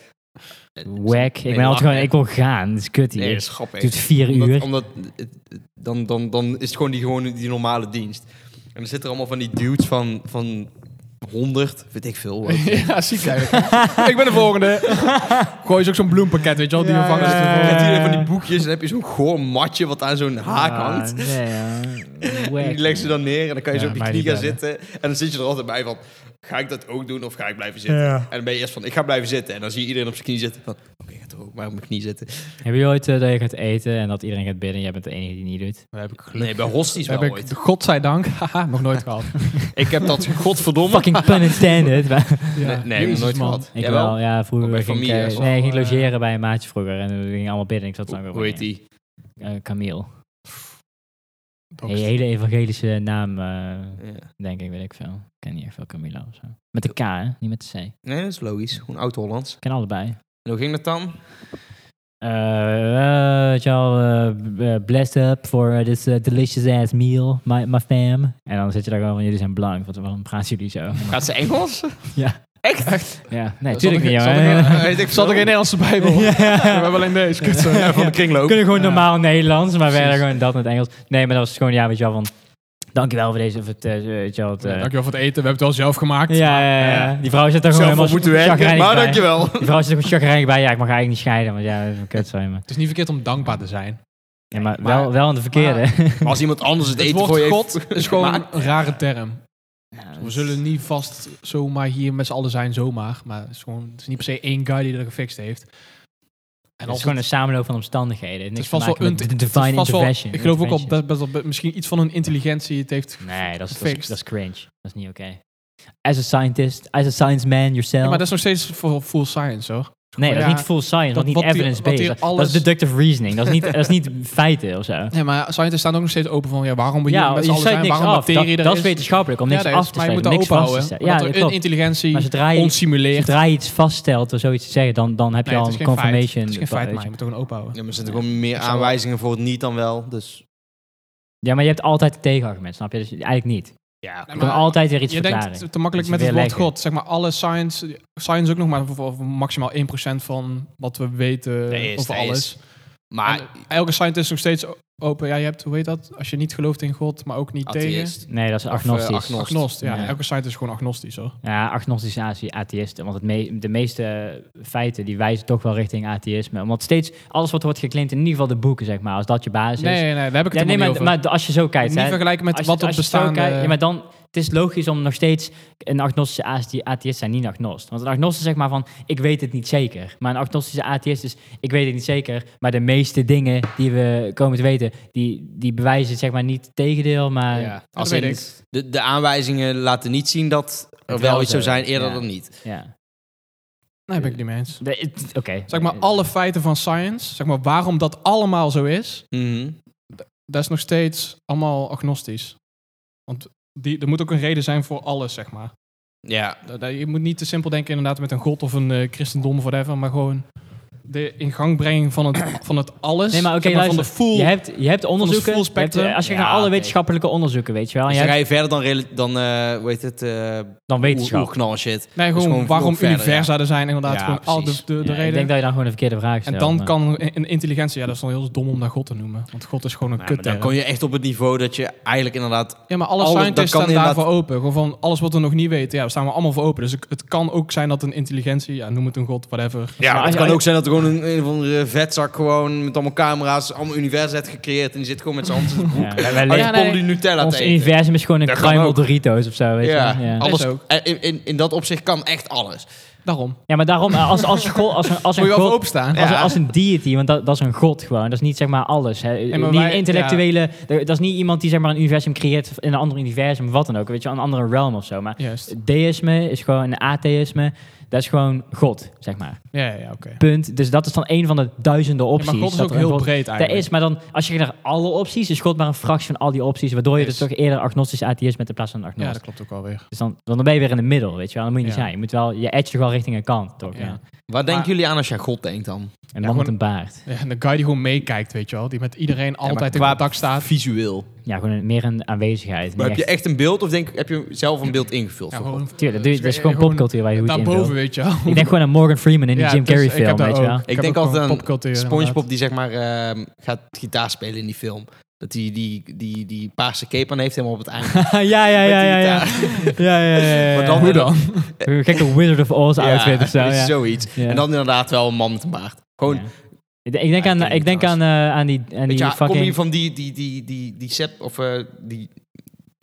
S3: Wack. Ik ben altijd gewoon, ik wil gaan. Dat is kut hier.
S4: Nee, dat is
S3: het
S4: grappig.
S3: duurt vier
S4: Omdat,
S3: uur.
S4: omdat het- het- dan, dan, dan is het gewoon die, gewoon die normale dienst. En dan zitten er allemaal van die dudes van, van 100, weet ik veel. wat.
S1: ja, ziek eigenlijk. ik ben de volgende. Gooi ze ook zo'n bloempakket, weet je wel. Die
S3: Ja,
S1: vervangen ze
S3: ja,
S1: voor-
S3: ja,
S4: Je hebt
S3: ja.
S4: hier van die boekjes en heb je zo'n goor matje wat aan zo'n haak hangt.
S3: Ah, Nee, ja.
S4: En
S3: Wack.
S4: die legt ze dan neer en dan kan je
S1: Ja,
S4: zo op je
S1: mij
S4: knie
S1: niet
S4: gaan
S1: bellen.
S4: zitten. En dan zit je er altijd bij van, ga ik dat ook doen of ga ik blijven zitten? En dan ben je eerst van, ik ga blijven zitten. En dan zie je iedereen op zijn knie zitten van, oké, ga toch ook maar op mijn knie zitten.
S3: Heb je ooit eh, dat je gaat eten en dat iedereen gaat bidden en jij bent de enige die niet doet?
S1: Dat heb ik gelukkig.
S4: Nee, bij hosties wel
S1: heb ik,
S4: ooit.
S1: godzijdank, haha, nog nooit gehad.
S4: Ik heb dat, godverdomme.
S3: Fucking pun intended. maar-
S1: Ja.
S4: Nee, nee,
S1: Jezus,
S4: nooit
S1: man.
S4: gehad.
S3: ik
S4: Jij
S3: wel,
S4: wel?
S3: ja.
S4: Ook
S3: Vroeger
S4: bij
S3: ging ik,
S4: familie
S3: eh,
S4: is
S1: wel,
S3: nee, ik ging
S1: eh,
S3: logeren bij een maatje vroeger en we gingen allemaal bidden. Ik zat zo
S4: Hoe heet die?
S3: Eh, Camille.
S1: Dat
S3: Een
S1: is-
S3: hele evangelische naam, eh,
S4: Ja.
S3: denk ik, weet ik veel. Ik ken niet echt veel Camilla of zo. Met de K, hè? Niet met de C. Ik
S4: Nee, dat is logisch. Gewoon oud-Hollands.
S3: ken allebei.
S4: En hoe ging dat dan?
S3: Uh, weet je wel, eh, eh, blessed up for eh, this eh, delicious ass meal, my, my fam. En dan zit je daar gewoon van, jullie zijn blank, want waarom praten jullie zo?
S4: Gaat ze Engels?
S3: ja.
S4: Echt?
S3: Ja, nee,
S1: Zat er
S3: natuurlijk niet,
S1: geen-
S3: hoor.
S1: zat er geen-
S4: Weet ik
S1: Ik zat er
S4: veel.
S1: geen Nederlandse Bijbel.
S3: Ja.
S1: We hebben alleen deze. Kut, zo.
S4: Ja, van de kringloop.
S3: We kunnen gewoon
S1: Ja.
S3: normaal Nederlands, maar verder
S1: Precies.
S3: gewoon dat in het Engels. Nee, maar dat was gewoon, ja, weet je wel, van... Dankjewel voor deze, voor het, eh, weet je wel, het, eh,
S1: Dankjewel voor het eten. We hebben het wel zelf gemaakt.
S3: ja, ja, ja, ja. Die vrouw zit er gewoon
S4: Zelf voor
S3: helemaal
S4: moeten werken,
S3: chagrijnig
S4: maar
S3: bij.
S4: dankjewel.
S3: Die vrouw zit er gewoon chagrijnig bij. Ja, ik mag eigenlijk niet scheiden, want ja, dat is een kut, sorry, maar.
S1: Het is niet verkeerd om dankbaar te zijn.
S3: Ja, maar
S1: Maar-
S3: wel, wel aan de verkeerde.
S4: Maar als iemand anders het,
S1: Het
S4: eten voor je
S1: woord
S4: heeft-
S1: God is gewoon
S4: gemaakt.
S1: een rare term.
S3: Ja,
S1: We zullen niet vast zomaar hier met z'n allen zijn, zomaar. Maar het is, gewoon, het is niet per se één guy die dat gefixt heeft. En
S3: Het
S1: als
S3: is gewoon een samenloop van omstandigheden. Het
S1: het
S3: niks
S1: is vast wel
S3: een
S1: een
S3: divine intervention.
S1: Ik geloof ook al dat
S3: Intervention.
S1: best wel be- misschien iets van hun intelligentie het heeft.
S3: Nee, dat is, dat, is,
S1: Fixed.
S3: dat is cringe. Dat is niet oké. As a scientist, as a science man yourself.
S1: Ja, maar dat is nog steeds voor full science hoor.
S3: nee, dat is
S1: ja,
S3: niet full science, dat
S1: dat
S3: is
S1: wat
S3: niet
S1: die- wat
S3: evidence-based.
S1: die
S3: Dat- Dat
S1: alles-
S3: is deductive reasoning, dat is niet, dat is niet feiten of zo.
S1: Nee, maar scientists staan ook nog steeds open van ja, waarom we hier
S3: Ja,
S1: met z'n
S3: je
S1: allen
S3: sluit
S1: zijn,
S3: niks
S1: waarom
S3: af. Dat,
S1: materie er
S3: dat is
S1: is.
S3: wetenschappelijk, om
S1: Ja,
S3: niks
S1: dat is,
S3: af te
S1: maar je moet
S3: sluiten,
S1: daar
S3: niks
S1: open houden.
S3: vast te stellen. Ja,
S1: omdat
S3: dat
S1: er een
S3: klopt.
S1: intelligentie
S3: Maar zodra je, iets,
S1: onsimuleert.
S3: zodra je iets vaststelt door zoiets te zeggen, dan, dan heb je
S1: Nee,
S3: al
S1: het
S3: een
S1: is geen feit.
S3: confirmation.
S1: Het is geen
S3: bias.
S1: feit, maar je moet toch een open houden.
S4: Ja, maar er zitten gewoon meer aanwijzingen voor het niet dan wel. Dus
S3: Ja, maar je hebt altijd een tegenargument, snap je? Dus eigenlijk niet.
S4: ja,
S3: Je
S1: maar-
S3: kan altijd weer iets
S1: Je
S3: verklaren.
S1: denkt te makkelijk
S3: Dat
S1: met
S3: is
S1: het
S3: weer
S1: woord
S3: lekker.
S1: God. Zeg maar alle science, science ook nog maar voor, voor maximaal 1% van wat we weten
S4: Nee, is-
S1: eh, over
S4: nee, is-
S1: alles.
S4: maar
S1: En elke scientist is nog steeds o- open. Ja, je hebt, hoe heet dat? Als je niet gelooft in God, maar ook niet
S4: atheïst.
S3: Nee, dat is
S4: Of, eh,
S3: agnostisch.
S4: agnost.
S1: Agnost, ja.
S3: Ja.
S1: Elke scientist is gewoon agnostisch, hoor.
S3: Ja, agnostische athi- atheïsten. Want het me- de meeste feiten die wijzen toch wel richting atheïsme. Omdat steeds alles wat wordt geclaimd, in ieder geval de boeken, zeg maar, als dat je basis
S1: Nee,
S3: is.
S1: nee, nee, daar heb ik
S3: Ja,
S1: het
S3: nee,
S1: helemaal
S3: maar, maar als je zo kijkt,
S1: niet over.
S3: hè,
S1: Niet vergelijken met
S3: als je-
S1: wat op
S3: als je zo
S1: bestaande...
S3: kijkt- ja, maar dan, het is logisch om nog steeds een agnostische athi- atheïst zijn, niet een agnost. Want een agnost is zeg maar van, ik weet het niet zeker. Maar een agnostische atheïst is, ik weet het niet zeker. Maar de meeste dingen die we komen te weten, die, die bewijzen het zeg maar niet het tegendeel, maar...
S1: Ja,
S4: Als
S1: dat
S4: in-
S1: weet ik.
S4: de, de aanwijzingen laten niet zien dat er
S3: Het
S4: wel
S3: wel
S4: iets zou
S3: zo
S4: zijn,
S3: is,
S4: eerder
S3: ja.
S4: dan niet.
S3: ja.
S1: Nee, ben ik niet mee eens.
S3: De- het- Oké.
S1: Zeg maar, alle feiten van science, zeg maar, waarom dat allemaal zo is,
S4: Mhm.
S1: dat is nog steeds allemaal agnostisch. Want die, er moet ook een reden zijn voor alles, zeg maar.
S4: Ja,
S1: Dat- dat- Je moet niet te simpel denken inderdaad met een god of een eh, christendom of whatever, maar gewoon de ingangbrenging van het, van het alles.
S3: Nee, maar oké,
S1: Dus zeg van de
S3: luister.
S1: full...
S3: Je hebt, je hebt onderzoeken.
S1: full
S3: je hebt, eh,
S1: spectrum.
S3: als je
S4: Ja,
S3: naar alle
S4: oké.
S3: wetenschappelijke onderzoeken, weet je wel. en
S4: dus
S3: je
S4: dan ga
S3: hebt,
S4: je verder dan, rela- dan eh, hoe heet het, eh
S3: dan
S4: oer-
S3: wetenschap.
S4: oerknal shit.
S1: nee, gewoon,
S4: gewoon
S1: waarom
S4: verder,
S1: universa er zijn, inderdaad.
S4: Ja,
S1: gewoon al de,
S4: precies.
S1: de, de
S3: Ja, ik
S1: reden.
S3: denk dat je dan gewoon de verkeerde vraag stelt.
S1: En dan
S3: maar-
S1: kan een een intelligentie, ja, dat is dan heel dom om dat God te noemen. Want God is gewoon een
S4: Ja, maar
S1: kut.
S4: dan kom je echt op het niveau dat je eigenlijk inderdaad...
S1: Ja, maar alle
S4: Alles-
S1: scientists
S4: dat kan
S1: staan daarvoor open. Gewoon van alles wat we nog niet weten, ja, daar staan we allemaal voor open. Dus ik- het kan ook zijn dat een intelligentie, ja, noem het een god, whatever.
S4: Ja,
S3: maar
S4: het
S3: als-
S4: kan
S3: als-
S4: ook zijn dat er gewoon een, een of andere vetzak gewoon met allemaal camera's, allemaal universum heeft gecreëerd en die zit gewoon met zijn handen in het boek.
S3: Ja, wij leven-
S4: Oh,
S1: Ja,
S4: je
S1: nee.
S4: pompt die Nutella
S3: ons
S4: te eten.
S3: universum is gewoon een
S4: Dat kan
S3: kruimel
S4: ook.
S3: Doritos of zo, weet
S4: Ja,
S3: je. wel. Ja.
S4: alles. eh,
S1: Is ook.
S4: In, in, in dat opzicht kan echt alles.
S1: Daarom.
S3: ja, maar daarom, eh, als, als, go- als, een,
S1: Moet
S3: als een
S1: je wel voor
S3: god...
S1: openstaan.
S3: Als, een-
S4: Ja.
S3: als een deity, want dat, dat is een god gewoon. Dat is niet zeg maar alles. Hè.
S1: maar
S3: niet een
S1: wij-
S3: intellectuele... Dat dat is niet iemand die zeg maar een universum creëert in een ander universum, wat dan ook. Weet je, wel, een andere realm of zo. Maar
S1: Juist.
S3: deïsme is gewoon, een atheïsme, dat is gewoon god, zeg maar.
S1: Ja, ja, ja, oké.
S3: Punt. Dus dat is dan een van de duizenden
S1: Ja,
S3: opties.
S1: maar God is
S3: dat
S1: ook
S3: er een
S1: heel
S3: God-
S1: breed
S3: Dat
S1: eigenlijk.
S3: is, maar dan als je naar alle opties, is God maar een fractie van al die opties, waardoor je
S1: Yes.
S3: dus toch eerder agnostisch atheïst bent in plaats van een agnost.
S1: ja, dat klopt ook wel weer.
S3: Dus dan, want dan ben je weer in de middel, weet je wel. Dan moet je niet
S1: Ja.
S3: zijn. Je moet wel, je edge toch wel richting een kant, toch? Ja.
S1: Ja.
S4: Waar denken jullie aan als je aan God denkt dan?
S3: Een man met
S1: gewoon-
S3: een baard.
S1: Ja, en de guy die gewoon meekijkt, weet je wel. Die met iedereen altijd in
S4: qua
S1: contact staat.
S4: Visueel.
S3: Ja, gewoon een- meer een aanwezigheid.
S4: Maar
S3: niet
S4: heb je
S3: echt-
S4: echt een beeld of denk, heb je zelf een beeld ingevuld?
S1: Ja,
S4: voor
S1: gewoon,
S4: God?
S3: Tuurlijk, dat doe je- dat is gewoon popcultuur waar je goed in
S1: Daarboven,
S3: wil.
S1: weet je wel.
S3: Ik denk gewoon aan Morgan Freeman in die
S1: Ja,
S3: Jim
S1: dus
S3: Carrey
S1: ik heb
S3: film,
S1: dat
S3: weet je
S1: ook.
S3: wel.
S4: Ik
S1: heb
S4: denk
S1: ook
S4: altijd
S1: gewoon
S4: aan
S1: popcultuur,
S4: SpongeBob
S1: inderdaad.
S4: die zeg maar ehm, gaat gitaar spelen in die film. Dat die, die, die, die paarse cape aan heeft helemaal op het eind.
S3: ja, ja, ja,
S4: Met die
S3: ja, ja. ja.
S4: gitaar.
S3: Ja, ja, ja.
S4: Maar
S3: ja.
S4: dan-
S1: Hoe dan?
S3: Een gekke Wizard of Oz outfit of zo. Ja.
S4: Zoiets.
S3: Ja.
S4: En dan inderdaad wel een man met een baard. Gewoon,
S3: Ja. Ik denk- Ik denk, aan,
S4: ken
S3: ik
S4: die
S3: denk aan, eh, aan die, aan
S4: weet
S3: die
S4: je, kom hier
S3: fucking...
S4: van die, die, die, die, die sep of eh, die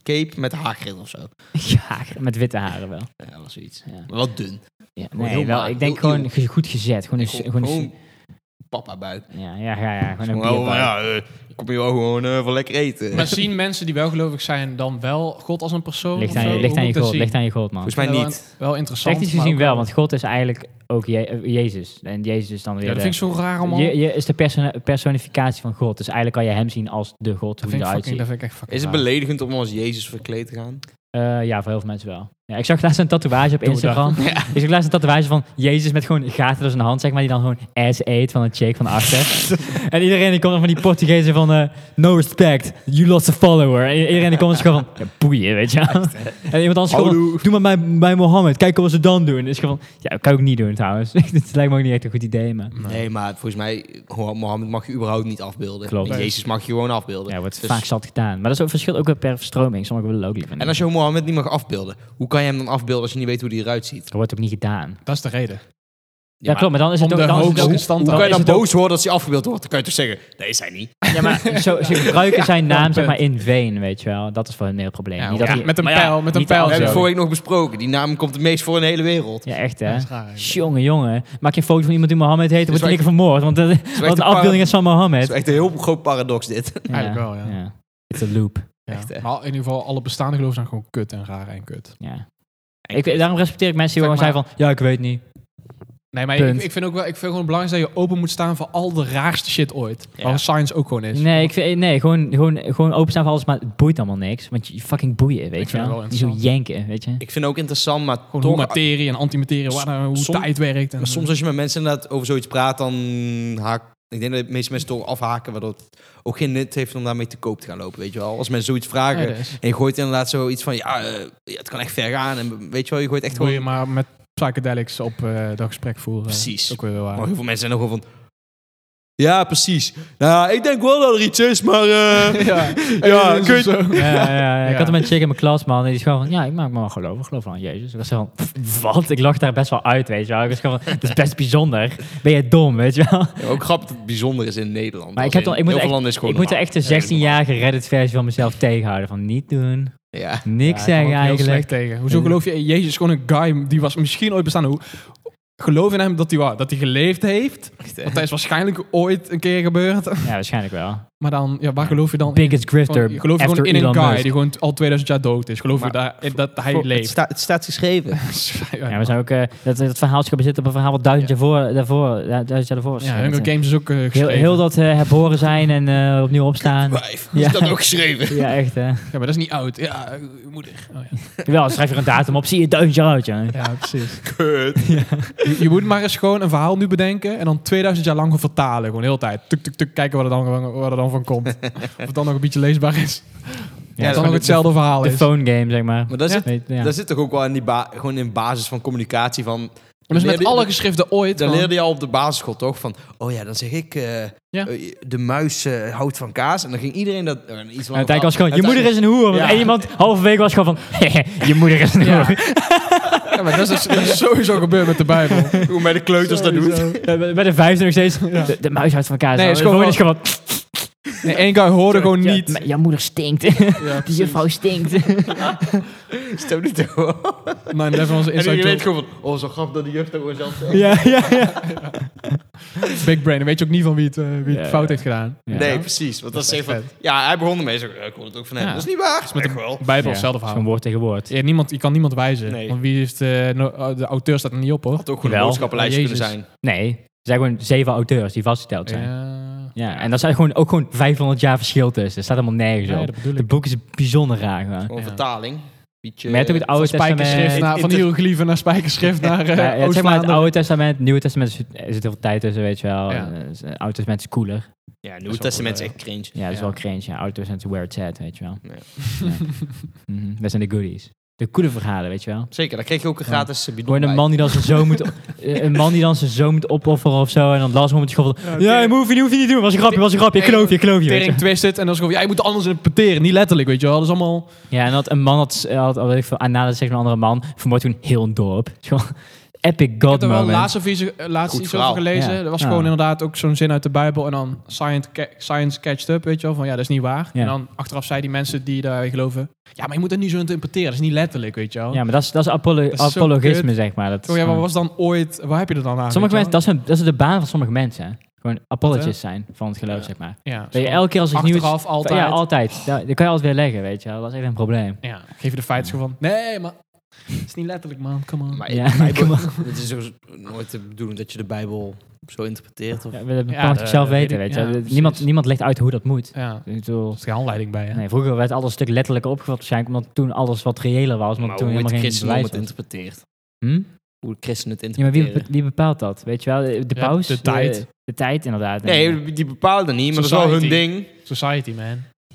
S4: cape met haargril of zo.
S3: Ja, met witte haren wel.
S4: Ja, wel zoiets.
S3: Ja.
S4: Maar wel dun.
S3: Ja,
S4: Maar
S3: nee,
S4: heel
S3: wel,
S4: maag,
S3: ik denk
S4: heel
S3: gewoon
S4: eeuw.
S3: ge- goed gezet. Gewoon een, s-
S4: Gewoon,
S3: gewoon een s-
S4: papa buik.
S3: ja, ja, ja, ja, gewoon een
S4: Gewoon,
S3: bierbuik.
S4: ja, eh, ik kom hier wel gewoon eh, voor lekker eten.
S1: Maar zien mensen die wel gelovig zijn dan wel God als een persoon?
S3: Ligt
S1: of
S3: aan,
S1: zo?
S3: je, ligt
S1: Hoe
S3: aan je
S1: moet ik dat
S3: gold,
S1: zien?
S3: ligt aan je gold, man.
S4: Volgens mij
S1: Wel-
S4: niet.
S1: Wel interessant.
S3: Technisch
S1: maar
S3: gezien
S1: ook
S3: wel, want God is eigenlijk ook Je- eh, Jezus. En Jezus is dan weer
S1: Ja, dat
S3: de-
S1: vind ik zo raar allemaal.
S3: je, je is de persona- personificatie van God. Dus eigenlijk kan je hem zien als de
S1: dat,
S3: God, hoe hij
S1: vind ik
S3: eruit
S1: fucking,
S3: ziet.
S1: dat vind ik echt fucking
S4: Is het
S1: raar.
S4: beledigend om als Jezus verkleed te gaan?
S3: Eh, ja, voor heel veel mensen wel. Ja, ik zag laatst een tatoeage
S1: Doe
S3: op
S1: dat.
S3: Instagram. Ik zag laatst een tatoeage van Jezus met gewoon gaten door zijn hand, zeg maar, die dan gewoon ass eet van een chick van achter. en iedereen die komt dan van die Portugezen van eh, no respect, you lost a follower. En iedereen die komt is gewoon van, ja, boeien, weet je wel. en iemand anders gewoon,
S4: Hallo.
S3: doe maar bij, bij Mohammed, kijk wat ze dan doen. Dus gewoon, ja, dat kan ik ook niet doen trouwens. Dit lijkt me ook niet echt een goed idee, maar...
S4: Nee, maar volgens mij, Mohammed mag je überhaupt niet afbeelden.
S3: Klopt.
S4: En Jezus mag je gewoon afbeelden.
S3: Ja, wordt
S4: Dus-
S3: vaak zat gedaan. Maar dat is ook verschil ook weer per stroming. Sommigen willen het ook liever
S4: En
S3: niet.
S4: als je Mohammed niet mag afbeelden, hoe kan je hem dan afbeelden als je niet weet hoe die eruit ziet?
S3: Dat wordt ook niet gedaan.
S1: Dat is de reden.
S3: Ja, klopt, maar dan is het
S1: Om
S3: ook...
S1: de
S3: Dan is het
S1: hoogste
S3: ook
S1: stand
S4: Hoe
S1: te
S4: kan
S1: houden.
S4: je dan
S3: is het ook-
S4: boos worden als hij afgebeeld wordt? Dan kan je toch zeggen, nee, is hij niet.
S3: Ja, maar zo, ze gebruiken zijn naam zeg maar in veen, weet je wel. Dat is voor hun heel probleem.
S4: Ja,
S3: niet dat
S1: Ja,
S3: die-
S1: met een
S4: Maar ja,
S1: pijl, met een
S3: niet
S1: pijl.
S4: We
S3: alles
S4: hebben
S1: zo.
S4: het vorige week nog besproken. Die naam komt het meest voor in de hele wereld.
S3: ja, echt
S1: Ja,
S3: hè.
S1: dat is raar eigenlijk.
S3: Jongen, jongen. Maak je een foto van iemand die Mohammed heet, dan wordt
S4: Zo
S3: hij
S4: echt-
S3: lekker vermoord. Want dat want
S4: een
S3: de
S4: paar-
S3: afbeelding is van
S4: Het is
S3: Mohammed.
S4: echt een heel groot paradox dit.
S1: Eigenlijk wel, ja.
S3: It's a loop.
S1: Ja.
S4: Echt, hè?
S1: Maar in ieder geval, alle bestaande geloven zijn gewoon kut en raar en kut.
S3: Ja. Ik, daarom respecteer ik mensen die
S1: Zeg
S3: gewoon zijn van, ja, ik weet niet.
S1: Nee, maar
S3: Punt.
S1: ik, ik vind ook wel, ik vind gewoon belangrijk dat je open moet staan voor al de raarste shit ooit.
S4: Ja.
S1: Waar science ook gewoon is.
S3: Nee, ik vind, nee gewoon, gewoon, gewoon openstaan voor alles, maar het boeit allemaal niks. Want je fucking boeien, weet
S1: vind
S3: je
S1: het
S3: wel.
S1: wel
S3: Niet zo
S1: interessant.
S3: janken, weet je.
S4: Ik vind het ook interessant, maar
S1: Gewoon
S4: toch-
S1: hoe materie en antimaterie, waar, nou- hoe
S4: Som-
S1: tijd werkt. En,
S4: Maar soms als je met mensen inderdaad over zoiets praat, dan haak... Ik denk dat de meeste mensen toch afhaken, waardoor het ook geen nut heeft om daarmee te koop te gaan lopen, weet je wel. Als mensen zoiets vragen
S1: Nee, dat is-
S4: en je gooit inderdaad zoiets van, ja, eh, ja, het kan echt ver gaan. En weet je wel, je gooit echt
S1: Wil je
S4: gewoon...
S1: maar met psychedelics op eh, dat gesprek voeren.
S4: Precies.
S1: Ook weer wel waar.
S4: Maar heel veel mensen zijn ook gewoon van... Ja, precies. Nou, ik denk wel dat er iets is, maar... eh,
S1: ja,
S4: Ja,
S1: dat is
S4: kun je-
S1: zo.
S3: Ja, ja, ja, Ik
S1: Ja.
S3: had hem een chick in mijn klas, man. En die is gewoon van, ja, ik maak me wel gelovig. Ik geloof wel aan Jezus. Ik was zo van, "Pff, wat? Ik lag daar best wel uit, weet je wel. Ik was gewoon van, dat is best bijzonder. Ben je dom, weet je wel.
S4: ook grappig dat het bijzonder is in Nederland.
S3: Maar
S4: Als
S3: ik heb
S4: in
S3: dan- ik moet
S4: heel veel
S3: echt-
S4: landen is het gewoon
S3: Ik moet er
S4: normaal.
S3: echt een 16-jarige Reddit-versie van mezelf tegenhouden. Van, niet doen.
S4: Ja.
S3: Niks
S1: Ja, ik kan
S3: zeggen
S1: ook heel
S3: eigenlijk.
S1: slecht tegen. Hoezo geloof je in Jezus? Gewoon een guy die was misschien ooit bestaan. Hoe, geloof in hem dat hij, wa- dat hij geleefd heeft. Want dat is waarschijnlijk ooit een keer gebeurd.
S3: Ja, waarschijnlijk wel.
S1: Maar dan, ja, waar geloof je dan in?
S3: Biggest grifter
S1: Gewoon- je geloof je
S3: after
S1: gewoon in een
S3: Elon
S1: guy
S3: Musk.
S1: die gewoon t- al 2000 jaar dood is. Geloof je daar, in dat hij
S4: Het,
S1: leeft?
S4: sta- het staat geschreven.
S1: ja,
S3: Ja, we zijn ook, eh, dat, dat verhaal is gebaseerd op een verhaal wat duizend jaar voor, daarvoor, ja, duizend jaar daarvoor was.
S1: Ja, Hunger Games is ook eh,
S3: heel,
S1: geschreven.
S3: heel dat eh, herboren zijn en eh, opnieuw opstaan.
S4: Wijf,
S3: Ja.
S4: is dat ook geschreven?
S3: Ja, echt hè.
S1: Ja, maar dat is niet oud. Ja, eh, moeder. Oh, ja.
S3: Wel, schrijf er een datum op, zie je duizend jaar uit, jongen.
S1: ja, precies.
S4: Kut.
S1: je, je moet maar eens gewoon een verhaal nu bedenken en dan 2000 jaar lang gaan vertalen. Gewoon de hele tijd. Tuk, tuk, tuk. Kijken wat er dan, wat er dan van komt. of het dan nog een beetje leesbaar is.
S4: Ja,
S1: Ja,
S4: dat
S1: dan nog
S4: kan
S1: hetzelfde verhaal
S3: De
S1: is.
S3: phone game, zeg maar.
S4: Maar dat is het
S3: Weet- ja.
S4: Daar zit toch ook wel in die ba- gewoon in basis van communicatie van...
S1: Dus met
S4: leerde-
S1: alle geschriften ooit.
S4: Dan
S1: van-
S4: leerde je al op de basisschool toch van... Oh ja, dan zeg ik... eh,
S1: Ja.
S4: eh, de muis eh, houdt van kaas. En dan ging iedereen dat... eh, iets
S3: En uiteindelijk was het gewoon, je moeder is een hoer. Want
S4: Ja.
S3: één iemand halverwege was gewoon van, je moeder is een
S1: Ja.
S3: hoer.
S1: Ja, maar dat is, dat is sowieso gebeurd met de Bijbel.
S4: Hoe met de kleuters dat doet.
S3: Ja, bij- Bij de vijfde nog steeds, de, de muis houdt van elkaar.
S1: Nee,
S3: Nee,
S1: het
S3: is
S1: is
S3: gewoon,
S1: gewoon
S3: is gewoon
S1: Nee, één guy hoorde gewoon
S3: "Ja,
S1: niet.
S3: maar Jouw moeder stinkt. Die juffrouw stinkt.
S4: Stel niet door.
S1: 9-11 was een
S4: En
S1: inside
S4: je weet
S1: joke.
S4: gewoon van... Oh, zo grappig dat de jeugd dat gewoon zelf zegt.
S3: ja, ja, ja.
S1: Big brain. Dan weet je ook niet van wie het, eh, wie het
S3: Ja,
S1: fout
S3: ja.
S1: heeft gedaan.
S4: Nee, precies. Want dat is
S1: Dat is
S4: echt van...
S1: vet.
S4: Ja, hij begon ermee. Zo, eh, ik hoor het ook van hem.
S1: Ja.
S4: Dat is niet waar.
S1: met
S4: Echt wel.
S1: Bijbel,
S3: Ja,
S1: hetzelfde
S3: het is gewoon
S1: verhaal.
S3: woord tegen woord.
S1: Ja, niemand, je kan niemand wijzen.
S4: Nee.
S1: Want wie heeft, eh, no- oh, de auteur staat er niet op hoor.
S4: Had ook gewoon een
S3: Wel. Oh,
S4: boodschappenlijstje
S1: Maar
S4: kunnen
S1: Jezus.
S4: zijn.
S3: Nee, er zijn gewoon zeven auteurs die vastgesteld zijn. Ja,
S1: Ja.
S3: en daar zijn gewoon, ook gewoon 500 jaar verschil tussen. Er staat helemaal nergens
S1: Nee,
S3: op.
S1: dat bedoel
S3: Het
S1: ik.
S3: boek is bijzonder raar gewoon.
S4: Gewoon
S1: Ja.
S4: vertaling. Beetje,
S3: Met ook het Oude
S1: Spijkerschrift
S3: Testament.
S1: naar, van
S4: Inter-
S1: hieroglyphen naar spijkerschrift naar eh
S3: Ja, ja, zeg maar het
S1: Oost-Vlaanderen.
S3: Oude Testament, het Nieuwe Testament is- er zit heel veel tijd tussen, weet je wel.
S1: Ja.
S3: Eh, Het Oude Testament is cooler.
S4: Ja,
S1: Dat
S4: Nieuw
S1: is
S4: Testament is
S1: wel,
S4: echt cringe.
S3: Ja, dat is
S1: Ja.
S3: wel cringe. Ja, auto's zijn where it's at, weet je wel.
S4: Ja.
S3: Ja. Mhm, Dat zijn de goodies. de coole verhalen, weet je wel.
S4: Zeker, daar kreeg je ook een
S3: Ja.
S4: gratis eh, bidon
S3: Gewoon een
S4: bij.
S3: man die dan zijn zoon moet, eh, een man die dan zijn zoon moet opofferen of zo. En dan het laatste moment gewoon van, ja, je hoef je, niet- hoef je niet te doen. Was een grapje, was een grapje, kloof je, kloof je. weet je.
S1: Tering twisted. En dan is gewoon, ja, je moet anders interpreteren. Niet letterlijk, weet je wel. Dat is allemaal...
S3: Ja, en dat een man had, eh, had al weet ik veel, anale seks met een andere man, vermoord toen heel een dorp. Zo, Epic
S1: Ik
S3: god
S1: heb er wel
S3: moment.
S1: laatst, of iets, eh, laatst
S4: Goed
S1: iets
S4: verhaal.
S1: over gelezen.
S3: Ja.
S1: Er was
S3: Ja.
S1: gewoon inderdaad ook zo'n zin uit de Bijbel. En dan science, ca- science catched up, weet je wel. Van ja, dat is niet waar.
S3: Ja.
S1: En dan achteraf zei die mensen die daarin geloven... Ja, maar je moet het niet zo interpreteren. Dat is niet letterlijk, weet je wel.
S3: Ja, maar dat is, dat is, apolo-
S1: is zo
S3: apologisme, zeg maar. Dat is
S1: Oh ja, maar
S3: gewoon-
S1: was dan ooit... Waar heb je er dan aan?
S3: sommige
S1: weet
S3: mensen,
S1: je
S3: dat, is een- dat is de baan van sommige mensen. hè. Gewoon apologists zijn van het geloof,
S4: Ja.
S3: zeg maar.
S1: wel? Ja,
S3: Dat je
S1: zo.
S3: elke keer als het nieuws...
S1: Achteraf altijd.
S3: Ja, altijd. Ja, dat kan je altijd weer leggen, weet je wel. Dat is echt een probleem.
S1: Ja, geef je de feiten gewoon van... Nee, maar... Het is niet letterlijk, man. Come on.
S4: Maar
S3: Ja,
S4: de Bijbel-
S3: come
S4: het is ook nooit de bedoeling dat je de Bijbel zo interpreteert. Of,
S3: Ja, we- dat
S1: Ja,
S3: kan
S1: dat
S3: het zelf
S1: weet
S3: weten,
S1: ik.
S3: weet
S1: Ja,
S3: je wel.
S1: precies.
S3: niemand, niemand legt uit hoe dat moet.
S1: ja, er
S3: Ik bedoel,
S1: is geen handleiding bij, hè?
S3: nee, vroeger werd alles een stuk letterlijker opgevat waarschijnlijk, omdat toen alles wat reëler was. Omdat
S4: maar
S3: toen
S4: hoe het
S3: helemaal geen
S4: christendom
S3: bewijs
S4: het
S3: was.
S4: interpreteert.
S3: Hm?
S4: Hoe de christenen het
S3: Ja, maar wie,
S4: interpreteren.
S3: be- wie bepaalt dat? Weet je wel, de, de
S1: Ja,
S3: paus?
S1: de tijd.
S3: De, de tijd, inderdaad.
S4: Nee, die bepalen dat niet, maar dat is wel hun
S1: Society.
S4: ding.
S1: Society, man.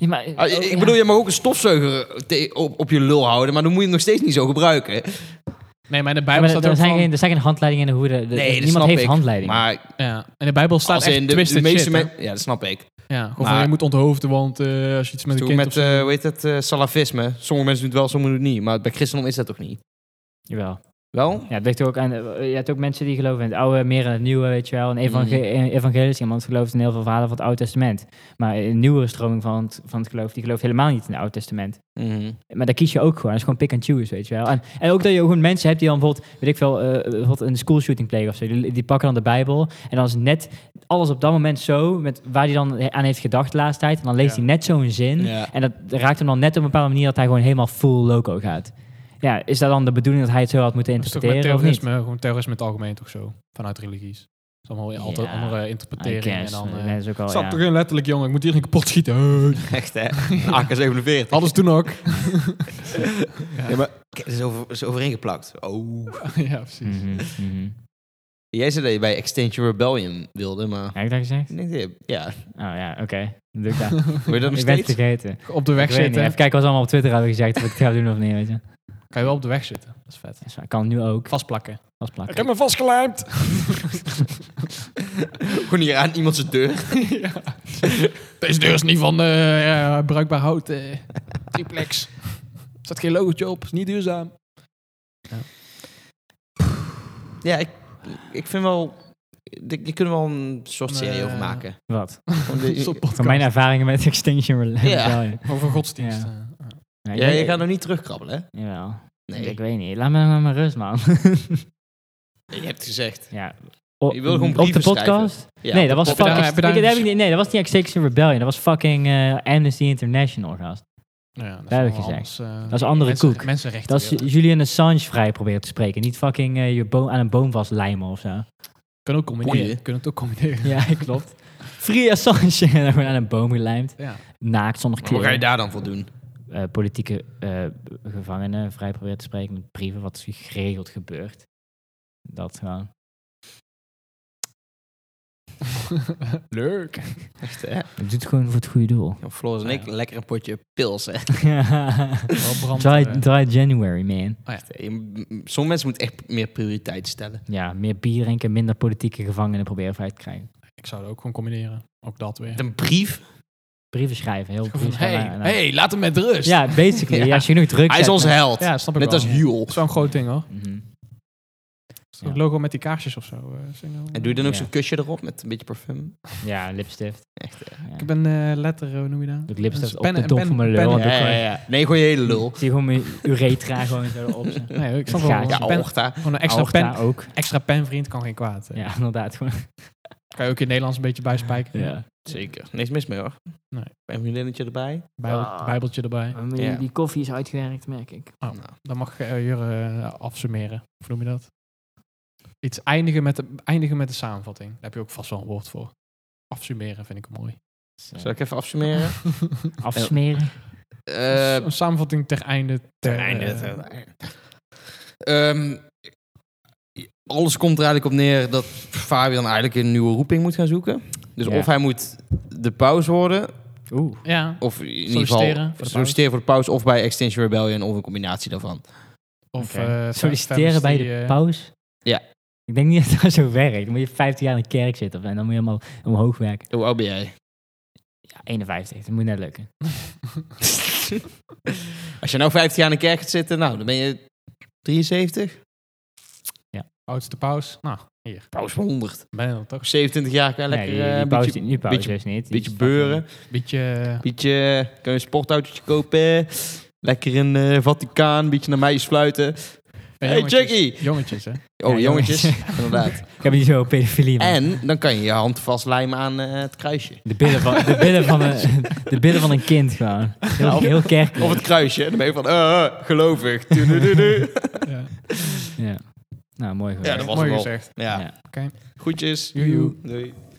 S3: Oh, Ja, maar,
S4: Ah, ik- ik bedoel, je mag ook een stofzuiger eh, te- op, op je lul houden, maar dan moet je hem nog steeds niet zo gebruiken.
S1: Nee, maar in de
S3: Ja,
S1: Bijbel
S3: maar
S1: staat
S3: er,
S1: ook
S3: zijn
S1: van-
S3: geen, er zijn geen handleidingen in hoe de, de-
S4: Nee, dat
S3: niemand
S4: snap
S3: heeft
S4: ik.
S3: handleidingen.
S4: Maar
S1: Ja, in de Bijbel staat
S4: als
S1: echt
S4: in de,
S1: twisted
S4: de meeste
S1: shit, hè?
S4: men- Ja, dat snap ik.
S1: Ja, gewoon van,
S4: Maar-
S1: je moet onthoofden, want eh, als je iets met een
S4: Toen
S1: kind of
S4: met,
S1: zo-
S4: eh, hoe heet het, eh, salafisme. Sommige mensen doen het wel, sommige doen het niet. Maar bij christendom is dat toch niet?
S3: Jawel.
S4: Wel?
S3: Ja, het ligt er ook aan, eh, je hebt ook mensen die geloven in het oude, meer in het nieuwe, weet je wel. Een evange
S4: Mhm.
S3: een evangelisch iemand gelooft in heel veel verhalen van het Oude Testament. Maar een nieuwere stroming van het, van het geloof, die gelooft helemaal niet in het Oude Testament.
S4: Mhm.
S3: Maar daar kies je ook gewoon. Dat is gewoon pick and choose, weet je wel. En, en ook dat je gewoon mensen hebt die dan bijvoorbeeld, weet ik veel, eh, bijvoorbeeld een schoolshooting plegen of zo. Die, die pakken dan de Bijbel. En dan is net alles op dat moment zo, met waar hij dan aan heeft gedacht de laatste tijd. En dan leest
S1: Ja.
S3: hij net zo'n zin.
S4: Ja.
S3: En dat raakt hem dan net op een bepaalde manier dat hij gewoon helemaal full loco gaat. Ja, is dat dan de bedoeling dat hij het zo had moeten
S1: dat is toch met
S3: interpreteren of niet?
S1: terrorisme, gewoon terrorisme in het algemeen toch zo, vanuit religies. Het is allemaal altijd
S3: Ja,
S1: andere
S3: I
S1: interpretering.
S3: guess.
S1: en dan, eh,
S3: dat is ook al,
S1: staat
S3: ja.
S1: toch in letterlijk, jongen, ik moet hier geen kapot schieten. Hey.
S4: Echt, hè? AK-47.
S1: Alles toen ook.
S4: Ja, maar kijk, het is, over, het is overeengeplakt. Oh.
S1: ja, precies.
S3: Mhm, mhm.
S4: Jij zei dat je bij Extinction Rebellion wilde, maar...
S3: Heb ik dat gezegd?
S4: Ik denk dat je- Ja,
S3: Oh ja, oké. Dan doe ik dat.
S4: wil je dat nog
S3: ik ben het
S4: steeds?
S3: vergeten.
S1: Op de weg
S3: Ik weet niet,
S1: zitten.
S3: even kijken wat ze allemaal op Twitter hebben gezegd of ik het ga doen of niet, weet je.
S1: Kan je wel op de weg zitten. Dat is vet.
S3: Dus ik kan nu ook
S1: Vastplakken.
S3: vastplakken.
S1: me vastgelijmd.
S4: Gewoon hier aan iemand zijn deur.
S1: ja. Deze deur is niet van eh, ja, bruikbaar hout. eh triplex. Er staat geen logootje op. Is niet duurzaam.
S4: Ja, ik, ik vind wel... Je, je kunt er wel een soort serie
S1: Nee.
S4: over maken.
S3: Wat?
S4: Gewoon de-
S1: Zo'n
S3: Van
S1: podcast.
S3: mijn ervaringen met Extinction Rebellion.
S4: Ja.
S3: Ja.
S1: Over godsdienst.
S3: Ja.
S1: eh.
S3: ik
S4: Ja,
S3: weet-
S4: je gaat nog niet terugkrabbelen, hè?
S3: Jawel.
S4: Nee,
S3: Ik weet niet. Laat me maar mijn rust, man.
S4: je hebt het gezegd.
S3: ja. O-
S4: Je wil gewoon
S3: Op de
S4: brieven
S3: podcast?
S4: Ja,
S3: nee, dat was
S1: op- op-
S3: fucking...
S1: daar- heb je daar
S3: ik- dat
S1: een-
S3: heb ik niet- nee, dat was niet Extinction Rebellion. Dat was fucking eh, Amnesty International, gast.
S1: Nou Ja, dat,
S3: Dat heb
S1: is
S3: ik
S1: wel
S3: gezegd.
S1: anders, eh,
S3: Dat is een andere
S1: mensen-
S3: koek.
S1: Mensenrechten.
S3: Dat is
S1: weer.
S3: Julian Assange vrij proberen te spreken. Niet fucking eh, je boom, aan een boom vastlijmen of zo.
S1: Kan ook combineren.
S4: Boeien.
S1: Kunnen het ook combineren.
S3: Ja, klopt. Free Assange. en dan gewoon aan een boom gelijmd.
S1: Ja.
S3: Naakt, zonder
S4: Maar wat ga je
S3: kleren.
S4: daar dan voor doen?
S3: Eh, politieke eh, gevangenen vrij proberen te spreken met brieven. Wat dus geregeld gebeurt. Dat gewoon.
S1: Leuk.
S4: Echt, hè?
S3: Het doet gewoon voor het goede doel.
S4: Ja, Floris en ik, lekker een potje pils, hè?
S1: Wel brand.
S3: dry,
S1: eh.
S3: dry January, man.
S4: Je- m- Sommige mensen moeten echt meer prioriteit stellen.
S3: Ja, meer bier drinken, minder politieke gevangenen proberen vrij te krijgen.
S1: Ik zou het ook gewoon combineren. Ook dat weer.
S4: Met een brief.
S3: Brieven schrijven, heel
S1: Gewoon
S3: brieven
S1: van, hey,
S3: schrijven. Nou,
S1: hey, laat hem met rust.
S3: Ja, basically.
S4: Ja.
S3: ja, als je genoeg druk
S4: Hij is
S3: zet-
S4: onze held.
S1: ja snap ik
S4: Net
S1: wel.
S4: als Huel.
S1: Dat is wel een groot ding, hoor.
S3: Mhm.
S1: Zo'n
S3: Ja.
S1: logo met die kaarsjes of zo. eh, zo.
S4: En doe je dan ook
S3: Ja.
S4: zo'n kusje erop met een beetje parfum?
S3: Ja, lipstift.
S4: Echt, hè?
S3: Ja.
S1: Ik ben eh letter, eh, hoe noem je dat?
S3: Doe ik lipstift
S1: Dus
S3: op de
S1: pennen-
S3: dop
S1: pen-
S3: van mijn lul.
S1: pennen-
S3: en doe ik
S4: Ja, ja,
S3: gewoon-
S4: ja. Nee, gewoon je hele lul.
S3: Zie gewoon mijn uretra gewoon zo erop. zo.
S1: Nee, ik snap
S3: Met
S1: wel.
S3: gaatjes.
S1: een
S4: Ja,
S1: pen-
S4: oorta.
S1: gewoon een extra,
S3: Aorta
S1: pen,
S3: ook.
S1: extra penvriend kan geen kwaad. eh.
S3: Ja, inderdaad. Gewoon.
S1: Kan je ook in het Nederlands een beetje bijspijken.
S3: Ja.
S4: Zeker. Niks mis mee, hoor.
S1: Nee.
S4: En een vriendinnetje erbij.
S1: Bijbel-
S3: Ah.
S1: bijbeltje erbij.
S4: Ja.
S3: Die koffie is uitgewerkt, merk ik.
S1: Oh.
S4: Nou,
S1: Dan mag eh, Jurre eh, afsummeren. Hoe noem je dat? Iets eindigen met, de, eindigen met de samenvatting. Daar heb je ook vast wel een woord voor. Afsummeren vind ik mooi.
S4: Zal ik even afsummeren?
S3: Afsmeren.
S4: Eh,
S1: Dus een samenvatting ter einde.
S4: Ter
S1: eh,
S4: einde. Ehm, alles komt er eigenlijk op neer dat Fabian eigenlijk een nieuwe roeping moet gaan zoeken. Dus
S3: Ja.
S4: of hij moet de paus worden,
S3: Oeh.
S1: Ja,
S4: Of in ieder geval
S1: solliciteren. voor de pauze.
S4: solliciteren voor de pauze of bij Extinction Rebellion of een combinatie daarvan.
S1: Of
S3: Oké.
S1: eh,
S3: Solliciteren
S1: femmes
S3: bij
S1: die,
S3: de
S1: eh,
S3: paus?
S4: Ja.
S3: Ik denk niet dat dat zo werkt. Dan moet je 15 jaar in de kerk zitten en dan moet je helemaal omhoog werken.
S4: Hoe oud ben jij?
S3: Ja, 51. Dat moet net lukken.
S4: Als je nou 15 jaar in de kerk gaat zitten, nou, dan ben je 73.
S1: Oudste paus. Nou, hier.
S4: Pauze van 100.
S1: Ben je dan toch?
S4: Op 27 jaar kan je
S3: nee,
S4: lekker
S3: die,
S4: eh,
S3: die
S4: een
S3: paus,
S4: beetje,
S3: die- die paus
S4: beetje-
S3: dus niet. Die
S4: beetje
S3: is fucking-
S4: beuren.
S1: Beetje... eh,
S4: Beetje, eh, kan je een sportautootje kopen. Lekker een eh, Vaticaan, een beetje naar meisjes fluiten. Hey,
S1: jongetjes.
S4: Chucky!
S1: Jongetjes, hè?
S4: Oh,
S3: Ja,
S4: jongetjes,
S3: jongetjes.
S4: inderdaad.
S3: Ik heb niet zo pedofilie. man.
S4: En dan kan je je hand vastlijmen aan eh, het kruisje.
S3: De billen van, de billen van, een, de billen van een kind gewoon. Heel,
S4: Nou.
S3: heel kerkelijk.
S4: Of het kruisje. Dan ben je van, eh, eh, gelovig. Tudududu.
S1: Ja.
S3: Ja. Nou, mooi.
S4: Ja, dat was
S1: Mooi
S4: hem al.
S1: gezegd.
S4: Ja,
S3: Ja.
S1: Oké.
S4: goedjes.
S1: Joejoe.
S4: Doei.